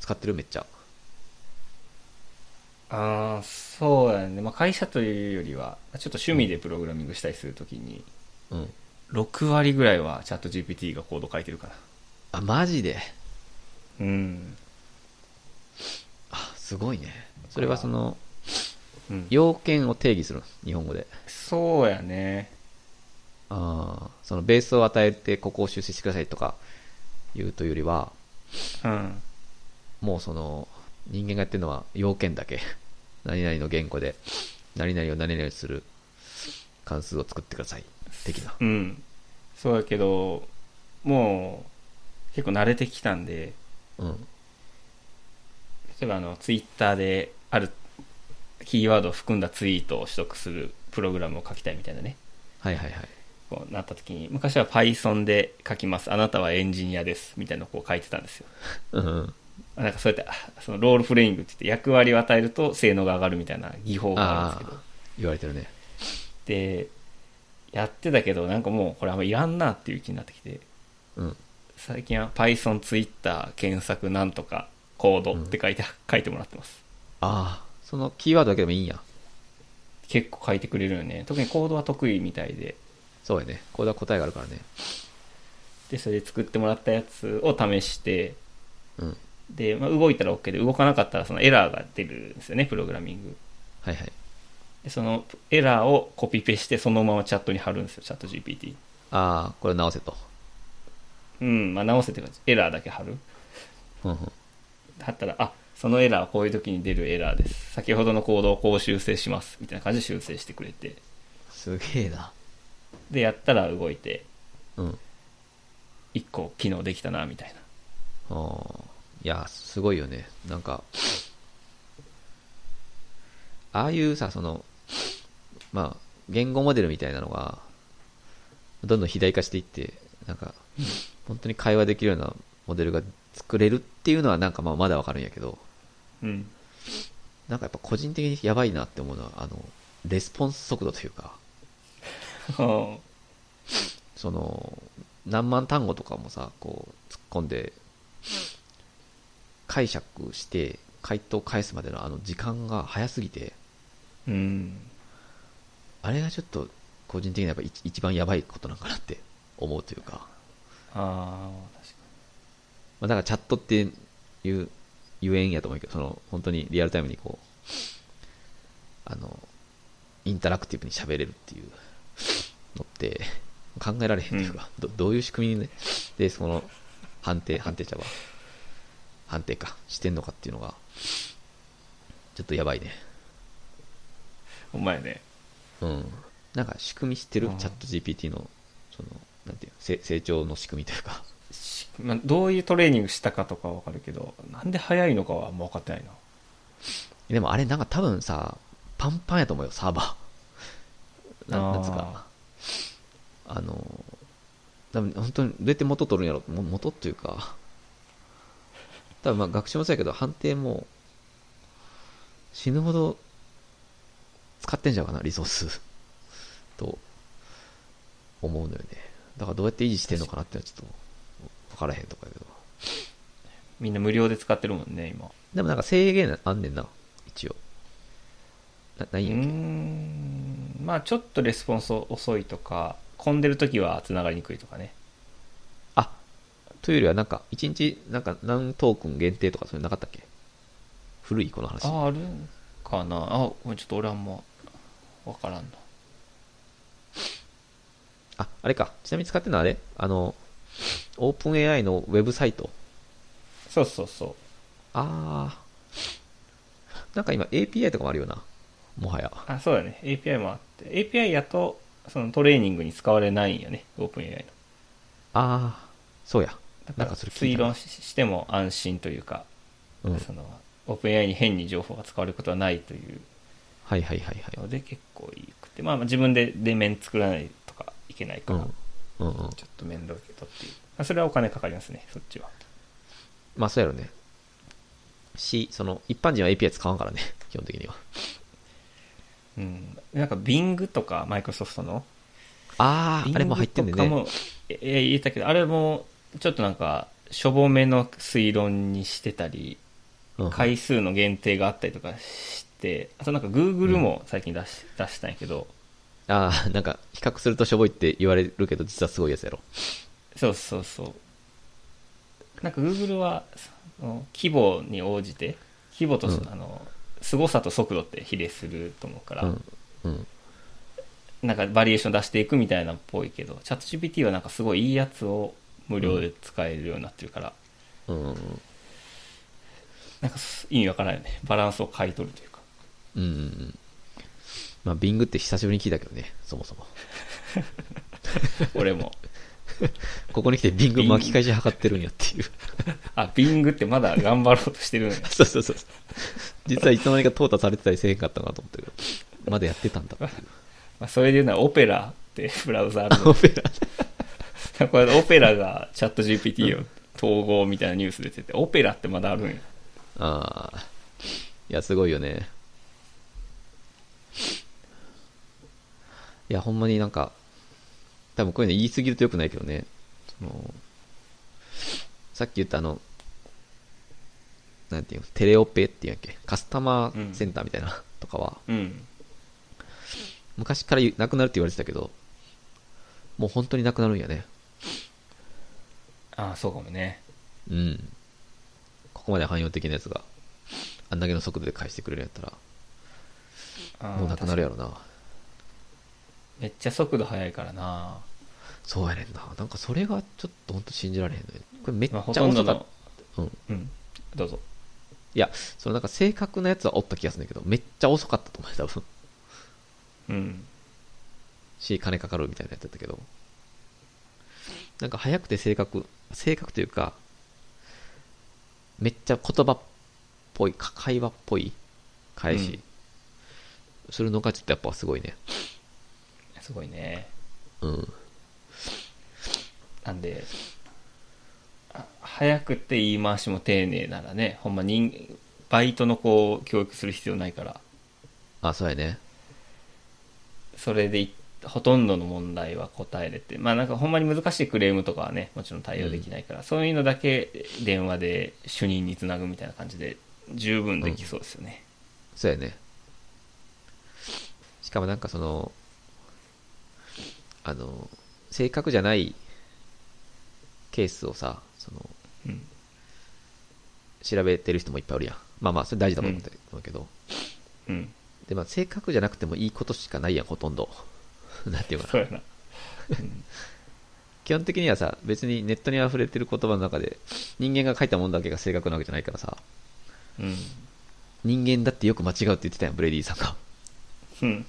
[SPEAKER 1] 使ってるめっちゃ。
[SPEAKER 2] どああそうやね、まあ、会社というよりはちょっと趣味でプログラミングしたりするときに
[SPEAKER 1] うん。
[SPEAKER 2] 6割ぐらいはチャット GPT がコード書いてるかな
[SPEAKER 1] あ、マジで。
[SPEAKER 2] うん
[SPEAKER 1] あ、すごいね。それはその、
[SPEAKER 2] うん
[SPEAKER 1] 要件を定義するの日本語で。
[SPEAKER 2] そうやね
[SPEAKER 1] ああ、そのベースを与えて、ここを修正してくださいとか言うというよりは、
[SPEAKER 2] うん
[SPEAKER 1] もうその、人間がやってるのは要件だけ。何々の言語で、何々を何々する関数を作ってください。的な。
[SPEAKER 2] うんそうやけどもう結構慣れてきたんで
[SPEAKER 1] うん。
[SPEAKER 2] 例えばあのツイッターであるキーワードを含んだツイートを取得するプログラムを書きたいみたいなね
[SPEAKER 1] はいはいはい。
[SPEAKER 2] こうなった時に昔は Python で書きますあなたはエンジニアですみたいなのをこう書いてたんですよ
[SPEAKER 1] うんうん。
[SPEAKER 2] なんかそうやってあそのロールプレイングって言って役割を与えると性能が上がるみたいな技法があ
[SPEAKER 1] あ
[SPEAKER 2] るんですけど
[SPEAKER 1] あ、言われてるね。
[SPEAKER 2] でやってたけどなんかもうこれあんまいらんなっていう気になってきて
[SPEAKER 1] うん。
[SPEAKER 2] 最近は Python、Twitter 検索なんとかコードって書いて、書いてもらってます
[SPEAKER 1] ああ、そのキーワードだけでもいいんや。
[SPEAKER 2] 結構書いてくれるよね特にコードは得意みたいで
[SPEAKER 1] そうやね。これは答えがあるからね。
[SPEAKER 2] でそれで作ってもらったやつを試して
[SPEAKER 1] うん。
[SPEAKER 2] で、まあ、動いたら OK で動かなかったらそのエラーが出るんですよねプログラミング
[SPEAKER 1] はいはい。
[SPEAKER 2] でそのエラーをコピペしてそのままチャットに貼るんですよチャット GPT
[SPEAKER 1] ああ、これ直せと。
[SPEAKER 2] うんまあ直せって感じエラーだけ貼る
[SPEAKER 1] うんうん。
[SPEAKER 2] 貼ったらあそのエラーはこういう時に出るエラーです先ほどの行動をこう修正しますみたいな感じで修正してくれて
[SPEAKER 1] すげえな。
[SPEAKER 2] でやったら動いて
[SPEAKER 1] うん。
[SPEAKER 2] 1個機能できたなみたい
[SPEAKER 1] あ
[SPEAKER 2] な
[SPEAKER 1] ーいや、すごいよね。なんか、ああいうさ、その、まあ、言語モデルみたいなのが、どんどん肥大化していって、なんか、本当に会話できるようなモデルが作れるっていうのは、なんかまあ、まだわかるんやけど、
[SPEAKER 2] うん
[SPEAKER 1] なんかやっぱ個人的にやばいなって思うのは、あの、レスポンス速度というか、その何万単語とかもさこう突っ込んで解釈して回答返すまでのあの時間が早すぎて
[SPEAKER 2] うん
[SPEAKER 1] あれがちょっと個人的にやっぱ一一番やばいことなんかなって思うというか、
[SPEAKER 2] ああ確か
[SPEAKER 1] まあ、だからチャットっていうゆえんやと思うけどその本当にリアルタイムにこうあのインタラクティブに喋れるっていうのって考えられへんというか、どどういう仕組みにねでその判定判定者は判定かしてんのかっていうのがちょっとやばいね
[SPEAKER 2] にお前ね
[SPEAKER 1] うんなんか仕組み知ってる
[SPEAKER 2] うん
[SPEAKER 1] チャット GPT のそのなんていうせ成長の仕組みというか
[SPEAKER 2] しまあ、どういうトレーニングしたかとかは分かるけどなんで早いのかはあんま分かってないな
[SPEAKER 1] でもあれなんか多分さパンパンやと思うよサーバ ーな
[SPEAKER 2] あー
[SPEAKER 1] なんつうかあの多分本当にどうやって元取るんやろも元っていうか多分まあ学習もそうやけど判定も死ぬほど使ってんじゃうかなリソースと思うのよねだからどうやって維持してんのかなってのはちょっと分からへんとかやけど
[SPEAKER 2] みんな無料で使ってるもんね今
[SPEAKER 1] でもなんか制限あんねんな一応なな
[SPEAKER 2] う
[SPEAKER 1] いんやっけ
[SPEAKER 2] ーんまあちょっとレスポンス遅いとか混んでる時はつながりにくいとかね
[SPEAKER 1] あ、というよりはなんか、一日、なんか何トークン限定とかそういうのなかったっけ古いこの話。
[SPEAKER 2] あああるかなあちょっと俺はあんま分からんな
[SPEAKER 1] あ、あれか。ちなみに使ってるのはあれあの、オープン AI のウェブサイト。
[SPEAKER 2] そうそうそ
[SPEAKER 1] ああ。なんか今 API とかもあるよな。もはや。
[SPEAKER 2] うあそうだね API もあって API やとそのトレーニングに使われないんよね OpenAI
[SPEAKER 1] ああ、そうや。
[SPEAKER 2] の
[SPEAKER 1] な
[SPEAKER 2] だ
[SPEAKER 1] ん
[SPEAKER 2] か
[SPEAKER 1] からそれ聞い
[SPEAKER 2] 推
[SPEAKER 1] たな
[SPEAKER 2] 論ししても安心というか
[SPEAKER 1] うん。はい
[SPEAKER 2] その OpenAI に変に情報が使われることはないという
[SPEAKER 1] はいはいは
[SPEAKER 2] ので結構いいくて、まあ、まあ自分で電面作らないとかいけない
[SPEAKER 1] い。う
[SPEAKER 2] から、
[SPEAKER 1] ん。うんうん。
[SPEAKER 2] ちょっと面倒だけどっていう、まあ、それはお金かかりますねそっちは
[SPEAKER 1] まあそうやろね。し、その、一般人は API 使わんからね。 基本的には。
[SPEAKER 2] うんなんか Bing とかマイクロソフトの
[SPEAKER 1] ああ、あれも入ってんね
[SPEAKER 2] Bing
[SPEAKER 1] ん
[SPEAKER 2] と
[SPEAKER 1] ね。
[SPEAKER 2] かもええ入れたけどあれもちょっとなんかしょぼめの推論にしてたり
[SPEAKER 1] うん
[SPEAKER 2] 回数の限定があったりとかしてあとなんか Google も最近出し,、出したんやけど
[SPEAKER 1] ああ、なんか、比較するとしょぼいって言われるけど、実はすごいやつやろ。
[SPEAKER 2] そうそうそうなんか Google はその規模に応じて規模と、
[SPEAKER 1] うん
[SPEAKER 2] あの凄さと速度って比例すると思うから、
[SPEAKER 1] うん。うん。
[SPEAKER 2] なんかバリエーション出していくみたいなっぽいけどチャット GPT はなんかすごいいいやつを無料で使えるようになってるから、
[SPEAKER 1] うん。
[SPEAKER 2] なんかす意味わからんよねバランスを買い取るというか
[SPEAKER 1] うんうん。まあ、ビングって久しぶりに聞いたけどね、そもそも。
[SPEAKER 2] 俺も
[SPEAKER 1] ここに来てビング巻き返し測ってるんやっていう。
[SPEAKER 2] あビングってまだ頑張ろうとしてるんや
[SPEAKER 1] そうそうそう。実はいつの間にか淘汰されてたりせえへんかったなと思ったけど、まだやって たんだっていう。
[SPEAKER 2] まあそれで言うならオペラってブラウザあ る
[SPEAKER 1] オペラ。
[SPEAKER 2] のこれオペラがチャット GPT を統合みたいなニュース出ててオペラってまだあるんや
[SPEAKER 1] ああ。いや、すごいよね。いや、ほんまになんか、多分こういうの言い過ぎると良くないけどね。その、さっき言ったあの、なんていうの、テレオペっていうんやっけ、カスタマーセンターみたいなとかは、
[SPEAKER 2] うん
[SPEAKER 1] 昔からなくなるって言われてたけど、もう本当になくなるんやね。
[SPEAKER 2] ああ、そうかもね。
[SPEAKER 1] うん。ここまで汎用的なやつが、あんだけの速度で返してくれるんやった
[SPEAKER 2] あ
[SPEAKER 1] ら、
[SPEAKER 2] あ
[SPEAKER 1] もうなくなるやろな。
[SPEAKER 2] 確かにめっちゃ速度速いからな。
[SPEAKER 1] そうやねんな。なんかそれがちょっと本当信じられへんのよ。これめっち
[SPEAKER 2] まあ、ほ
[SPEAKER 1] ゃ
[SPEAKER 2] とんど
[SPEAKER 1] 遅かっ
[SPEAKER 2] の、
[SPEAKER 1] た。うん。
[SPEAKER 2] うん、どうぞ。
[SPEAKER 1] いや、そのなんか正確なやつはおった気がするんだけど、めっちゃ遅かったと思うよ、多分。
[SPEAKER 2] うん。
[SPEAKER 1] し、金かかるみたいなやつだったけど。なんか早くて正確、正確というか、めっちゃ言葉っぽい、か会話っぽい返し、するのがちょっとやっぱすごいね。
[SPEAKER 2] すごいね。
[SPEAKER 1] うん。
[SPEAKER 2] なんで、あ早くて言い回しも丁寧ならね、ほんま人、バイトの子を教育する必要ないから、
[SPEAKER 1] あ、そうやね。
[SPEAKER 2] それでいほとんどの問題は答えれて、まあなんかほんまに難しいクレームとかはね、もちろん対応できないから、そういうのだけ電話で主任につなぐみたいな感じで、十分できそうですよね。
[SPEAKER 1] そうやね。しかもなんかその、あの、正確じゃないケースをさ、その、
[SPEAKER 2] うん。
[SPEAKER 1] 調べてる人もいっぱいおるやん。まあまあ、それ大事だと思うんだけど。
[SPEAKER 2] うん。
[SPEAKER 1] で、まあ、正確じゃなくてもいいことしかないやん、ほとんど。 なんていうか
[SPEAKER 2] そう
[SPEAKER 1] な。
[SPEAKER 2] やな。
[SPEAKER 1] 基本的にはさ、別にネットに溢れてる言葉の中で、人間が書いたもんだけが正確なわけじゃないからさ、
[SPEAKER 2] うん。
[SPEAKER 1] 人間だってよく間違うって言ってたやん、ブレディさんが。
[SPEAKER 2] うん。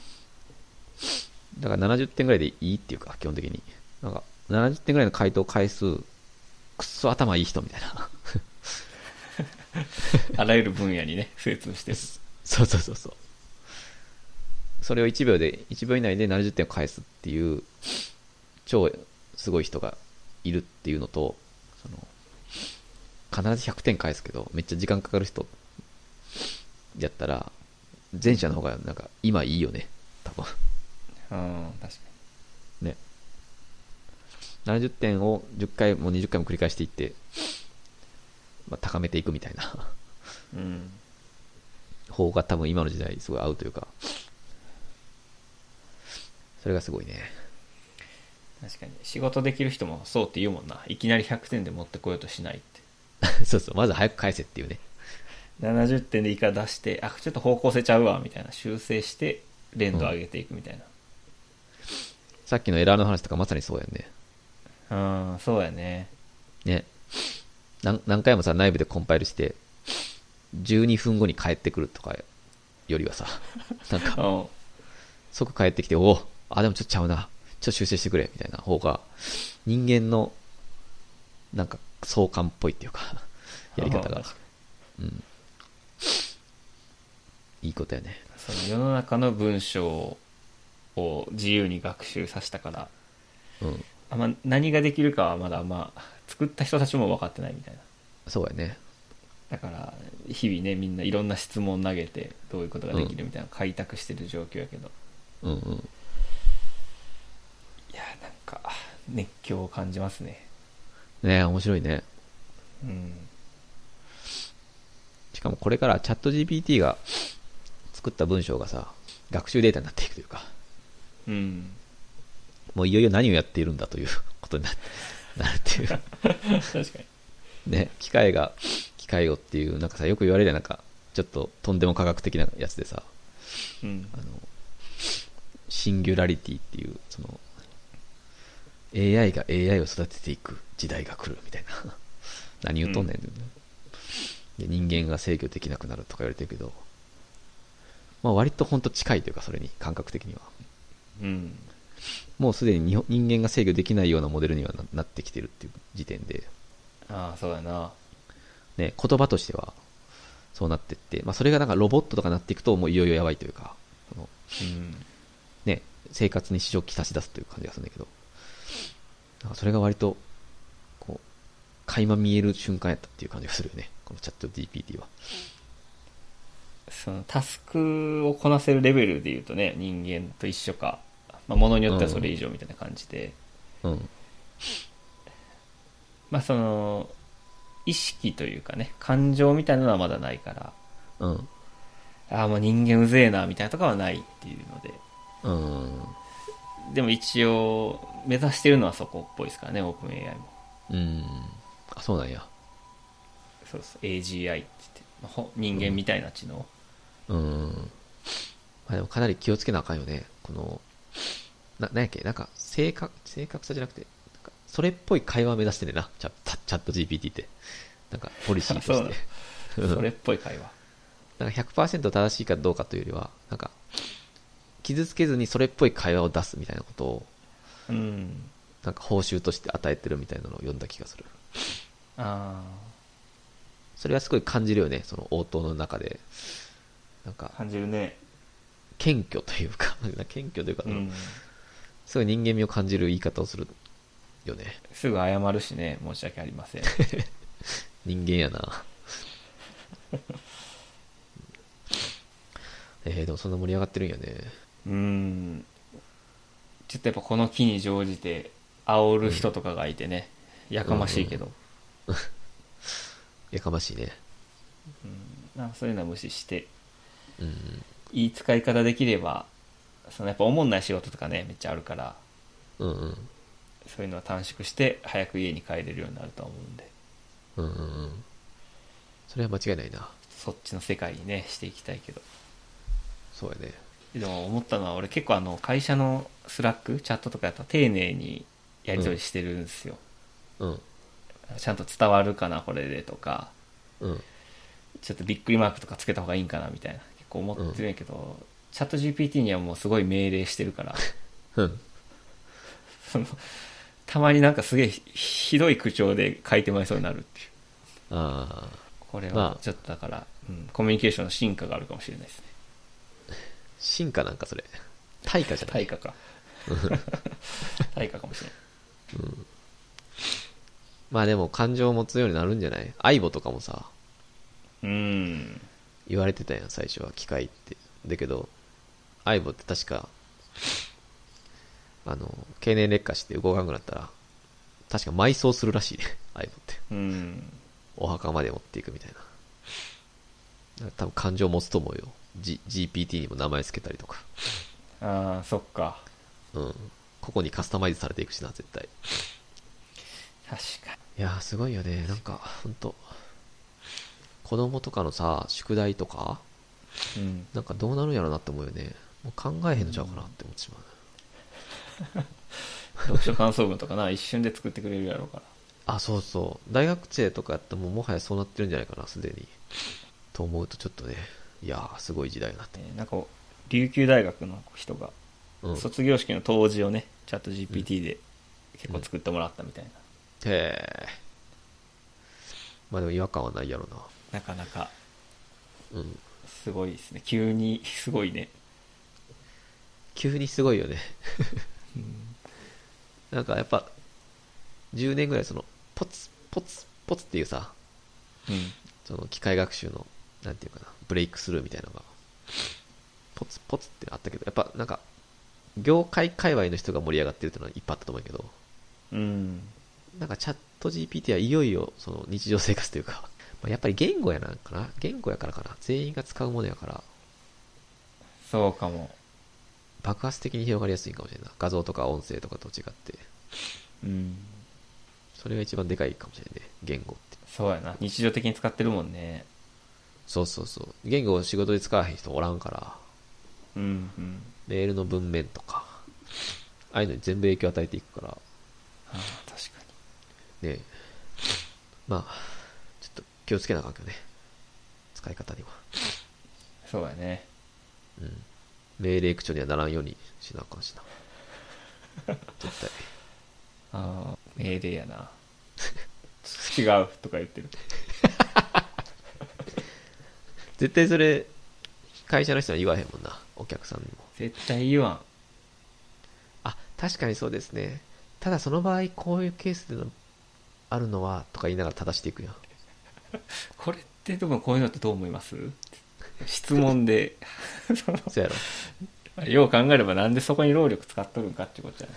[SPEAKER 1] だから70点ぐらいでいいっていうか、基本的に。なんか、70点ぐらいの回答回数、くっそ頭いい人みたいな。
[SPEAKER 2] あらゆる分野にね、精通してる。
[SPEAKER 1] そうそうそうそう。それを1秒で、1秒以内で70点を返すっていう、超すごい人がいるっていうのと、その、必ず100点返すけど、めっちゃ時間かかる人、やったら、前者の方がなんか、今いいよね。多分。
[SPEAKER 2] うん、確かに。
[SPEAKER 1] ね。70点を10回も20回も繰り返していって、まあ、高めていくみたいな
[SPEAKER 2] うん、
[SPEAKER 1] 方が多分今の時代すごい合うというか、それがすごいね。
[SPEAKER 2] 確かに仕事できる人もそうって言うもんないきなり100点で持ってこようとしないって
[SPEAKER 1] そうそう、まず早く返せっていうね。
[SPEAKER 2] 70点でいいから出してあちょっと方向性ちゃうわみたいな修正して連度上げていくみたい
[SPEAKER 1] さっきのエラーの話とかまさにそうやんね。
[SPEAKER 2] なうん、そうやね
[SPEAKER 1] ね。なん何回もさ、内部でコンパイルして、12分後に帰ってくるとかよりはさ、なんか
[SPEAKER 2] う、ん
[SPEAKER 1] 即帰ってきて、おお、あ、でもちょっとちゃうな。ちょっと修正してくれ、みたいな方が、人間の、なんか、相関っぽいっていうか、やり方
[SPEAKER 2] う
[SPEAKER 1] が
[SPEAKER 2] ん確か。
[SPEAKER 1] うん。いいことやね。
[SPEAKER 2] その世の中の文章を自由に学習させたから
[SPEAKER 1] うん。
[SPEAKER 2] あんま何ができるかはまだあんま作った人たちも分かってないみたいな
[SPEAKER 1] そうやね。
[SPEAKER 2] だから日々ねみんないろんな質問投げてどういうことができるみたいなのを開拓してる状況やけど、
[SPEAKER 1] うんうん。
[SPEAKER 2] いやなんか熱狂を感じますね
[SPEAKER 1] ねえ面白いね。
[SPEAKER 2] うん
[SPEAKER 1] しかもこれからチャット GPT が作った文章がさ、学習データになっていくというか、
[SPEAKER 2] うん
[SPEAKER 1] もういよいよ何をやっているんだということにななるっていう。
[SPEAKER 2] 確かに
[SPEAKER 1] ね、機械が機械をっていう、なんかさ、よく言われるやんなんか、ちょっととんでも科学的なやつでさ、
[SPEAKER 2] うん
[SPEAKER 1] あの、シンギュラリティっていう、その、AI が AI を育てていく時代が来るみたいな。 何言うとんねん、で人間が制御できなくなるとか言われてるけど、まあ割とほんと近いというか、それに、感覚的には。
[SPEAKER 2] うん
[SPEAKER 1] もうすでに日本人間が制御できないようなモデルにはななってきてるっていう時点で、
[SPEAKER 2] ああそうやな
[SPEAKER 1] ね、言葉としてはそうなってって、まあ、それがなんかロボットとかになっていくともういよいよやばいというかその、
[SPEAKER 2] うん
[SPEAKER 1] ね、生活に支障をきたし出すという感じがするんだけどなんかそれが割とこう垣間見える瞬間やったっていう感じがするよねこのチャット GPT は
[SPEAKER 2] そのタスクをこなせるレベルで言うとね人間と一緒か、まあ、ものによってはそれ以上みたいな感じで、
[SPEAKER 1] うん
[SPEAKER 2] まあその意識というかね感情みたいなのはまだないから
[SPEAKER 1] うん
[SPEAKER 2] ああもう人間うぜえなみたいなとかはないっていうので
[SPEAKER 1] うん。
[SPEAKER 2] でも一応、目指してるのはそこっぽいですからね、オープン AI も。
[SPEAKER 1] うん。あ、そうなんや。
[SPEAKER 2] そうそう、AGI って言って、ほ人間みたいな知能。
[SPEAKER 1] うん。まあでもかなり気をつけなあかんよね。この、な、なんやっけ、なんか、正確、正確さじゃなくて、なんかそれっぽい会話を目指してねんな、チャチャチャット GPT って。なんか、ポリシーと
[SPEAKER 2] そう
[SPEAKER 1] し
[SPEAKER 2] なの
[SPEAKER 1] て。
[SPEAKER 2] それっぽい会話。
[SPEAKER 1] なんか100%正しいかどうかというよりは、なんか、傷つけずにそれっぽい会話を出すみたいなことを、
[SPEAKER 2] うん。
[SPEAKER 1] なんか報酬として与えてるみたいなのを読んだ気がする。
[SPEAKER 2] あ
[SPEAKER 1] それはすごい感じるよね、その応答の中で。なん
[SPEAKER 2] あ、
[SPEAKER 1] か、
[SPEAKER 2] 感じるね。
[SPEAKER 1] 謙虚というか、 謙虚というか、
[SPEAKER 2] うん。
[SPEAKER 1] すごい人間味を感じる言い方をするよね。
[SPEAKER 2] すぐ謝るしね、申し訳ありま せん。
[SPEAKER 1] 人間やな。えー、でもそんな盛り上がってるんやね。
[SPEAKER 2] うん。ちょっとやっぱこの機に乗じて、煽る人とかがいてね、やかましいけど、
[SPEAKER 1] やかましいね。
[SPEAKER 2] なんかそういうのは無視して、
[SPEAKER 1] うん。
[SPEAKER 2] いい使い方できれば、そのやっぱおもんない仕事とかね、めっちゃあるから、
[SPEAKER 1] うんうん。
[SPEAKER 2] そういうのは短縮して、早く家に帰れるようになると思うんで、
[SPEAKER 1] うんうんうん。それは間違いないな。
[SPEAKER 2] そっちの世界にね、していきたいけど。
[SPEAKER 1] そうやね。
[SPEAKER 2] でも思ったのは、俺結構あの、会社のスラック、チャットとかやったら丁寧にやり取りしてるんですよ。
[SPEAKER 1] うん。
[SPEAKER 2] ちゃんと伝わるかな、これでとか、
[SPEAKER 1] うん。
[SPEAKER 2] ちょっとびっくりマークとかつけた方がいいんかなみたいな結構思ってるんやけど、チャット GPT にはもうすごい命令してるから
[SPEAKER 1] うん。
[SPEAKER 2] そのたまになんかすげえひひどい口調で書いてまいそうになるっていう
[SPEAKER 1] ああ。
[SPEAKER 2] これ
[SPEAKER 1] ま
[SPEAKER 2] は
[SPEAKER 1] あ
[SPEAKER 2] ちょっとだから、うん、コミュニケーションの進化があるかもしれないですね
[SPEAKER 1] 進化なんかそれ。対価じゃ ない。
[SPEAKER 2] 対価か対価かもしれない
[SPEAKER 1] まあでも感情を持つようになるんじゃない相棒とかもさ、
[SPEAKER 2] うん
[SPEAKER 1] 言われてたやん、最初は。機械って。だけど、相棒って確か、あの、経年劣化して動かなくなったら、確か埋葬するらしいね。 相棒って。
[SPEAKER 2] うん
[SPEAKER 1] お墓まで持っていくみたいな。だから多分感情を持つと思うよ。G、GPT にも名前つけたりとか。
[SPEAKER 2] ああそっか
[SPEAKER 1] うん。ここにカスタマイズされていくしな、絶対。
[SPEAKER 2] 確か
[SPEAKER 1] いやーすごいよねなんかほんと子供とかのさ宿題とか
[SPEAKER 2] に、うん、
[SPEAKER 1] なんかどうなるんやろなって思うよねもう考えへんのちゃうかなって思ってしまう、
[SPEAKER 2] 読書感想文とかな一瞬で作ってくれるやろうから
[SPEAKER 1] あそうそう大学生とかやったらもうもはやそうなってるんじゃないかなすでにと思うとちょっとねいやーすごい時代だなって、
[SPEAKER 2] ねなんか琉球大学の人が
[SPEAKER 1] うん、へ
[SPEAKER 2] 卒業式の当時をねチャット GPT で結構作ってもらったみたいな、
[SPEAKER 1] えまあでも違和感はないやろ
[SPEAKER 2] なかなか
[SPEAKER 1] なうん
[SPEAKER 2] すごいですね急にすごいね
[SPEAKER 1] 急にすごいよねなんかやっぱ10年ぐらいそのポツポツポツっていうさ
[SPEAKER 2] うん
[SPEAKER 1] その機械学習の、なんていうかな、ブレイクスルーみたいなのが、ポツポツってあったけど、やっぱなんか、業界界隈の人が盛り上がってるっていうのはいっぱいあったと思うけど、
[SPEAKER 2] うん
[SPEAKER 1] なんかチャット GPT はいよいよその日常生活というか、 まあ、やっぱり言語やなんかな、言語やからかな、全員が使うものやから、
[SPEAKER 2] そうかも
[SPEAKER 1] 爆発的に広がりやすいかもしれんない。画像とか音声とかと違って、
[SPEAKER 2] うん
[SPEAKER 1] それが一番でかいかもしれんね、言語って。
[SPEAKER 2] そうやな日常的に使ってるもんね
[SPEAKER 1] そうそうそう。言語を仕事で使わへん人おらんから、
[SPEAKER 2] うんうん
[SPEAKER 1] メールの文面とか、ああいうのに全部影響を与えていくから、
[SPEAKER 2] ああ確か
[SPEAKER 1] ねえまあ、ちょっと気をつけなあかんけどね。使い方には。
[SPEAKER 2] にそうやね
[SPEAKER 1] うん。命令口調にはならんようにしなあかんしな。絶対。
[SPEAKER 2] ああ命令やな 違うとか言ってる
[SPEAKER 1] 絶対それ、会社の人には言わへんもんな。お客さんにも。
[SPEAKER 2] 絶対言わ
[SPEAKER 1] あ、確かにそうですね。ただその場合、こういうケースでの、あるのは、とか言いながら正していくやん。
[SPEAKER 2] んこれってでもこういうのってどう思います質問でその
[SPEAKER 1] そうやろ。
[SPEAKER 2] よう考えればなんでそこに労力使っとるんかってことや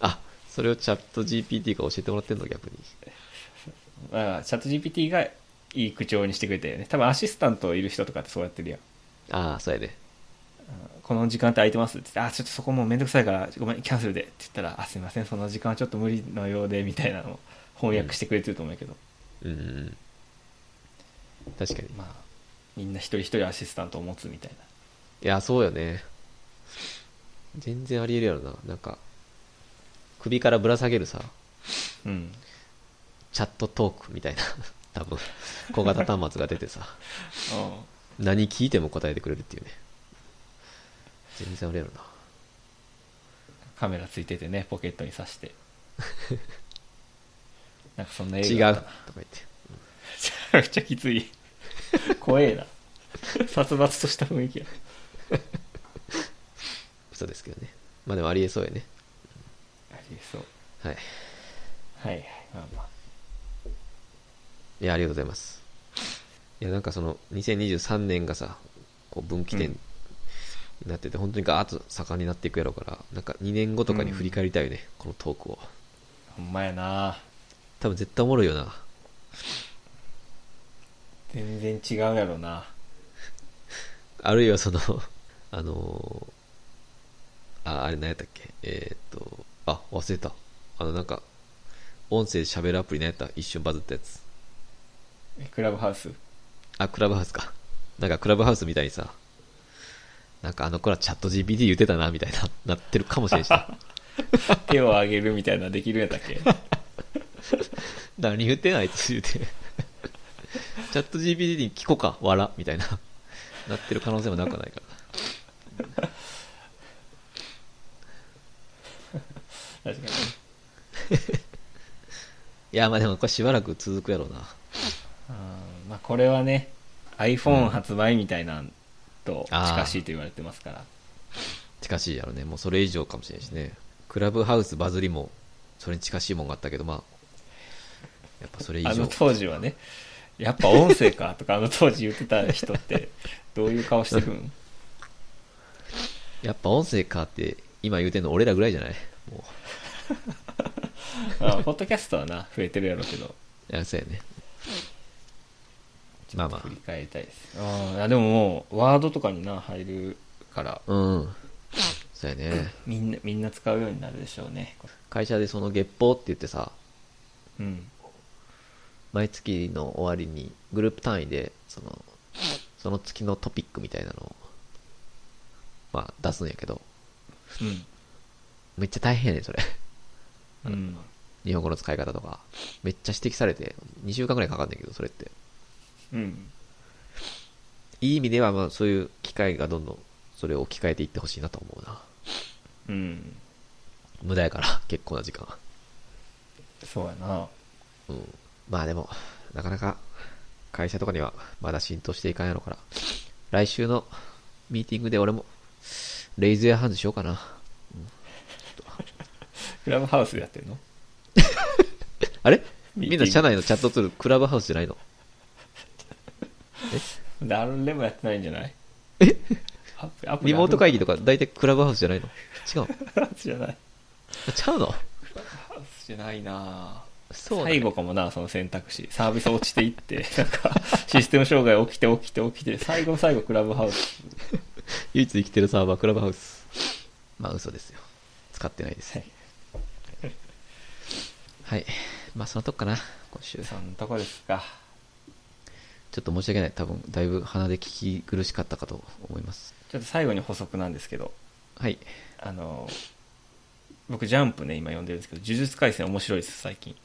[SPEAKER 1] あ、それをチャット GPT が教えてもらってんの逆に。
[SPEAKER 2] なだからチャット GPT がいい口調にしてくれたよね多分アシスタントいる人とかってそうやってるやん
[SPEAKER 1] ああ、そうやね。
[SPEAKER 2] うんこの時間って空いてますって言って、あ、ちょっとそこもうめんどくさいから、ごめん、キャンセルでって言ったら、あ、すいません、その時間はちょっと無理のようで、みたいなのを翻訳してくれてると思うけど、
[SPEAKER 1] うん。確かに。
[SPEAKER 2] まあ、みんな一人一人アシスタントを持つみたいな。
[SPEAKER 1] いや、そうよね。全然ありえるやろな。なんか、首からぶら下げるさ、
[SPEAKER 2] うん。
[SPEAKER 1] チャットトークみたいな、 多分、小型端末が出てさ、
[SPEAKER 2] うん
[SPEAKER 1] 何聞いても答えてくれるっていうね。全然ありえるな。
[SPEAKER 2] カメラついててね、ポケットに挿 して。なんかそんな映
[SPEAKER 1] 違う
[SPEAKER 2] 画
[SPEAKER 1] と
[SPEAKER 2] だっ
[SPEAKER 1] か言って。
[SPEAKER 2] たな。めちゃくちゃきつい。怖えな。殺伐とした雰囲気や。
[SPEAKER 1] 嘘ですけどね。まあでもありえそうやね。
[SPEAKER 2] ありそう。
[SPEAKER 1] はい。
[SPEAKER 2] はいはい、まあまあ。
[SPEAKER 1] いや、ありがとうございます。いや、なんかその、2023年がさ、こう分岐点
[SPEAKER 2] うん
[SPEAKER 1] になってて、本当にガーッと盛んになっていくやろうから、なんか2年後とかに振り返りたいよね、このトークを。
[SPEAKER 2] ほんまやな
[SPEAKER 1] 多分絶対おもろいよな。
[SPEAKER 2] 全然違うやろな。
[SPEAKER 1] あるいはその、 あのーあ、あれ何やったっけえーっと、あ、忘れた。あの、なんか、音声喋るアプリ何やった一瞬バズったやつ。
[SPEAKER 2] えクラブハウス。
[SPEAKER 1] あ、クラブハウスか。なんかクラブハウスみたいにさ、なんかあの頃はチャット GPT 言ってたな、みたいな、なってるかもしれんしな。
[SPEAKER 2] 手を上げるみたいなできるやったっけ
[SPEAKER 1] 何言ってんあいつ 言うて。チャット GPT に聞こうか、笑、みたいな。なってる可能性もなくはないから。
[SPEAKER 2] 確かに。
[SPEAKER 1] いや、まあでもこれしばらく続くやろうな。
[SPEAKER 2] うんまあこれはね、iPhone 発売みたいなんと近しいと言われてますから。
[SPEAKER 1] 近しいやろね。もうそれ以上かもしれんしね。クラブハウスバズりも、それに近しいもんがあったけど、まあ、やっぱそれ以
[SPEAKER 2] あ
[SPEAKER 1] 上
[SPEAKER 2] の。当時はね、やっぱ音声かとか、あの当時言ってた人って、どういう顔して くん
[SPEAKER 1] やっぱ音声かって、今言うてんの俺らぐらいじゃないも
[SPEAKER 2] あポッドキャストはな、増えてるやろうけど、
[SPEAKER 1] う。いや、そうやね。まあま
[SPEAKER 2] 振り返りたいです。ああでももう、ワードとかにな、入るから、
[SPEAKER 1] あ。うん。そうやね。
[SPEAKER 2] みんな、みんな使うようになるでしょうね。
[SPEAKER 1] 会社でその月報って言ってさ、
[SPEAKER 2] うん。
[SPEAKER 1] 毎月の終わりにグループ単位でそのその月のトピックみたいなのを、まあ、出すんやけど
[SPEAKER 2] うん。
[SPEAKER 1] めっちゃ大変やねんそれ
[SPEAKER 2] うん。
[SPEAKER 1] 日本語の使い方とかめっちゃ指摘されて2週間ぐらいかかんねんけどそれって
[SPEAKER 2] うん。
[SPEAKER 1] いい意味ではまあそういう機会がどんどんそれを置き換えていってほしいなと思うな
[SPEAKER 2] うん。
[SPEAKER 1] 無駄やから結構な時間
[SPEAKER 2] そうやな。
[SPEAKER 1] うんまあでもなかなか会社とかにはまだ浸透していかんやろから来週のミーティングで俺もレイズやハンズしようかな
[SPEAKER 2] クラブハウスでやってんの
[SPEAKER 1] あれ
[SPEAKER 2] ミー
[SPEAKER 1] み
[SPEAKER 2] ティング
[SPEAKER 1] んな社内のチャットツール、クラブハウスじゃないの
[SPEAKER 2] 誰もやってないんじゃないえアプ
[SPEAKER 1] リモート会議
[SPEAKER 2] と
[SPEAKER 1] とか大体クラブハウスじゃないの違うの
[SPEAKER 2] か。クラブハウスじゃない。
[SPEAKER 1] あちゃうの
[SPEAKER 2] ハウスじゃないな
[SPEAKER 1] そうなんや
[SPEAKER 2] 最後かもな、その選択肢。サービス落ちていって、 なんか、システム障害起きて起きて起きて、最後の最後クラブハウス。
[SPEAKER 1] 唯一生きてるサーバー、クラブハウス。まあ嘘ですよ。使ってないです。
[SPEAKER 2] は
[SPEAKER 1] はい
[SPEAKER 2] い。
[SPEAKER 1] まあそのとこかな、今週。ち
[SPEAKER 2] そ
[SPEAKER 1] ょ
[SPEAKER 2] んなとこですか。
[SPEAKER 1] っと申し訳ない。多分、だいぶ鼻で聞き苦しかったかと思います。
[SPEAKER 2] ちょっと最後に補足なんですけど、
[SPEAKER 1] はい。
[SPEAKER 2] あの、僕ジャンプね、今読んでるんですけど、呪術廻戦面白いです、最近。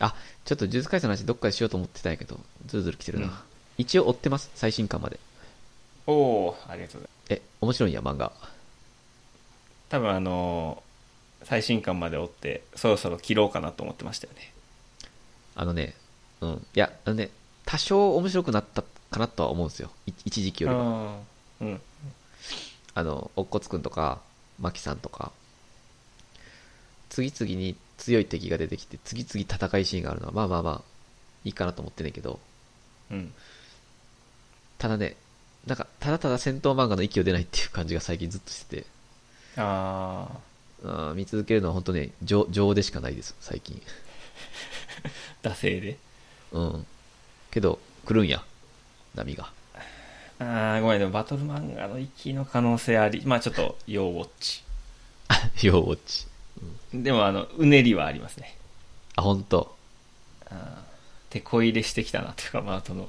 [SPEAKER 1] あ、ちょっと呪術回戦の話どっかでしようと思ってたんやけど、ズルズル来てるな。一応追ってます、最新刊まで。
[SPEAKER 2] おおありがとうございます。
[SPEAKER 1] え、面白いんや、漫画。
[SPEAKER 2] 多分あの、最新刊まで追って、そろそろ切ろうかなと思ってましたよね。
[SPEAKER 1] あのね、うん。いや、あのね、多少面白くなったかなとは思うんですよ。い一時期よりは。
[SPEAKER 2] うんうん。
[SPEAKER 1] あの、おっこつくんとか、まきさんとか、次々に強い敵が出てきて、次々戦いシーンがあるのは、まあまあまあ、いいかなと思ってんねんけど、
[SPEAKER 2] うん。
[SPEAKER 1] ただね、なんか、ただただ戦闘漫画の息を出ないっていう感じが最近ずっとしてて、
[SPEAKER 2] ああ。
[SPEAKER 1] うん見続けるのは本当ね、情情でしかないです、最近。
[SPEAKER 2] 惰性で
[SPEAKER 1] うん。けど、来るんや、波が。
[SPEAKER 2] ああごめんでもバトル漫画の域の可能性ありまあちょっと要ウォッチ
[SPEAKER 1] ようウォッチ。
[SPEAKER 2] でもあのうねりはありますね
[SPEAKER 1] あ、本当
[SPEAKER 2] あー手こ入れしてきたなというかまあその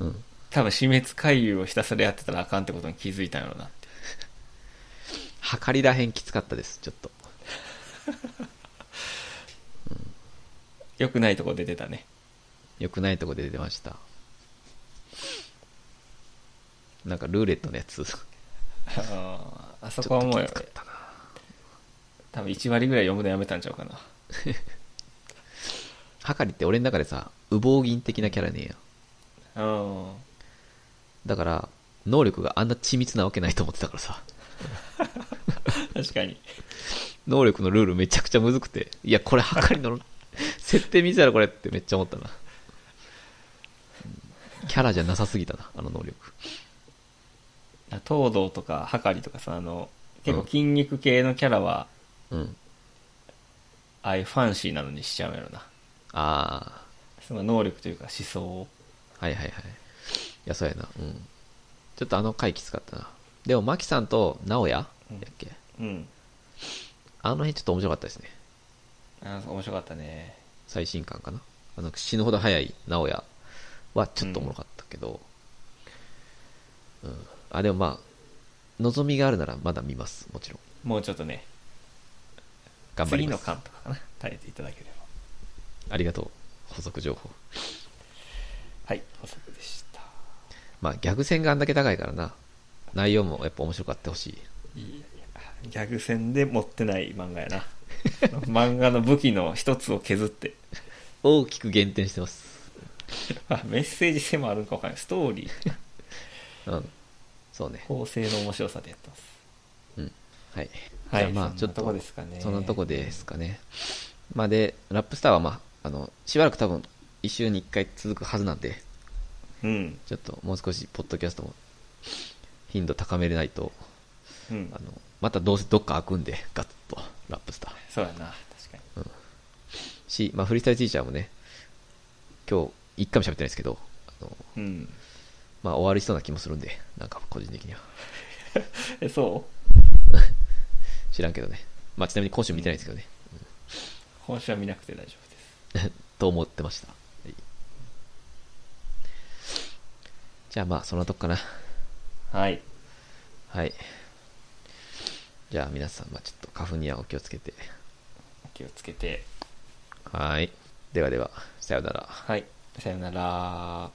[SPEAKER 1] うん。
[SPEAKER 2] 多分死滅回遊をひたすらやってたらあかんってことに気づいたんやろうなって
[SPEAKER 1] はかりらへんきつかったです、ちょっと。
[SPEAKER 2] よくないとこ出てたね
[SPEAKER 1] 良くないとこで出てました。なんかルーレットのやつ。
[SPEAKER 2] あーあそこはもう
[SPEAKER 1] ちょっときつかったな。
[SPEAKER 2] 多分1割ぐらい読むのやめたんちゃうかな
[SPEAKER 1] はかりって俺の中でさ、羽毛銀的なキャラねえよ。
[SPEAKER 2] うん
[SPEAKER 1] だから、能力があんな緻密なわけないと思ってたからさ。
[SPEAKER 2] 確かに
[SPEAKER 1] 能力のルールめちゃくちゃむずくて。いや、これはかりの 設定見せたらこれってめっちゃ思ったな。うんキャラじゃなさすぎたな、あの能力。
[SPEAKER 2] あ東堂とかはかりとかさあの結
[SPEAKER 1] うん
[SPEAKER 2] 構筋肉系のキャラは、
[SPEAKER 1] うん。
[SPEAKER 2] ああいうファンシーなのにしちゃうやろな
[SPEAKER 1] あ
[SPEAKER 2] その能力というか思想を
[SPEAKER 1] あ、はいはいはい。いや、そうやな。うん。ちょっとあの回きつかったな。でも、マキさんと直哉
[SPEAKER 2] うん
[SPEAKER 1] やっけ、
[SPEAKER 2] うん
[SPEAKER 1] あの辺ちょっと面白かったですね。
[SPEAKER 2] あ面白かったね
[SPEAKER 1] 最新刊かな。あの死ぬほど早い直哉はちょっとおもろかったけど。うん。あ、でもまあ、望みがあるならまだ見ます。もちろん。
[SPEAKER 2] もうちょっとね
[SPEAKER 1] 頑張り
[SPEAKER 2] 次
[SPEAKER 1] ま
[SPEAKER 2] の
[SPEAKER 1] す。
[SPEAKER 2] 巻とかかな耐えていただければ
[SPEAKER 1] ありがとう。補足情報。
[SPEAKER 2] はい補足でした
[SPEAKER 1] まあ、ギャグ戦があんだけ高いからな。内容もやっぱ面白かってほしい。
[SPEAKER 2] いやいやギャグ戦で持ってない漫画やな 漫画の武器の一つを削って
[SPEAKER 1] 大きく減点してます。
[SPEAKER 2] あメッセージ性もあるんかわかんないストーリー
[SPEAKER 1] うん。そうね。
[SPEAKER 2] 構成の面白さでやってます
[SPEAKER 1] うん。はい。
[SPEAKER 2] はい
[SPEAKER 1] じゃあまあ、ち
[SPEAKER 2] そ
[SPEAKER 1] ょ
[SPEAKER 2] ん
[SPEAKER 1] っ
[SPEAKER 2] な
[SPEAKER 1] と、
[SPEAKER 2] とこですかね
[SPEAKER 1] そんなとこですかね。まあ、で、ラップスターはまあ、あの、しばらく多分、一週に一回続くはずなんで、
[SPEAKER 2] うん
[SPEAKER 1] ちょっともう少し、ポッドキャストも、頻度高めれないと、
[SPEAKER 2] うん
[SPEAKER 1] あの、またどうせどっか開くんで、ガッと、ラップスター。
[SPEAKER 2] そうやな確かに
[SPEAKER 1] し、まあ、フリースタイルティーチャーもね、今日、一回も喋ってないですけど、あの、
[SPEAKER 2] うん
[SPEAKER 1] まあ、終わりそうな気もするんで、なんか個人的には。
[SPEAKER 2] えそう
[SPEAKER 1] 知らんけどね。まあ、ちなみに今週見てないですけどね。
[SPEAKER 2] 今週は見なくて大丈夫です
[SPEAKER 1] と思ってました。はいじゃあまあ、そんなとこかな。
[SPEAKER 2] はい
[SPEAKER 1] はい。じゃあ皆さん、まあちょっと花粉にはお気をつけて。
[SPEAKER 2] 気をつけて
[SPEAKER 1] はい。ではでは、さようなら。
[SPEAKER 2] はいさよなら